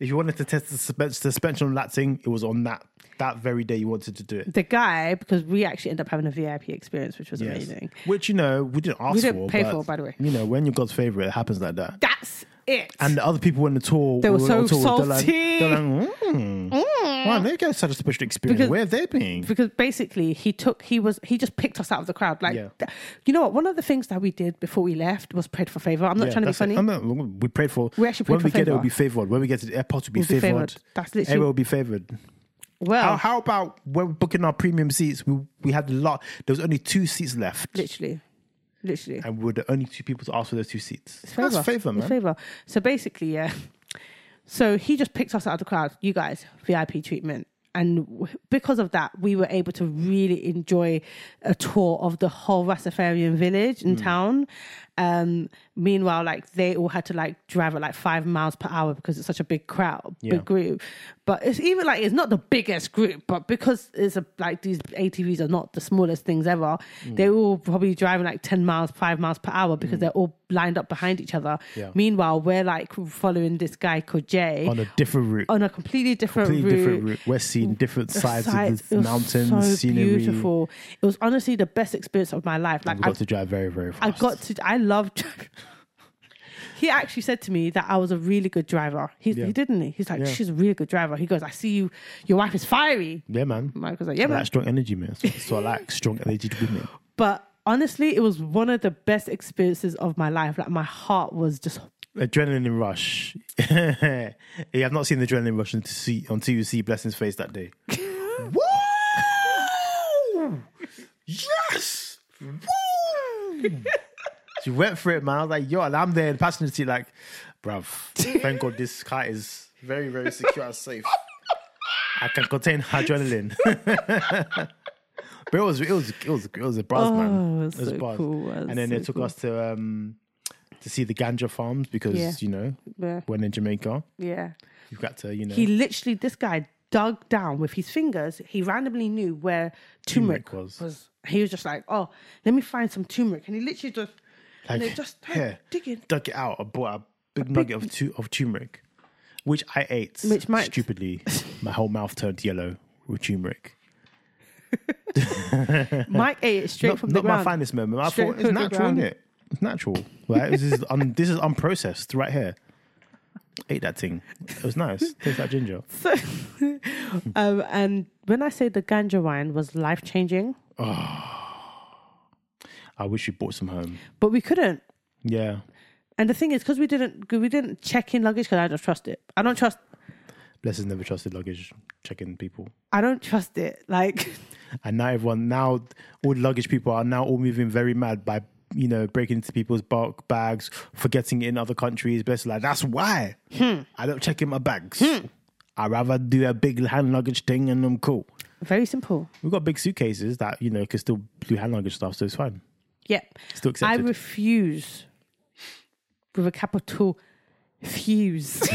A: If you wanted to test the suspe- suspension on that thing, it was on that that very day you wanted to do it.
B: The guy, because we actually ended up having a VIP experience, which was
A: Yes.
B: amazing.
A: Which you know we didn't ask
B: We
A: for.
B: didn't pay
A: but,
B: for, by the way.
A: You know when you're God's favorite, it happens like that.
B: That's it.
A: And the other people in the tour,
B: They were
A: we on
B: so
A: tour with,
B: salty.
A: They're like, they're like mm, wow, they guys had a special experience.
B: Because-
A: Where have they been?
B: because basically he took he was he just picked us out of the crowd like
A: Yeah.
B: th- you know what one of the things that we did before we left was prayed for favor i'm not
A: Yeah,
B: trying to be
A: that's it. Um,
B: funny
A: I'm not- we prayed for.
B: We actually prayed
A: when
B: for
A: we get
B: favour.
A: there, we'll be favored. When we get to the airport, we'll be
B: We'll be
A: favored.
B: favoured. That's literally- Oh.
A: Everyone will be favored.
B: well
A: How, how about when we're booking our premium seats? We we had a lot. There was only two seats left,
B: literally literally
A: and we were the only two people to ask for those two seats.
B: It's
A: That's favor,
B: It's
A: man.
B: favor. So basically, yeah. So he just picked us out of the crowd. You guys, VIP treatment. And w- because of that, we were able to really enjoy a tour of the whole Rastafarian village and
A: Hmm.
B: town. Um, meanwhile, like they all had to like drive at like five miles per hour because it's such a big crowd,
A: Yeah.
B: big group. But it's even like it's not the biggest group, but because it's a, like these ATVs are not the smallest things ever,
A: Mm.
B: they all probably driving like ten miles, five miles per hour because they're all lined up behind each other.
A: Yeah.
B: Meanwhile, we're like following this guy called Jay
A: On a different route.
B: on a completely different
A: completely
B: route.
A: different route. We're seeing different sides
B: Sights.
A: of
B: It
A: the
B: was
A: mountains,
B: so
A: scenery.
B: beautiful. It was honestly the best experience of my life. Like
A: We
B: I,
A: got to drive very, very
B: I
A: fast.
B: got to. I love. dri- he actually said to me that I was a really good driver. He,
A: Yeah.
B: he didn't. He? He's like,
A: Yeah.
B: she's a really good driver. He goes, I see you. Your wife is fiery.
A: yeah, man.
B: I was like, yeah,
A: I
B: man.
A: like strong energy, man. So, so I like strong energy to women.
B: But honestly, it was one of the best experiences of my life. Like my heart was just
A: Adrenaline rush. yeah, I've not seen the adrenaline rush until, see, until you see Blessing's face that day. Woo! Yes! Woo! she went for it, man. I was like, yo, and I'm there in the passenger seat, like, bruv, thank God this car is very, very secure and safe. I can contain adrenaline. but it was, it was, it was, it was a buzz, man.
B: Oh, it was so
A: buzz.
B: cool. It was
A: and then
B: so
A: they took
B: cool.
A: us to um to see the ganja farms because
B: Yeah.
A: you know
B: yeah.
A: when in Jamaica
B: yeah.
A: you've got to you know
B: He literally, this guy dug down with his fingers. He randomly knew where turmeric,
A: Turmeric was.
B: was. He was just like, oh, let me find some turmeric, and he literally just and they just started digging.
A: dug it out. I bought a big nugget of tu- of turmeric. which I ate
B: Which Mike-
A: stupidly. My whole mouth turned yellow with turmeric.
B: Mike ate it straight
A: Not,
B: from the
A: not my
B: ground.
A: finest moment. I
B: Straight
A: thought it's
B: from the
A: natural,
B: ground.
A: isn't it? It's natural. Right? this is un, this is unprocessed right here. Ate that thing. It was nice. Taste that ginger.
B: So, um, and when I say the ganja wine was life changing,
A: I wish we brought some home.
B: but we couldn't.
A: Yeah.
B: And the thing is, because we didn't, 'cause we didn't check in luggage because I don't trust it. I don't trust.
A: Blessings never trusted luggage checking people.
B: I don't trust it. Like
A: And now everyone, now all the luggage people are now all moving very mad by, you know, breaking into people's bulk bags, forgetting it in other countries. Basically, like, that's why
B: Hmm.
A: I don't check in my bags. i rather do a big hand luggage thing and I'm cool.
B: very simple.
A: We've got big suitcases that, you know, can still do hand luggage stuff, so it's fine.
B: Yep.
A: Still
B: I
A: accepted.
B: refuse with a capital fuse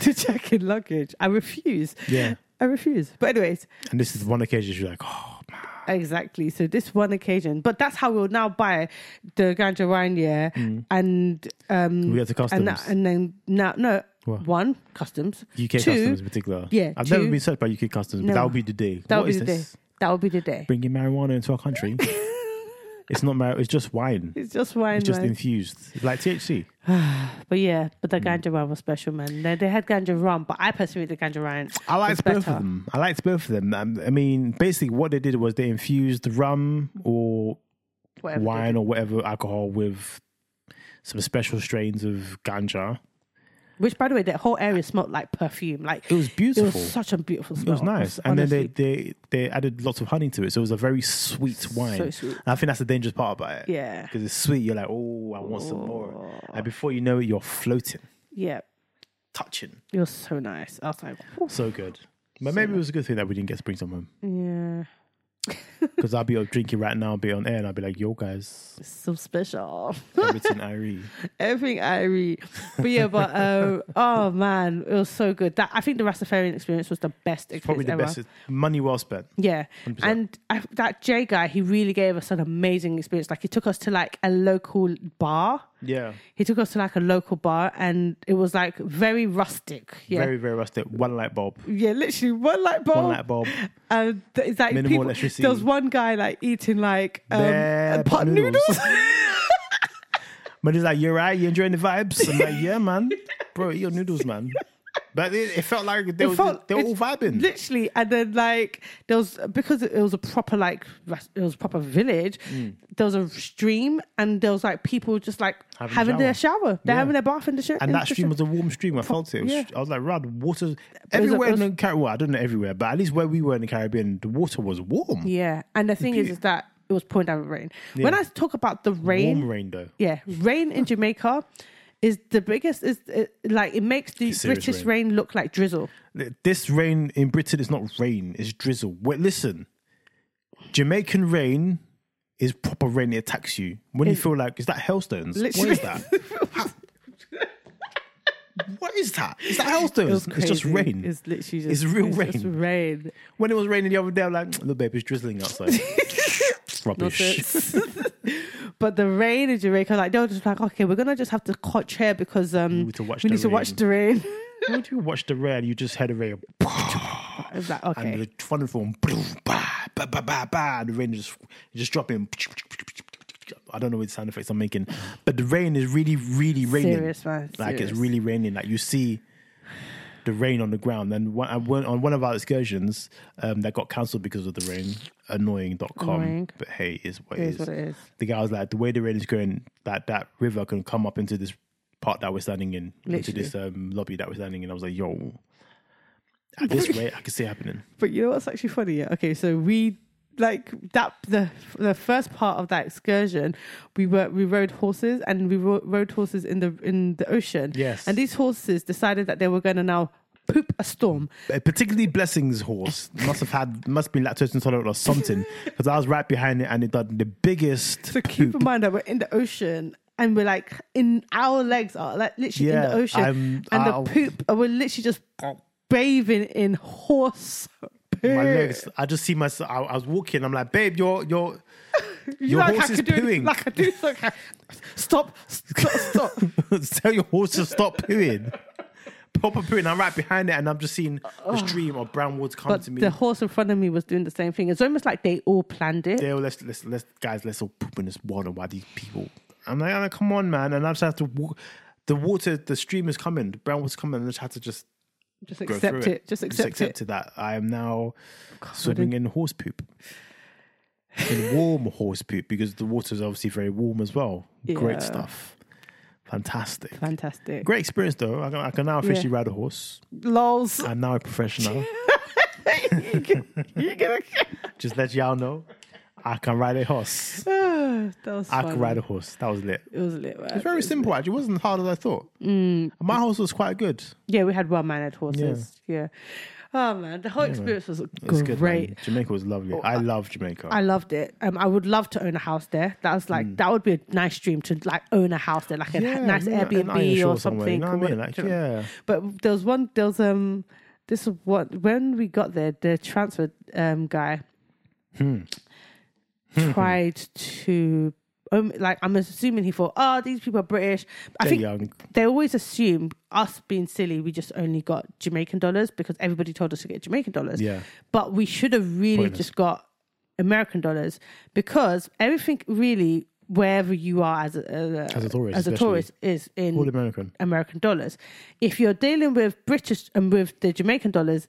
B: to check in luggage. I refuse.
A: Yeah.
B: I refuse. But anyways,
A: and this is one occasion you're like, oh, man.
B: Exactly. So this one occasion, but that's how we'll now buy the ganja wine, yeah, and um,
A: We go to Mm. customs.
B: and, that- and then now no
A: What?
B: one customs,
A: UK
B: two,
A: customs in particular.
B: yeah,
A: I've
B: two-
A: never been searched by UK customs,
B: No.
A: but that would be the day.
B: That
A: What
B: would be
A: is
B: the day.
A: this?
B: That would be the day.
A: Bringing marijuana into our country. it's not marijuana, it's just wine.
B: It's just wine,
A: It's just
B: man.
A: infused, like THC.
B: but yeah,
A: Mm.
B: but the ganja wine was special, man. They, they had ganja rum, but I personally think the ganja wine.
A: I
B: was
A: liked
B: better.
A: both of them. I liked both of them. Um, I mean, basically, what they did was they infused rum or
B: Whatever they
A: wine or whatever alcohol with some special strains of ganja.
B: did. Which, by the way, that whole area smelled like perfume. Like
A: It was beautiful.
B: It was such a beautiful
A: It
B: smell.
A: was nice, and then they, they they added lots of honey to it, so it was a very sweet wine.
B: sweet.
A: And I think that's the dangerous part about it.
B: Yeah. Oh,
A: because it's sweet. You're like, oh, I want some more, and before you know it, you're floating,
B: yeah,
A: touching.
B: it was so nice. I was like, "Oof,
A: So good. But maybe it was a good thing that we didn't get to bring some home.
B: yeah.
A: Because I'll be up drinking right now, I'll be on air, and I'll be like, yo, guys,
B: so special.
A: everything I read.
B: Everything I read. But yeah, but um, oh man, it was so good. That I think the Rastafarian experience was the best experience
A: Probably the
B: ever.
A: best. Money well spent.
B: Yeah, and I, that Jay guy, he really gave us an amazing experience. Like he took us to like a local bar.
A: Yeah.
B: He took us to like a local bar, and it was like very rustic. Yeah,
A: Very, very rustic. One light bulb.
B: yeah, literally one light bulb.
A: One light bulb.
B: And th- it's like
A: Minimal
B: people,
A: electricity.
B: there was one guy like eating like um,
A: Bare
B: pot
A: pot noodles.
B: noodles.
A: But it's like, you're right, you're enjoying the vibes. I'm like, yeah, man. Bro, eat your noodles, man. But it, it felt like they,
B: It
A: were,
B: felt-
A: they were
B: it-
A: all vibing.
B: literally and then like there was because it was a proper like ras- it was a proper village
A: Mm.
B: there was a stream and there was like people just like having,
A: Having a
B: their shower
A: Yeah.
B: they're having their bath in the shower
A: and that stream was a warm stream. I felt it. It was-
B: Yeah.
A: I was like, Rad, water everywhere in the Caribbean. Well, I don't know everywhere, but at least where we were in the Caribbean, the water was warm.
B: yeah and the thing is is that it was pouring down with rain when i talk about the rain
A: Warm rain, though.
B: yeah rain in jamaica is the biggest is it, like it makes the
A: serious
B: british rain.
A: rain.
B: look like drizzle
A: This rain in Britain is not rain, it's drizzle. Wait, listen, Jamaican rain is proper rain. It attacks you when you feel like, is that hailstones? What
B: Literally.
A: is that? what is that? Is that hailstones?
B: it was crazy.
A: It's just rain.
B: it's literally just
A: It's real
B: it's just
A: rain.
B: rain
A: when it was raining the other day, I'm like, look, babe, it's drizzling outside. Rubbish.
B: but the rain in Jamaica, like they were just like, okay, we're gonna just have to cut chair because um, we
A: need to watch
B: we
A: the
B: need to watch
A: rain.
B: the rain.
A: When you watch the rain, you just heard the rain
B: It's like
A: and
B: okay,
A: the thunderstorm, ba ba ba ba ba, and the rain just just dropping. I don't know what sound effects I'm making, but the rain is really, really raining.
B: Serious, man,
A: Like
B: serious.
A: it's really raining. Like you see the rain on the ground. And one, I went on one of our excursions um, that got cancelled because of the rain. Annoying.com.
B: Annoying.
A: But hey, it is what
B: It is what it is.
A: The guy was like, the way the rain is going, that that river can come up into this part that we're standing in, into
B: Literally.
A: this um, lobby that we're standing in. I was like, yo. At this rate, I can see it happening.
B: but you know what's actually funny? Yeah, okay, so we like that the the first part of that excursion, we were we rode horses and we ro- rode horses in the in the ocean.
A: Yes.
B: and these horses decided that they were going to now poop a storm.
A: a Uh, particularly blessings horse must have had must be lactose intolerant or something because I was right behind it and it done the biggest
B: So keep
A: poop.
B: in mind that we're in the ocean and we're like in our legs are like literally in
A: Yeah,
B: the ocean
A: I'm-
B: and
A: I'll-
B: the poop and we're literally just bathing in horse poo.
A: my legs. I just see myself. I, I was walking. I'm like, babe, your your
B: You
A: your
B: like
A: horse
B: I
A: is
B: could do,
A: pooing.
B: Like I do. Like I, stop! Stop! Stop!
A: tell your horse to stop pooing. Proper pooing. I'm right behind it, and I'm just seeing the stream of brown water come
B: But
A: to me.
B: the horse in front of me was doing the same thing. It's almost like they all planned it.
A: yeah, well, let's let's let's guys, let's all poop in this water while these people. I'm like, I'm like, come on, man, and I just have to. wa- The water, the stream is coming. The brown water's coming, and I just had to just
B: Just
A: go
B: accept
A: through
B: it. Just accept, it.
A: that I am now swimming in horse poop, in warm horse poop because the water is obviously very warm as well.
B: Yeah.
A: Great stuff, fantastic,
B: Fantastic.
A: great experience though. I can, I can now officially ride a horse.
B: Lols.
A: I'm now a professional.
B: You can- you can-
A: Just let y'all know, I can ride a horse.
B: Ah, that was
A: I
B: funny.
A: can ride a horse. That was lit.
B: It was lit. Mm. Right?
A: It's very simple actually. It wasn't hard as I thought. My horse was quite good.
B: Yeah, we had well-mannered horses. Yeah. Oh man, the whole experience was
A: It's
B: great. Oh,
A: good. man. Jamaica was lovely. I love Jamaica.
B: I loved it. Um, I would love to own a house there. That was like that would be a nice dream to like own a house there, like a
A: Mm. Yeah,
B: nice
A: man, an Iron
B: Airbnb
A: Shore somewhere,
B: or something.
A: you know
B: or
A: what I mean?
B: what-
A: Like, yeah.
B: But there was one. There was um. This is what when we got there, the transfer um guy
A: Hmm.
B: tried to. Um, like I'm assuming he thought, oh, these people are British. I
A: They're
B: think
A: young.
B: they always assume us being silly, we just only got Jamaican dollars because everybody told us to get Jamaican dollars.
A: Yeah.
B: But we should have really
A: Pointless.
B: just got American dollars because everything really wherever you are as a,
A: As a tourist,
B: as a
A: especially.
B: tourist is in
A: All American.
B: American dollars. If you're dealing with British and with the Jamaican dollars,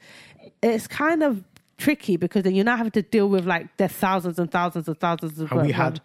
B: it's kind of tricky because then you're not having to deal with like their thousands and thousands and thousands of
A: And we
B: well,
A: had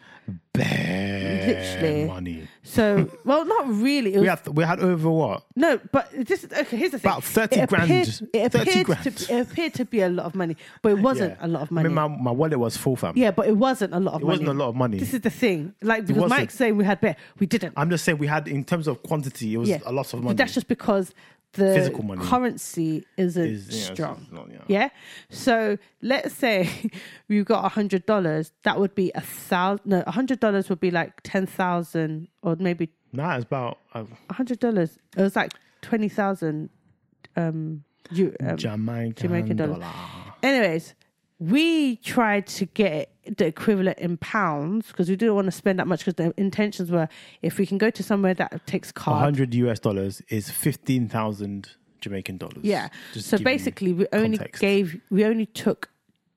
A: bare
B: Literally.
A: money.
B: so well not really it
A: We
B: was
A: had we had over what?
B: No, but this is okay. Here's the thing:
A: About 30
B: It
A: grand.
B: appeared- It
A: 30
B: appeared,
A: grand.
B: To, it appeared to be a lot of money, but it wasn't a lot of money.
A: I mean, my, my wallet was full, fam.
B: yeah, but it wasn't a lot of
A: It
B: money.
A: wasn't a lot of money.
B: This is the thing, like because
A: wasn't.
B: Mike's saying we had bear, we didn't.
A: I'm just saying we had in terms of quantity, it was
B: yeah,
A: a lot of
B: But
A: money.
B: That's just because the
A: Physical money.
B: currency isn't
A: Is- yeah, it's
B: strong.
A: not, yeah.
B: So let's say you got a hundred dollars. That would be a thousand. No, a hundred dollars would be like ten thousand, or maybe
A: nah, it's about uh,
B: a hundred dollars. It was like twenty thousand. Um, you um,
A: Jamaican,
B: Jamaican dollars.
A: dollar.
B: Anyways, we tried to get the equivalent in pounds because we didn't want to spend that much because the intentions were if we can go to somewhere that takes card.
A: 100 US dollars is 15,000 Jamaican dollars.
B: Yeah.
A: Just
B: So
A: to give you
B: basically, we only
A: context.
B: gave, we only took,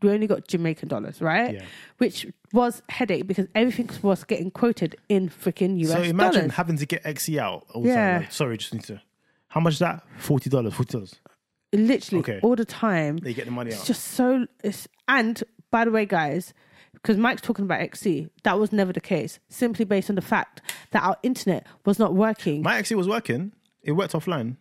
B: we only got Jamaican dollars, right?
A: Yeah.
B: Which was headache because everything was getting quoted in freaking US
A: So imagine
B: dollars.
A: having to get XE out. all the time,
B: Yeah.
A: like, sorry, just need to. How much is that? Forty dollars. Forty dollars.
B: Literally
A: Okay.
B: all the time.
A: They get the money
B: It's
A: out.
B: just so. It's, and by the way, guys, because Mike's talking about XC, that was never the case. Simply based on the fact that our internet was not working.
A: My XE was working. It worked offline,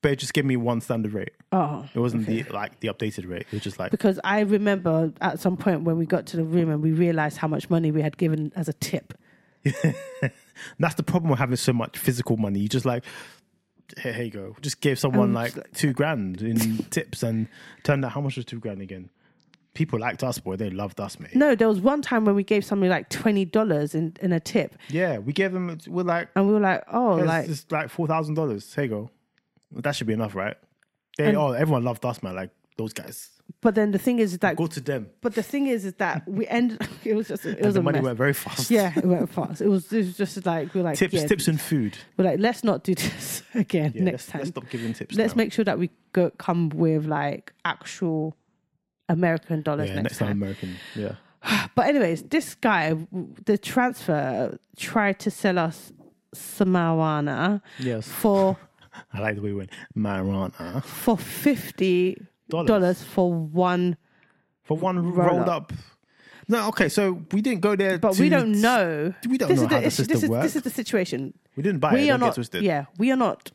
A: but it just gave me one standard rate.
B: oh,
A: It wasn't the like the updated rate. It was just like
B: because I remember at some point when we got to the room and we realized how much money we had given as a tip.
A: that's the problem with having so much physical money. You just like. Here, here you go. Just give someone
B: I'm Um, just
A: like, two grand in tips and turned out how much was two grand again. People liked us, boy. They loved us, mate.
B: No, there was one time when we gave somebody like twenty dollars in, in a tip,
A: Yeah, we gave them. We're like,
B: and we were like, "Oh,
A: It's
B: like
A: just like four thousand dollars. Here you go. That should be enough, right? They oh everyone loved us, man. Like those guys.
B: but then the thing is that
A: Go to them.
B: but the thing is is that we ended it was just it
A: And
B: was
A: the
B: a
A: money
B: mess.
A: went very fast.
B: yeah, it went fast. It was, it was just like we were like
A: Tips,
B: yeah,
A: tips and food.
B: we're like, let's not do this again
A: Yeah,
B: next
A: let's,
B: time.
A: let's stop giving tips.
B: Let's
A: now.
B: make sure that we go come with like actual American dollars
A: yeah,
B: next,
A: next time
B: time.
A: American. Yeah.
B: But anyways, this guy, w- the transfer, tried to sell us some marijuana
A: Yes.
B: for
A: I like the way we went. Marijuana.
B: for fifty dollars
A: Dollars.
B: for one.
A: For one
B: Roll
A: rolled up. No, okay, so we didn't go there.
B: But we
A: to-
B: don't know.
A: We don't
B: this
A: know
B: is
A: how
B: the
A: the
B: issue.
A: system
B: This is,
A: works.
B: this is the situation.
A: We didn't buy it.
B: we are
A: Don't
B: not
A: get twisted. Mm.
B: yeah we are not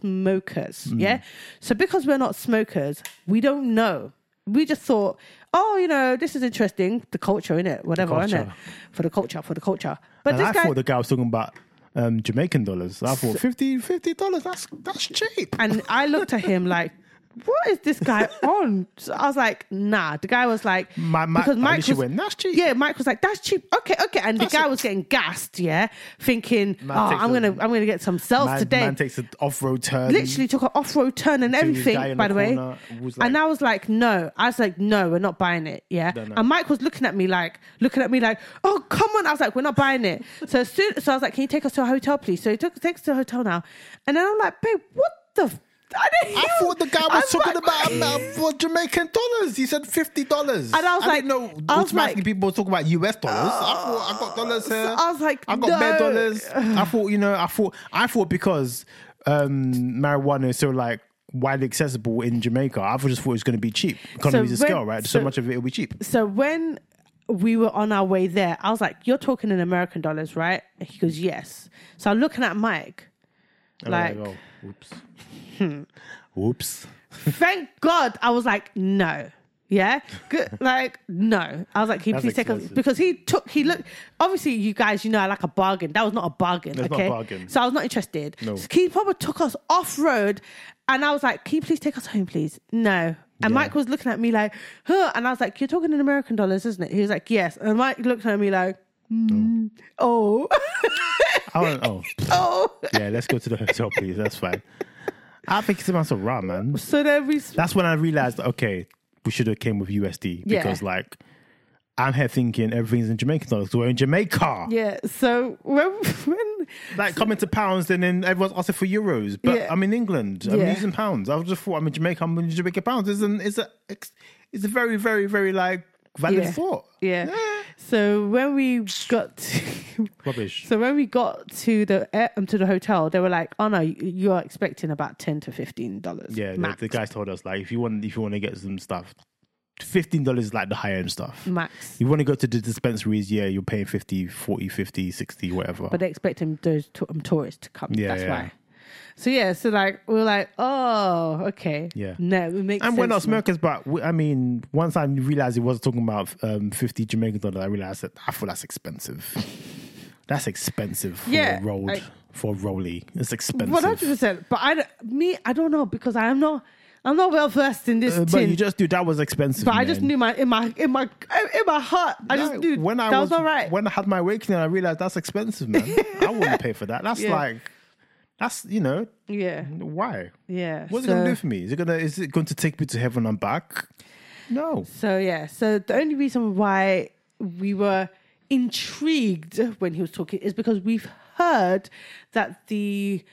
B: smokers yeah so because we're not smokers we don't know we just thought oh you know this is interesting the culture in it whatever in it
A: culture.
B: for the culture for the culture but
A: And
B: this
A: I
B: guy
A: thought the guy was talking about um, Jamaican dollars. I thought 50 dollars. That's that's cheap.
B: and i looked at him like what is this guy on? So I was like, nah. The guy was like,
A: My- my- at least you went, "That's cheap."
B: Yeah, Mike was like, that's cheap. Okay, okay. And the guy was getting gassed, yeah, thinking,
A: Man
B: oh,
A: takes
B: I'm
A: a-
B: gonna, I'm gonna get some sales
A: man,
B: today.
A: man takes an off-road turn.
B: Literally took an off-road turn and
A: Until this
B: everything.
A: guy in the
B: by the, way,
A: corner was
B: and
A: like-
B: I was like, "No," I was like, "No, we're not buying it." Yeah,
A: no.
B: and Mike was looking at me like, looking at me like, "Oh, come on!" I was like, "We're not buying it." so as soon, so I was like, "Can you take us to a hotel, please?" So he took takes us to a hotel now, and then I'm like, "Babe, what the?" F- I, didn't
J: I
B: hear-
J: thought the guy was
B: I'm
J: talking
B: like-
J: about um, for Jamaican dollars. He said fifty dollars,
B: And I was like-
J: didn't know
B: I was
J: automatically
B: like-
J: people talk about US dollars. I thought I got dollars here.
B: I was like,
J: I got bare
B: no.
J: dollars.
A: I thought, you know, I thought, I thought because um, marijuana is so like widely accessible in Jamaica, I just thought it was going to be cheap. Economies of
B: when-
A: scale, right? So,
B: so-
A: much of it will be cheap.
B: So when we were on our way there, I was like, "You're talking in American dollars, right?" And he goes, "Yes." So I'm looking at Mike,
A: Oh,
B: like, Hmm.
A: whoops, whoops.
B: thank God I was like, no. Yeah, good. Like no, I was like, "Can you
A: That's
B: please take us?"
A: expensive.
B: Because he took, he looked. Obviously, you guys, you know, I like a bargain. That was not a bargain.
A: That's not a
B: okay,
A: bargain.
B: so I was not interested.
A: No.
B: So he probably took us off road, and I was like, "Can you please take us home, please?" No. And Mike was looking at me like, "Huh?" And I was like, "You're talking in American dollars, isn't it?" He was like, "Yes." And Mike looked at me like, mm, "Oh,
A: I went, oh,
B: oh."
A: yeah, let's go to the hotel, please. That's fine. I think it's amounts of raw, man.
B: So then we
A: That's when I realized, okay, we should have came with USD
B: Yeah.
A: because, like, I'm here thinking everything's in Jamaican dollars. We're in Jamaica.
B: yeah. So when when
A: Like coming to pounds, and then everyone's asking for euros. But
B: Yeah.
A: I'm in England. I'm
B: Yeah.
A: using pounds. I just thought I'm in Jamaica. I'm in Jamaica pounds. It's an, it's a it's it's a very very very like valid
B: Yeah.
A: thought.
B: Yeah. So when we got to,
A: Rubbish.
B: so when we got to the air- um, to the hotel, they were like, "Oh no, you- you are expecting about ten to fifteen dollars."
A: Yeah, the,
B: max.
A: the guys told us like if you want if you want to get some stuff, fifteen dollars is like the high end stuff.
B: max.
A: You want to go to the dispensaries, yeah, you're paying 50, 40, 50, 60, whatever.
B: But they're expecting those to, um, tourists to come.
A: Yeah,
B: That's
A: yeah.
B: why. So yeah, so like we were like, "Oh, okay."
A: Yeah.
B: No, it makes
A: and
B: sense.
A: we're not
B: now.
A: smokers, but we, I mean, once I realized it was talking about um, 50 Jamaican dollars, I realized that I feel that's expensive. That's expensive for
B: Yeah,
A: a rolled,
B: like-
A: for a rolly. It's expensive. Uh,
B: One hundred percent. But I, don't- me, I don't know because I am not, I'm not well versed in this.
A: Uh, but
B: tin.
A: you just do that was expensive.
B: But I just
A: man.
B: knew my in my in my in my heart. I just
A: Like,
B: knew
A: when I
B: that
A: was,
B: was, all right.
A: when I had my awakening, I realized that's expensive, man. I wouldn't pay for that. That's
B: Yeah.
A: like, that's you know,
B: yeah,
A: why?
B: yeah.
A: What's it gonna
B: So-
A: do for me? Is it gonna is it going to take me to heaven and back? No.
B: So yeah, so the only reason why we were intrigued when he was talking is because we've heard that the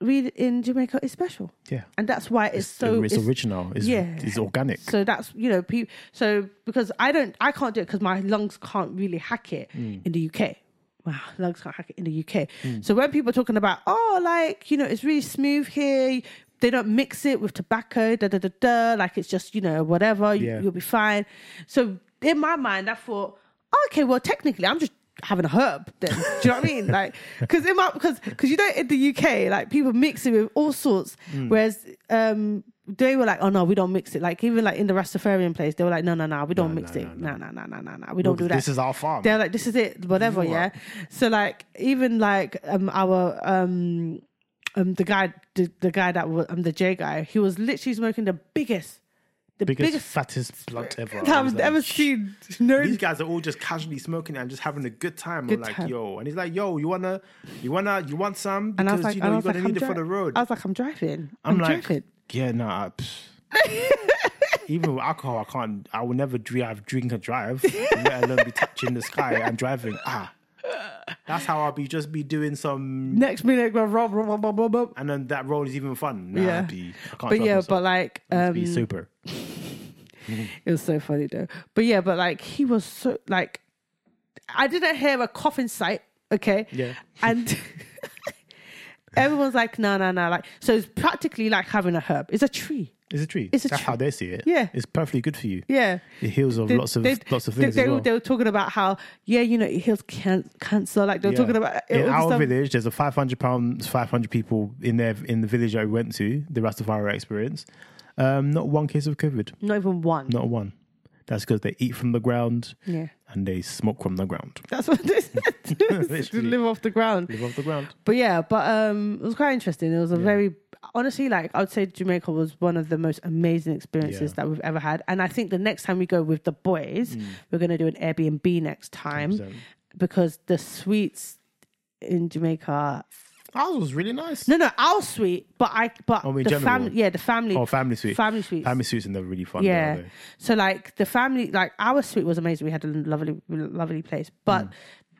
B: weed in Jamaica is special.
A: Yeah.
B: And that's why it's, so
A: it's, original. It's,
B: yeah.
A: it's organic.
B: So that's you know, pe- so because I don't, I can't do it because my lungs can't really hack it
A: Mm.
B: in the UK. My lungs can't hack it in the UK. So when people are talking about, oh, like you know, it's really smooth here. They don't mix it with tobacco. Da da da da. Like it's just you know whatever. You,
A: Yeah.
B: You'll be fine. So in my mind, I thought, oh, okay, well technically, I'm just having a herb then do you know what i mean like because in my because because you know in the uk like people mix it with all sorts whereas um they were like, oh no, we don't mix it. Like even like in the Rastafarian place, they were like, no, no, no, we don't mix it. No, no, no, no, no, no, we don't do that.
A: this is our farm.
B: They're like, this is it, whatever, yeah. So like even like um our um um the guy the, the guy that was um the J guy, he was literally smoking the biggest, the
A: biggest,
B: biggest,
A: fattest blunt ever.
B: that
A: I
B: I've
A: was like,
B: ever
A: "Shh."
B: seen. No,
A: These guys are all just casually smoking and just having a good time.
B: Good
A: I'm like,
B: time.
A: yo, and he's like, yo, you wanna, you wanna, you want some? Because
B: and I was like,
A: you know,
B: and I
A: you're
B: was like,
A: gonna
B: I'm
A: need it
B: dri-
A: for the road.
B: I was like, I'm driving. I'm,
A: I'm like,
B: driving.
A: yeah, no. Nah, pff. even with alcohol, I can't. I will never drive, drink and drive. let alone be touching the sky and driving. Ah, that's how I'll be. Just be doing some,
B: Next minute, blah, blah, blah, blah, blah, blah.
A: and then that road is even fun. Nah,
B: Yeah.
A: I'll be, I can't
B: But
A: drive
B: yeah,
A: myself.
B: but like
A: I'll
B: um
A: just be super.
B: It was so funny though. But yeah, but like he was so like I didn't hear a coughing sight, okay?
A: Yeah.
B: And everyone's like, no, no, no. Like so it's practically like having a herb. It's a tree.
A: It's a tree.
B: It's a
A: That's
B: tree.
A: how they see it.
B: Yeah.
A: it's perfectly good for you.
B: Yeah.
A: It heals of
B: They-
A: lots of
B: they-
A: lots of
B: they-
A: things.
B: They,
A: as
B: were-
A: well.
B: they were talking about how, yeah, you know, it heals can- cancer. Like they were
A: Yeah.
B: talking about all
A: in
B: this
A: our
B: stuff.
A: village. There's a 500 pounds, 500 people in there in the village I went to. The Rastafari experience. Um, not one case of COVID.
B: Not even one.
A: Not one. That's because they eat from the ground
B: Yeah.
A: and they smoke from the ground.
B: That's what they said.
A: Literally.
B: live off the ground.
A: Live off the ground.
B: But yeah, but um, it was quite interesting. It was a very honestly, like I would say, Jamaica was one of the most amazing experiences
C: Yeah.
B: that we've ever had. And I think the next time we go with the boys,
A: Mm.
B: we're going to do an Airbnb next time
C: 100%.
B: because the suites in Jamaica.
J: Ours was really nice.
B: No, no, our suite, but I, but
A: Oh, in
B: the
A: general.
B: family, yeah, the family,
A: Oh, family suite.
B: family suite,
A: Family suits and they're really fun.
B: yeah.
A: Though,
B: So like the family, like our suite was amazing. We had a lovely, lovely place. But
A: Mm.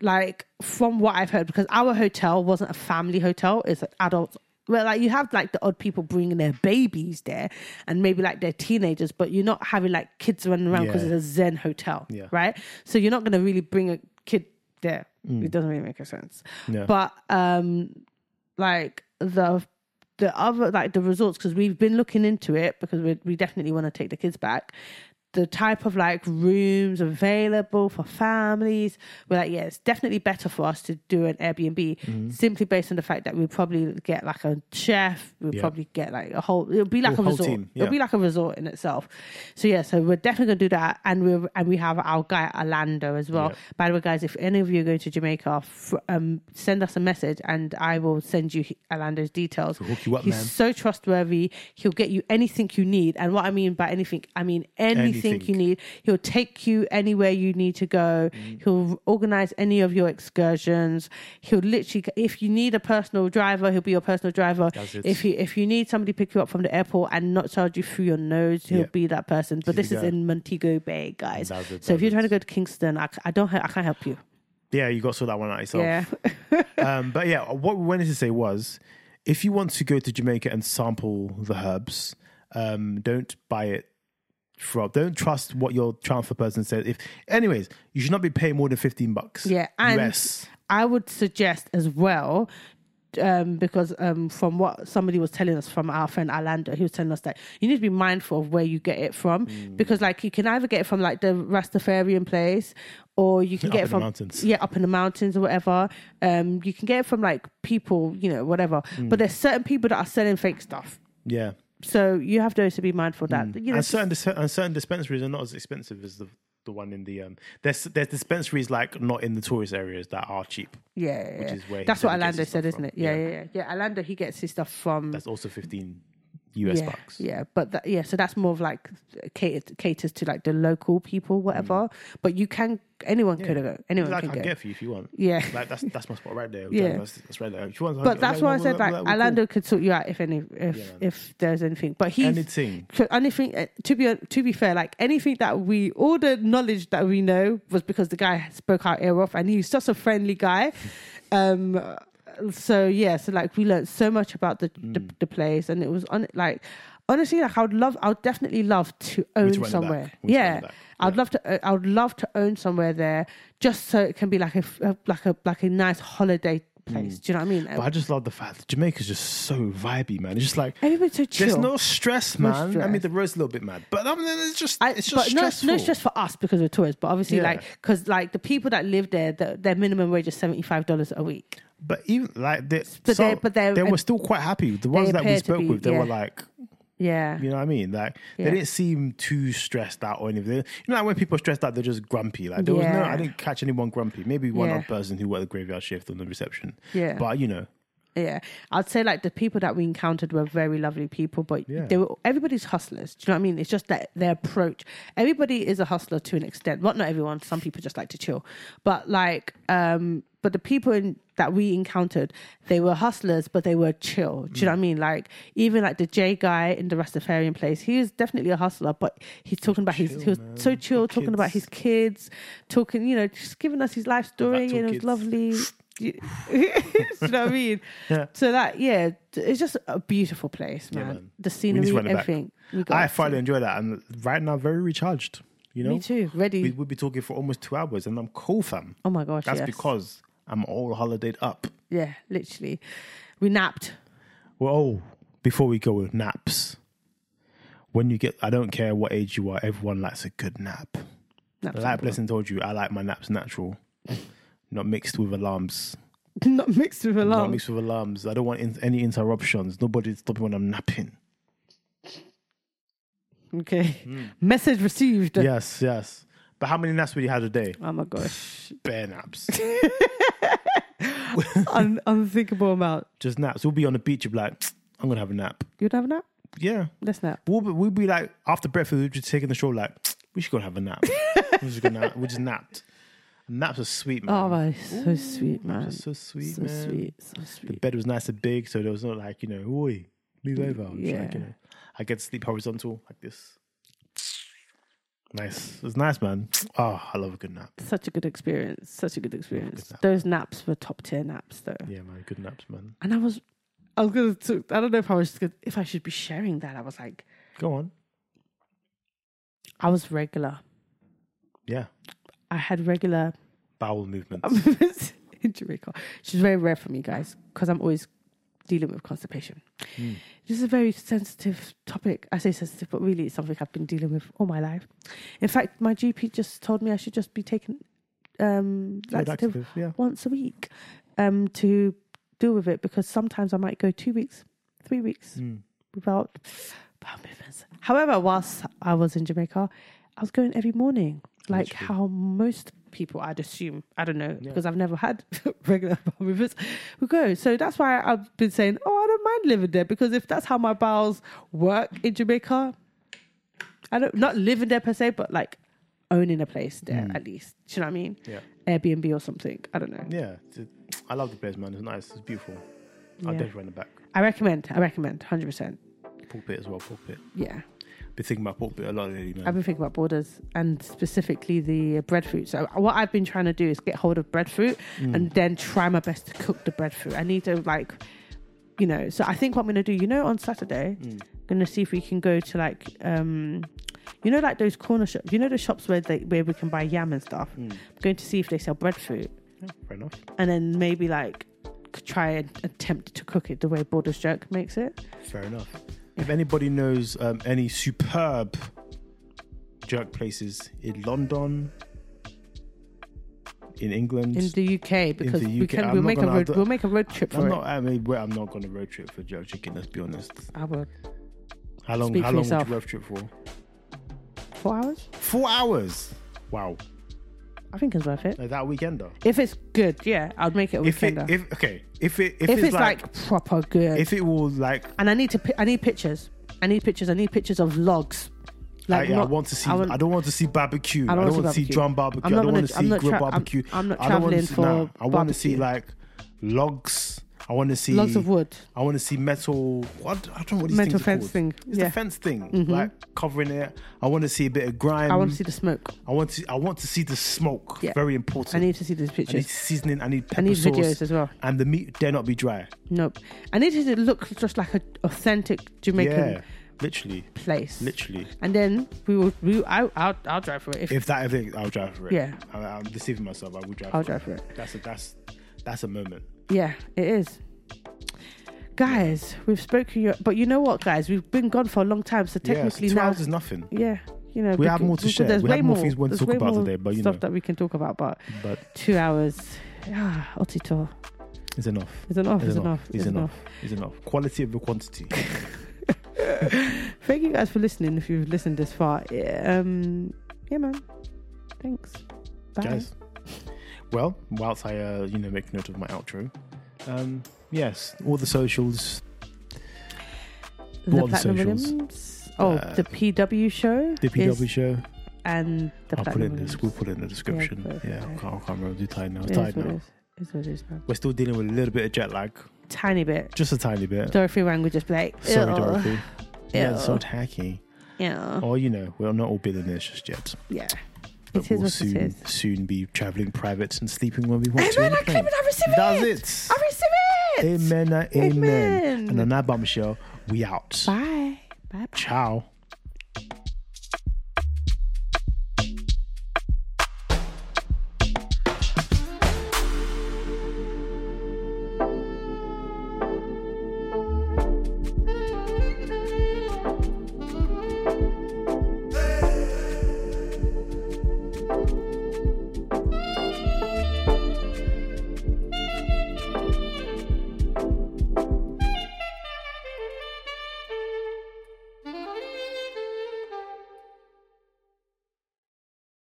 B: like from what I've heard, because our hotel wasn't a family hotel, it's an adult. Well, like you have like the odd people bringing their babies there, and maybe like they're teenagers, but you're not having like kids running around because
A: Yeah.
B: it's a Zen hotel,
A: Yeah.
B: right? So you're not gonna really bring a kid there.
A: Mm.
B: It doesn't really make a sense.
A: Yeah.
B: But um, like the the other like the resorts because we've been looking into it because we we definitely want to take the kids back. The type of like rooms available for families, we're like, yeah, it's definitely better for us to do an Airbnb
A: Mm-hmm.
B: simply based on the fact that we'll probably get like a chef, we'll probably get like a whole, it'll be like a
A: whole
B: resort,
A: team,
B: it'll be
A: yeah.
B: like a resort in itself. So yeah, so we're definitely gonna do that, and we are and we have our guy Orlando as well. By the way, guys, if any of you are going to Jamaica, f- um, send us a message, and I will send you he- Orlando's details.
A: hook you up,
B: He's
A: man.
B: so trustworthy. He'll get you anything you need, and what I mean by anything, I mean anything,
A: Anything.
B: you need. He'll take you anywhere you need to go.
A: Mm.
B: He'll organize any of your excursions. He'll literally, if you need a personal driver, he'll be your personal driver.
A: it.
B: If you if you need somebody to pick you up from the airport and not charge you through your nose, he'll
A: Yeah.
B: be that person. But this
A: the
B: is
A: guy.
B: in Montego Bay, guys.
A: That's it,
B: so if
A: that's
B: you're
A: it.
B: trying to go to Kingston, I, c- I don't he- I can't help you.
A: Yeah, you got to sort that one out yourself.
B: Yeah,
A: um, but yeah, what we wanted to say was, if you want to go to Jamaica and sample the herbs, um, don't buy it from. Don't trust what your transfer person says. If, anyways, you should not be paying more than fifteen bucks.
B: yeah, and
A: US.
B: I would suggest as well, um, because um, from what somebody was telling us from our friend Orlando, he was telling us that you need to be mindful of where you get it from because, like, you can either get it from like the Rastafarian place, or you can
A: Up
B: get
A: in
B: it
A: the
B: from
A: mountains.
B: yeah, up in the mountains or whatever. Um, you can get it from like people, you know, whatever.
A: Mm.
B: But there's certain people that are selling fake stuff.
A: yeah.
B: So you have to also be mindful of that you
A: Mm.
B: know
A: and certain dis- and certain dispensaries are not as expensive as the the one in the um. There's there's dispensaries like not in the tourist areas that are cheap.
B: yeah, yeah, yeah.
A: is where he
B: that's
A: said
B: what
A: he gets
B: Orlando
A: his
B: said,
A: stuff
B: isn't
A: from.
B: it? Yeah,
A: Yeah.
B: yeah, yeah, yeah. Orlando, he gets his stuff from
A: That's also fifteen US
B: yeah,
A: bucks.
B: Yeah, but that, yeah, so that's more of like catered, caters to like the local people, whatever. But you can anyone could have go. Anyone
A: Mm. Like, I
B: can
A: can
B: go.
A: get it for you if you want.
B: Yeah.
A: like that's that's my spot right there.
B: Yeah.
A: that's, that's right there. If you want,
B: But that's why I said
A: that
B: like
A: we cool.
B: Orlando could sort you out if any if if there's anything. But he's
A: Anything.
B: so anything uh, to be to be fair, like anything that we all the knowledge that we know was because the guy spoke our ear off, and he's just a friendly guy. Um, so yeah, so like we learned so much about the the,
A: Mm.
B: the place, and it was on like honestly, like I would love, I would definitely love to
A: need to
B: own
A: run it
B: somewhere.
A: back. We need to run
B: yeah,
A: it back.
B: I'd love to, uh, I would love to own somewhere there, just so it can be like a f- a- like a like a nice holiday place. Do you know what I mean?
A: Mm. But I just love the fact that Jamaica's just so vibey, man. It's just like
B: Everybody's so chill.
A: There's no stress,
B: No
A: man. I mean,
B: stress.
A: the road's a little bit mad, but I mean, it's just
B: I,
A: it's just
B: but
A: stressful.
B: No, no stress for us because we're tourists, but obviously,
A: Yeah.
B: like, because like the people that live there, the, their minimum wage is seventy five dollars a week.
A: But even like they,
B: But
A: so
B: they- but they're-
A: they were still quite happy. The ones that we
B: appear to
A: spoke
B: be-
A: with, they
B: yeah.
A: were like,
B: Yeah,
A: you know what I mean? Like
B: Yeah.
A: they didn't seem too stressed out or anything. You know, like when people are stressed out, they're just grumpy. Like there was no,
B: Yeah.
A: I didn't catch anyone grumpy. Maybe one
B: Yeah.
A: other person who worked the graveyard shift on the reception.
B: Yeah.
A: but you know,
B: yeah. I'd say like the people that we encountered were very lovely people, but they were everybody's hustlers. Do you know what I mean? It's just that their approach. Everybody is a hustler to an extent. Well, not everyone. Some people just like to chill, but like, um, but the people in that we encountered, they were hustlers, but they were chill. Do you know what I mean? Like even like the J guy in the Rastafarian place, he is definitely a hustler, but he's talking about his he was so chill, talking about his kids, talking, you know, just giving us his life story,
A: Battle
B: and it was
A: kids.
B: lovely. Do you know what I mean? So that yeah, it's just a beautiful place, man.
A: man.
B: The
A: need to
B: scenery,
A: run it back.
B: everything. We got
A: I
B: it.
A: thoroughly enjoy that, and right now, very recharged. You know,
B: Me too. Ready.
A: We, we'll be talking for almost two hours, and I'm cool, fam.
B: oh my gosh,
A: That's
B: yes.
A: because I'm all holidayed up.
B: yeah, literally, we napped.
A: Well, oh, before we go with naps, when you get, I don't care what age you are, everyone likes a good nap.
B: napped
A: Like Blessing told you, I like my naps natural, not mixed with alarms.
B: not mixed with
A: Not
B: alarm.
A: mixed with alarms. I don't want in, any interruptions. Nobody's stopping when I'm napping.
B: okay,
A: Hmm.
B: message received.
A: Yes, yes. But how many naps would you have a day?
B: Oh my gosh,
A: Bare naps.
B: Un- unthinkable amount.
A: Just naps. We'll be on the beach, you'll be like, I'm gonna have a nap.
B: You'd have a nap?
A: Yeah,
B: Let's nap.
A: we'll be, we'll be like after breakfast, we'll be taking the show like we should go have a nap. we just gonna we just napped. Naps are sweet, man.
B: Oh, my, so sweet, man.
A: so sweet,
B: So
A: man.
B: sweet, so
A: The
B: sweet.
A: bed was nice and big, so there was not like you know, oi, move over. It was like, you
B: Yeah.
A: know, I get to sleep horizontal like this. Nice. It was nice, man. Oh, I love a good nap.
B: Such a good experience. Such a good experience. Those naps were top tier naps, though.
A: Yeah, man. Good naps, man.
B: And I was, I was gonna. T- I don't know if I was gonna, if I should be sharing that. I was like,
A: Go on.
B: I was regular.
A: Yeah.
B: I had regular
A: Bowel movements.
B: Um, movements in Jamaica. She's very rare for me, guys, because I'm always dealing with constipation.
A: Hmm.
B: This is a very sensitive topic. I say sensitive, but really it's something I've been dealing with all my life. In fact, my GP just told me I should just be taking um,
A: Yeah,
B: laxative
A: laxative, yeah.
B: once a week um, to deal with it because sometimes I might go two weeks, three weeks
A: Hmm.
B: without bowel movements. However, whilst I was in Jamaica, I was going every morning, like how most people I'd assume. I don't know because I've never had regular bowel movements. We go, so that's why I've been saying, oh, I don't mind living there because if that's how my bowels work in Jamaica, I don't not living there per se, but like owning a place there at least. Do you know what I mean?
A: Yeah.
B: Airbnb or something. I don't know.
A: Yeah. it's a- I love the place, man. It's nice. It's beautiful. I'll
B: Yeah.
A: definitely run it back.
B: I recommend. I recommend. Hundred percent.
A: Pork pit as well. Pork pit.
B: Yeah.
A: Been thinking about pork pit a lot lately, man.
B: I've been thinking about borders and specifically the breadfruit. So uh, what I've been trying to do is get hold of breadfruit and then try my best to cook the breadfruit. I need to like, you know. So I think what I'm gonna do, you know, on Saturday,
A: Mm,
B: I'm gonna see if we can go to like, um, you know, like those corner shops. You know, the shops where they where we can buy yam and stuff.
A: mm.
B: I'm going to see if they sell breadfruit
A: Yeah, fair enough.
B: and then maybe like c- try and attempt to cook it the way Borders Jerk makes it.
A: Fair enough. If anybody knows um, any superb jerk places in London, in England,
B: in the UK because
A: the
B: we
A: UK.
B: can
A: I'm
B: we'll
A: not
B: make a
A: gonna- I
B: road,
A: don't-
B: we'll make a road trip for
A: I'm
B: it.
A: not. I mean, well, I'm not going to road trip for jerk chicken. Let's be honest.
B: I will.
A: How long?
B: Speak
A: how
B: for
A: long would
B: yourself.
A: you road trip for?
B: Four hours?
A: Four hours. Wow.
B: I think it's worth it.
A: Like that weekender.
B: If it's good, yeah, I'd make it a
A: If it,
B: weekender.
A: if okay, if it, if,
B: if, it's like, proper good,
A: if it will like,
B: and I need to, pi- I need pictures. I need pictures. I need pictures of logs.
A: I, Uh, yeah, I want to see. I,
B: want-
A: don't want to see barbecue. I
B: I
A: don't,
B: don't
A: want to see
B: barbecue.
A: drum barbecue.
B: I'm not
A: I don't want
B: gonna-
A: to
B: I'm
A: see
B: not
A: grill
B: tra- I'm-
A: barbecue.
B: I'm not
A: I don't want to
B: traveling
A: see,
B: for
A: nah, I want to see
B: barbecue.
A: like logs. I want to see
B: Logs of wood.
A: I want to see metal. What I don't know what these
B: Metal
A: things are
B: fence
A: called.
B: thing,
A: It's
B: yeah. Mm-hmm.
A: the fence thing, like covering it. I want to see a bit of grime.
B: I want to see the smoke.
A: I want to. I want to see the smoke.
B: Yeah.
A: Very important.
B: I need to see these
A: I need
B: pictures.
A: seasoning. I need pepper
B: need
A: sauce.
B: videos as well.
A: And the meat dare not be dry.
B: nope. I need it to look just like an authentic Jamaican
A: Yeah, literally,
B: place.
A: literally.
B: And then we will. We, I, I'll, I'll drive for it. If,
A: If that ever, I'll drive for it.
B: Yeah.
A: I, I'm deceiving myself. I will drive.
B: I'll
A: for
B: drive for it.
A: it. That's a that's that's a moment.
B: Yeah, it is. Guys, we've spoken your, but you know what, guys, we've been gone for a long time, so
A: Yeah,
B: technically
A: so two
B: now,
A: hours is nothing.
B: yeah, you know,
A: We have more to
B: because
A: share.
B: There's
A: We
B: way
A: have more things we want to
B: there's
A: talk
B: way
A: about
B: more
A: today, but, you
B: stuff
A: know.
B: that we can talk about, but
A: But
B: two hours, ah, otito,
A: it's enough.
B: is enough, is enough,
A: It's
B: is
A: enough.
B: enough.
A: It's enough. Quality over quantity.
B: Thank you guys for listening. If you've listened this far, yeah, um, yeah, man, thanks. Bye.
A: guys. Well, whilst I, uh, you know, make note of my outro, um, yes, all the socials,
B: the
A: what are the
B: Platinum
A: socials?
B: Williams. Oh,
A: Uh,
B: the PW show,
A: the PW
B: is-
A: show.
B: and the
A: I'll put it
B: Platinum
A: in this.
B: Williams.
A: We'll put it in the description.
B: put it,
A: Yeah, I,
B: yeah.
A: can't, I can't remember. I'm too tired now. I'm
B: It is
A: tired
B: what it
A: now.
B: is. It's what it is, man.
A: We're still dealing with a little bit of jet lag,
B: Tiny bit.
A: just a tiny bit.
B: Dorothy Wang would just be like,
A: Sorry,
B: "Ew,
A: Dorothy. Yeah, it's so
B: ew,
A: tacky.
B: ew."
A: Or you know, we're not all billionaires just yet,
B: Yeah.
A: but
B: It is
A: we'll
B: what
A: soon
B: it is.
A: soon be traveling private and sleeping when we want to. on
B: Amen,
A: the
B: I claim
A: plane.
B: it, I receive it.
A: Does it?
B: I receive it.
A: Amen, uh, amen.
B: Amen.
A: And on that bombshell, we out.
B: Bye. Bye.
A: Ciao.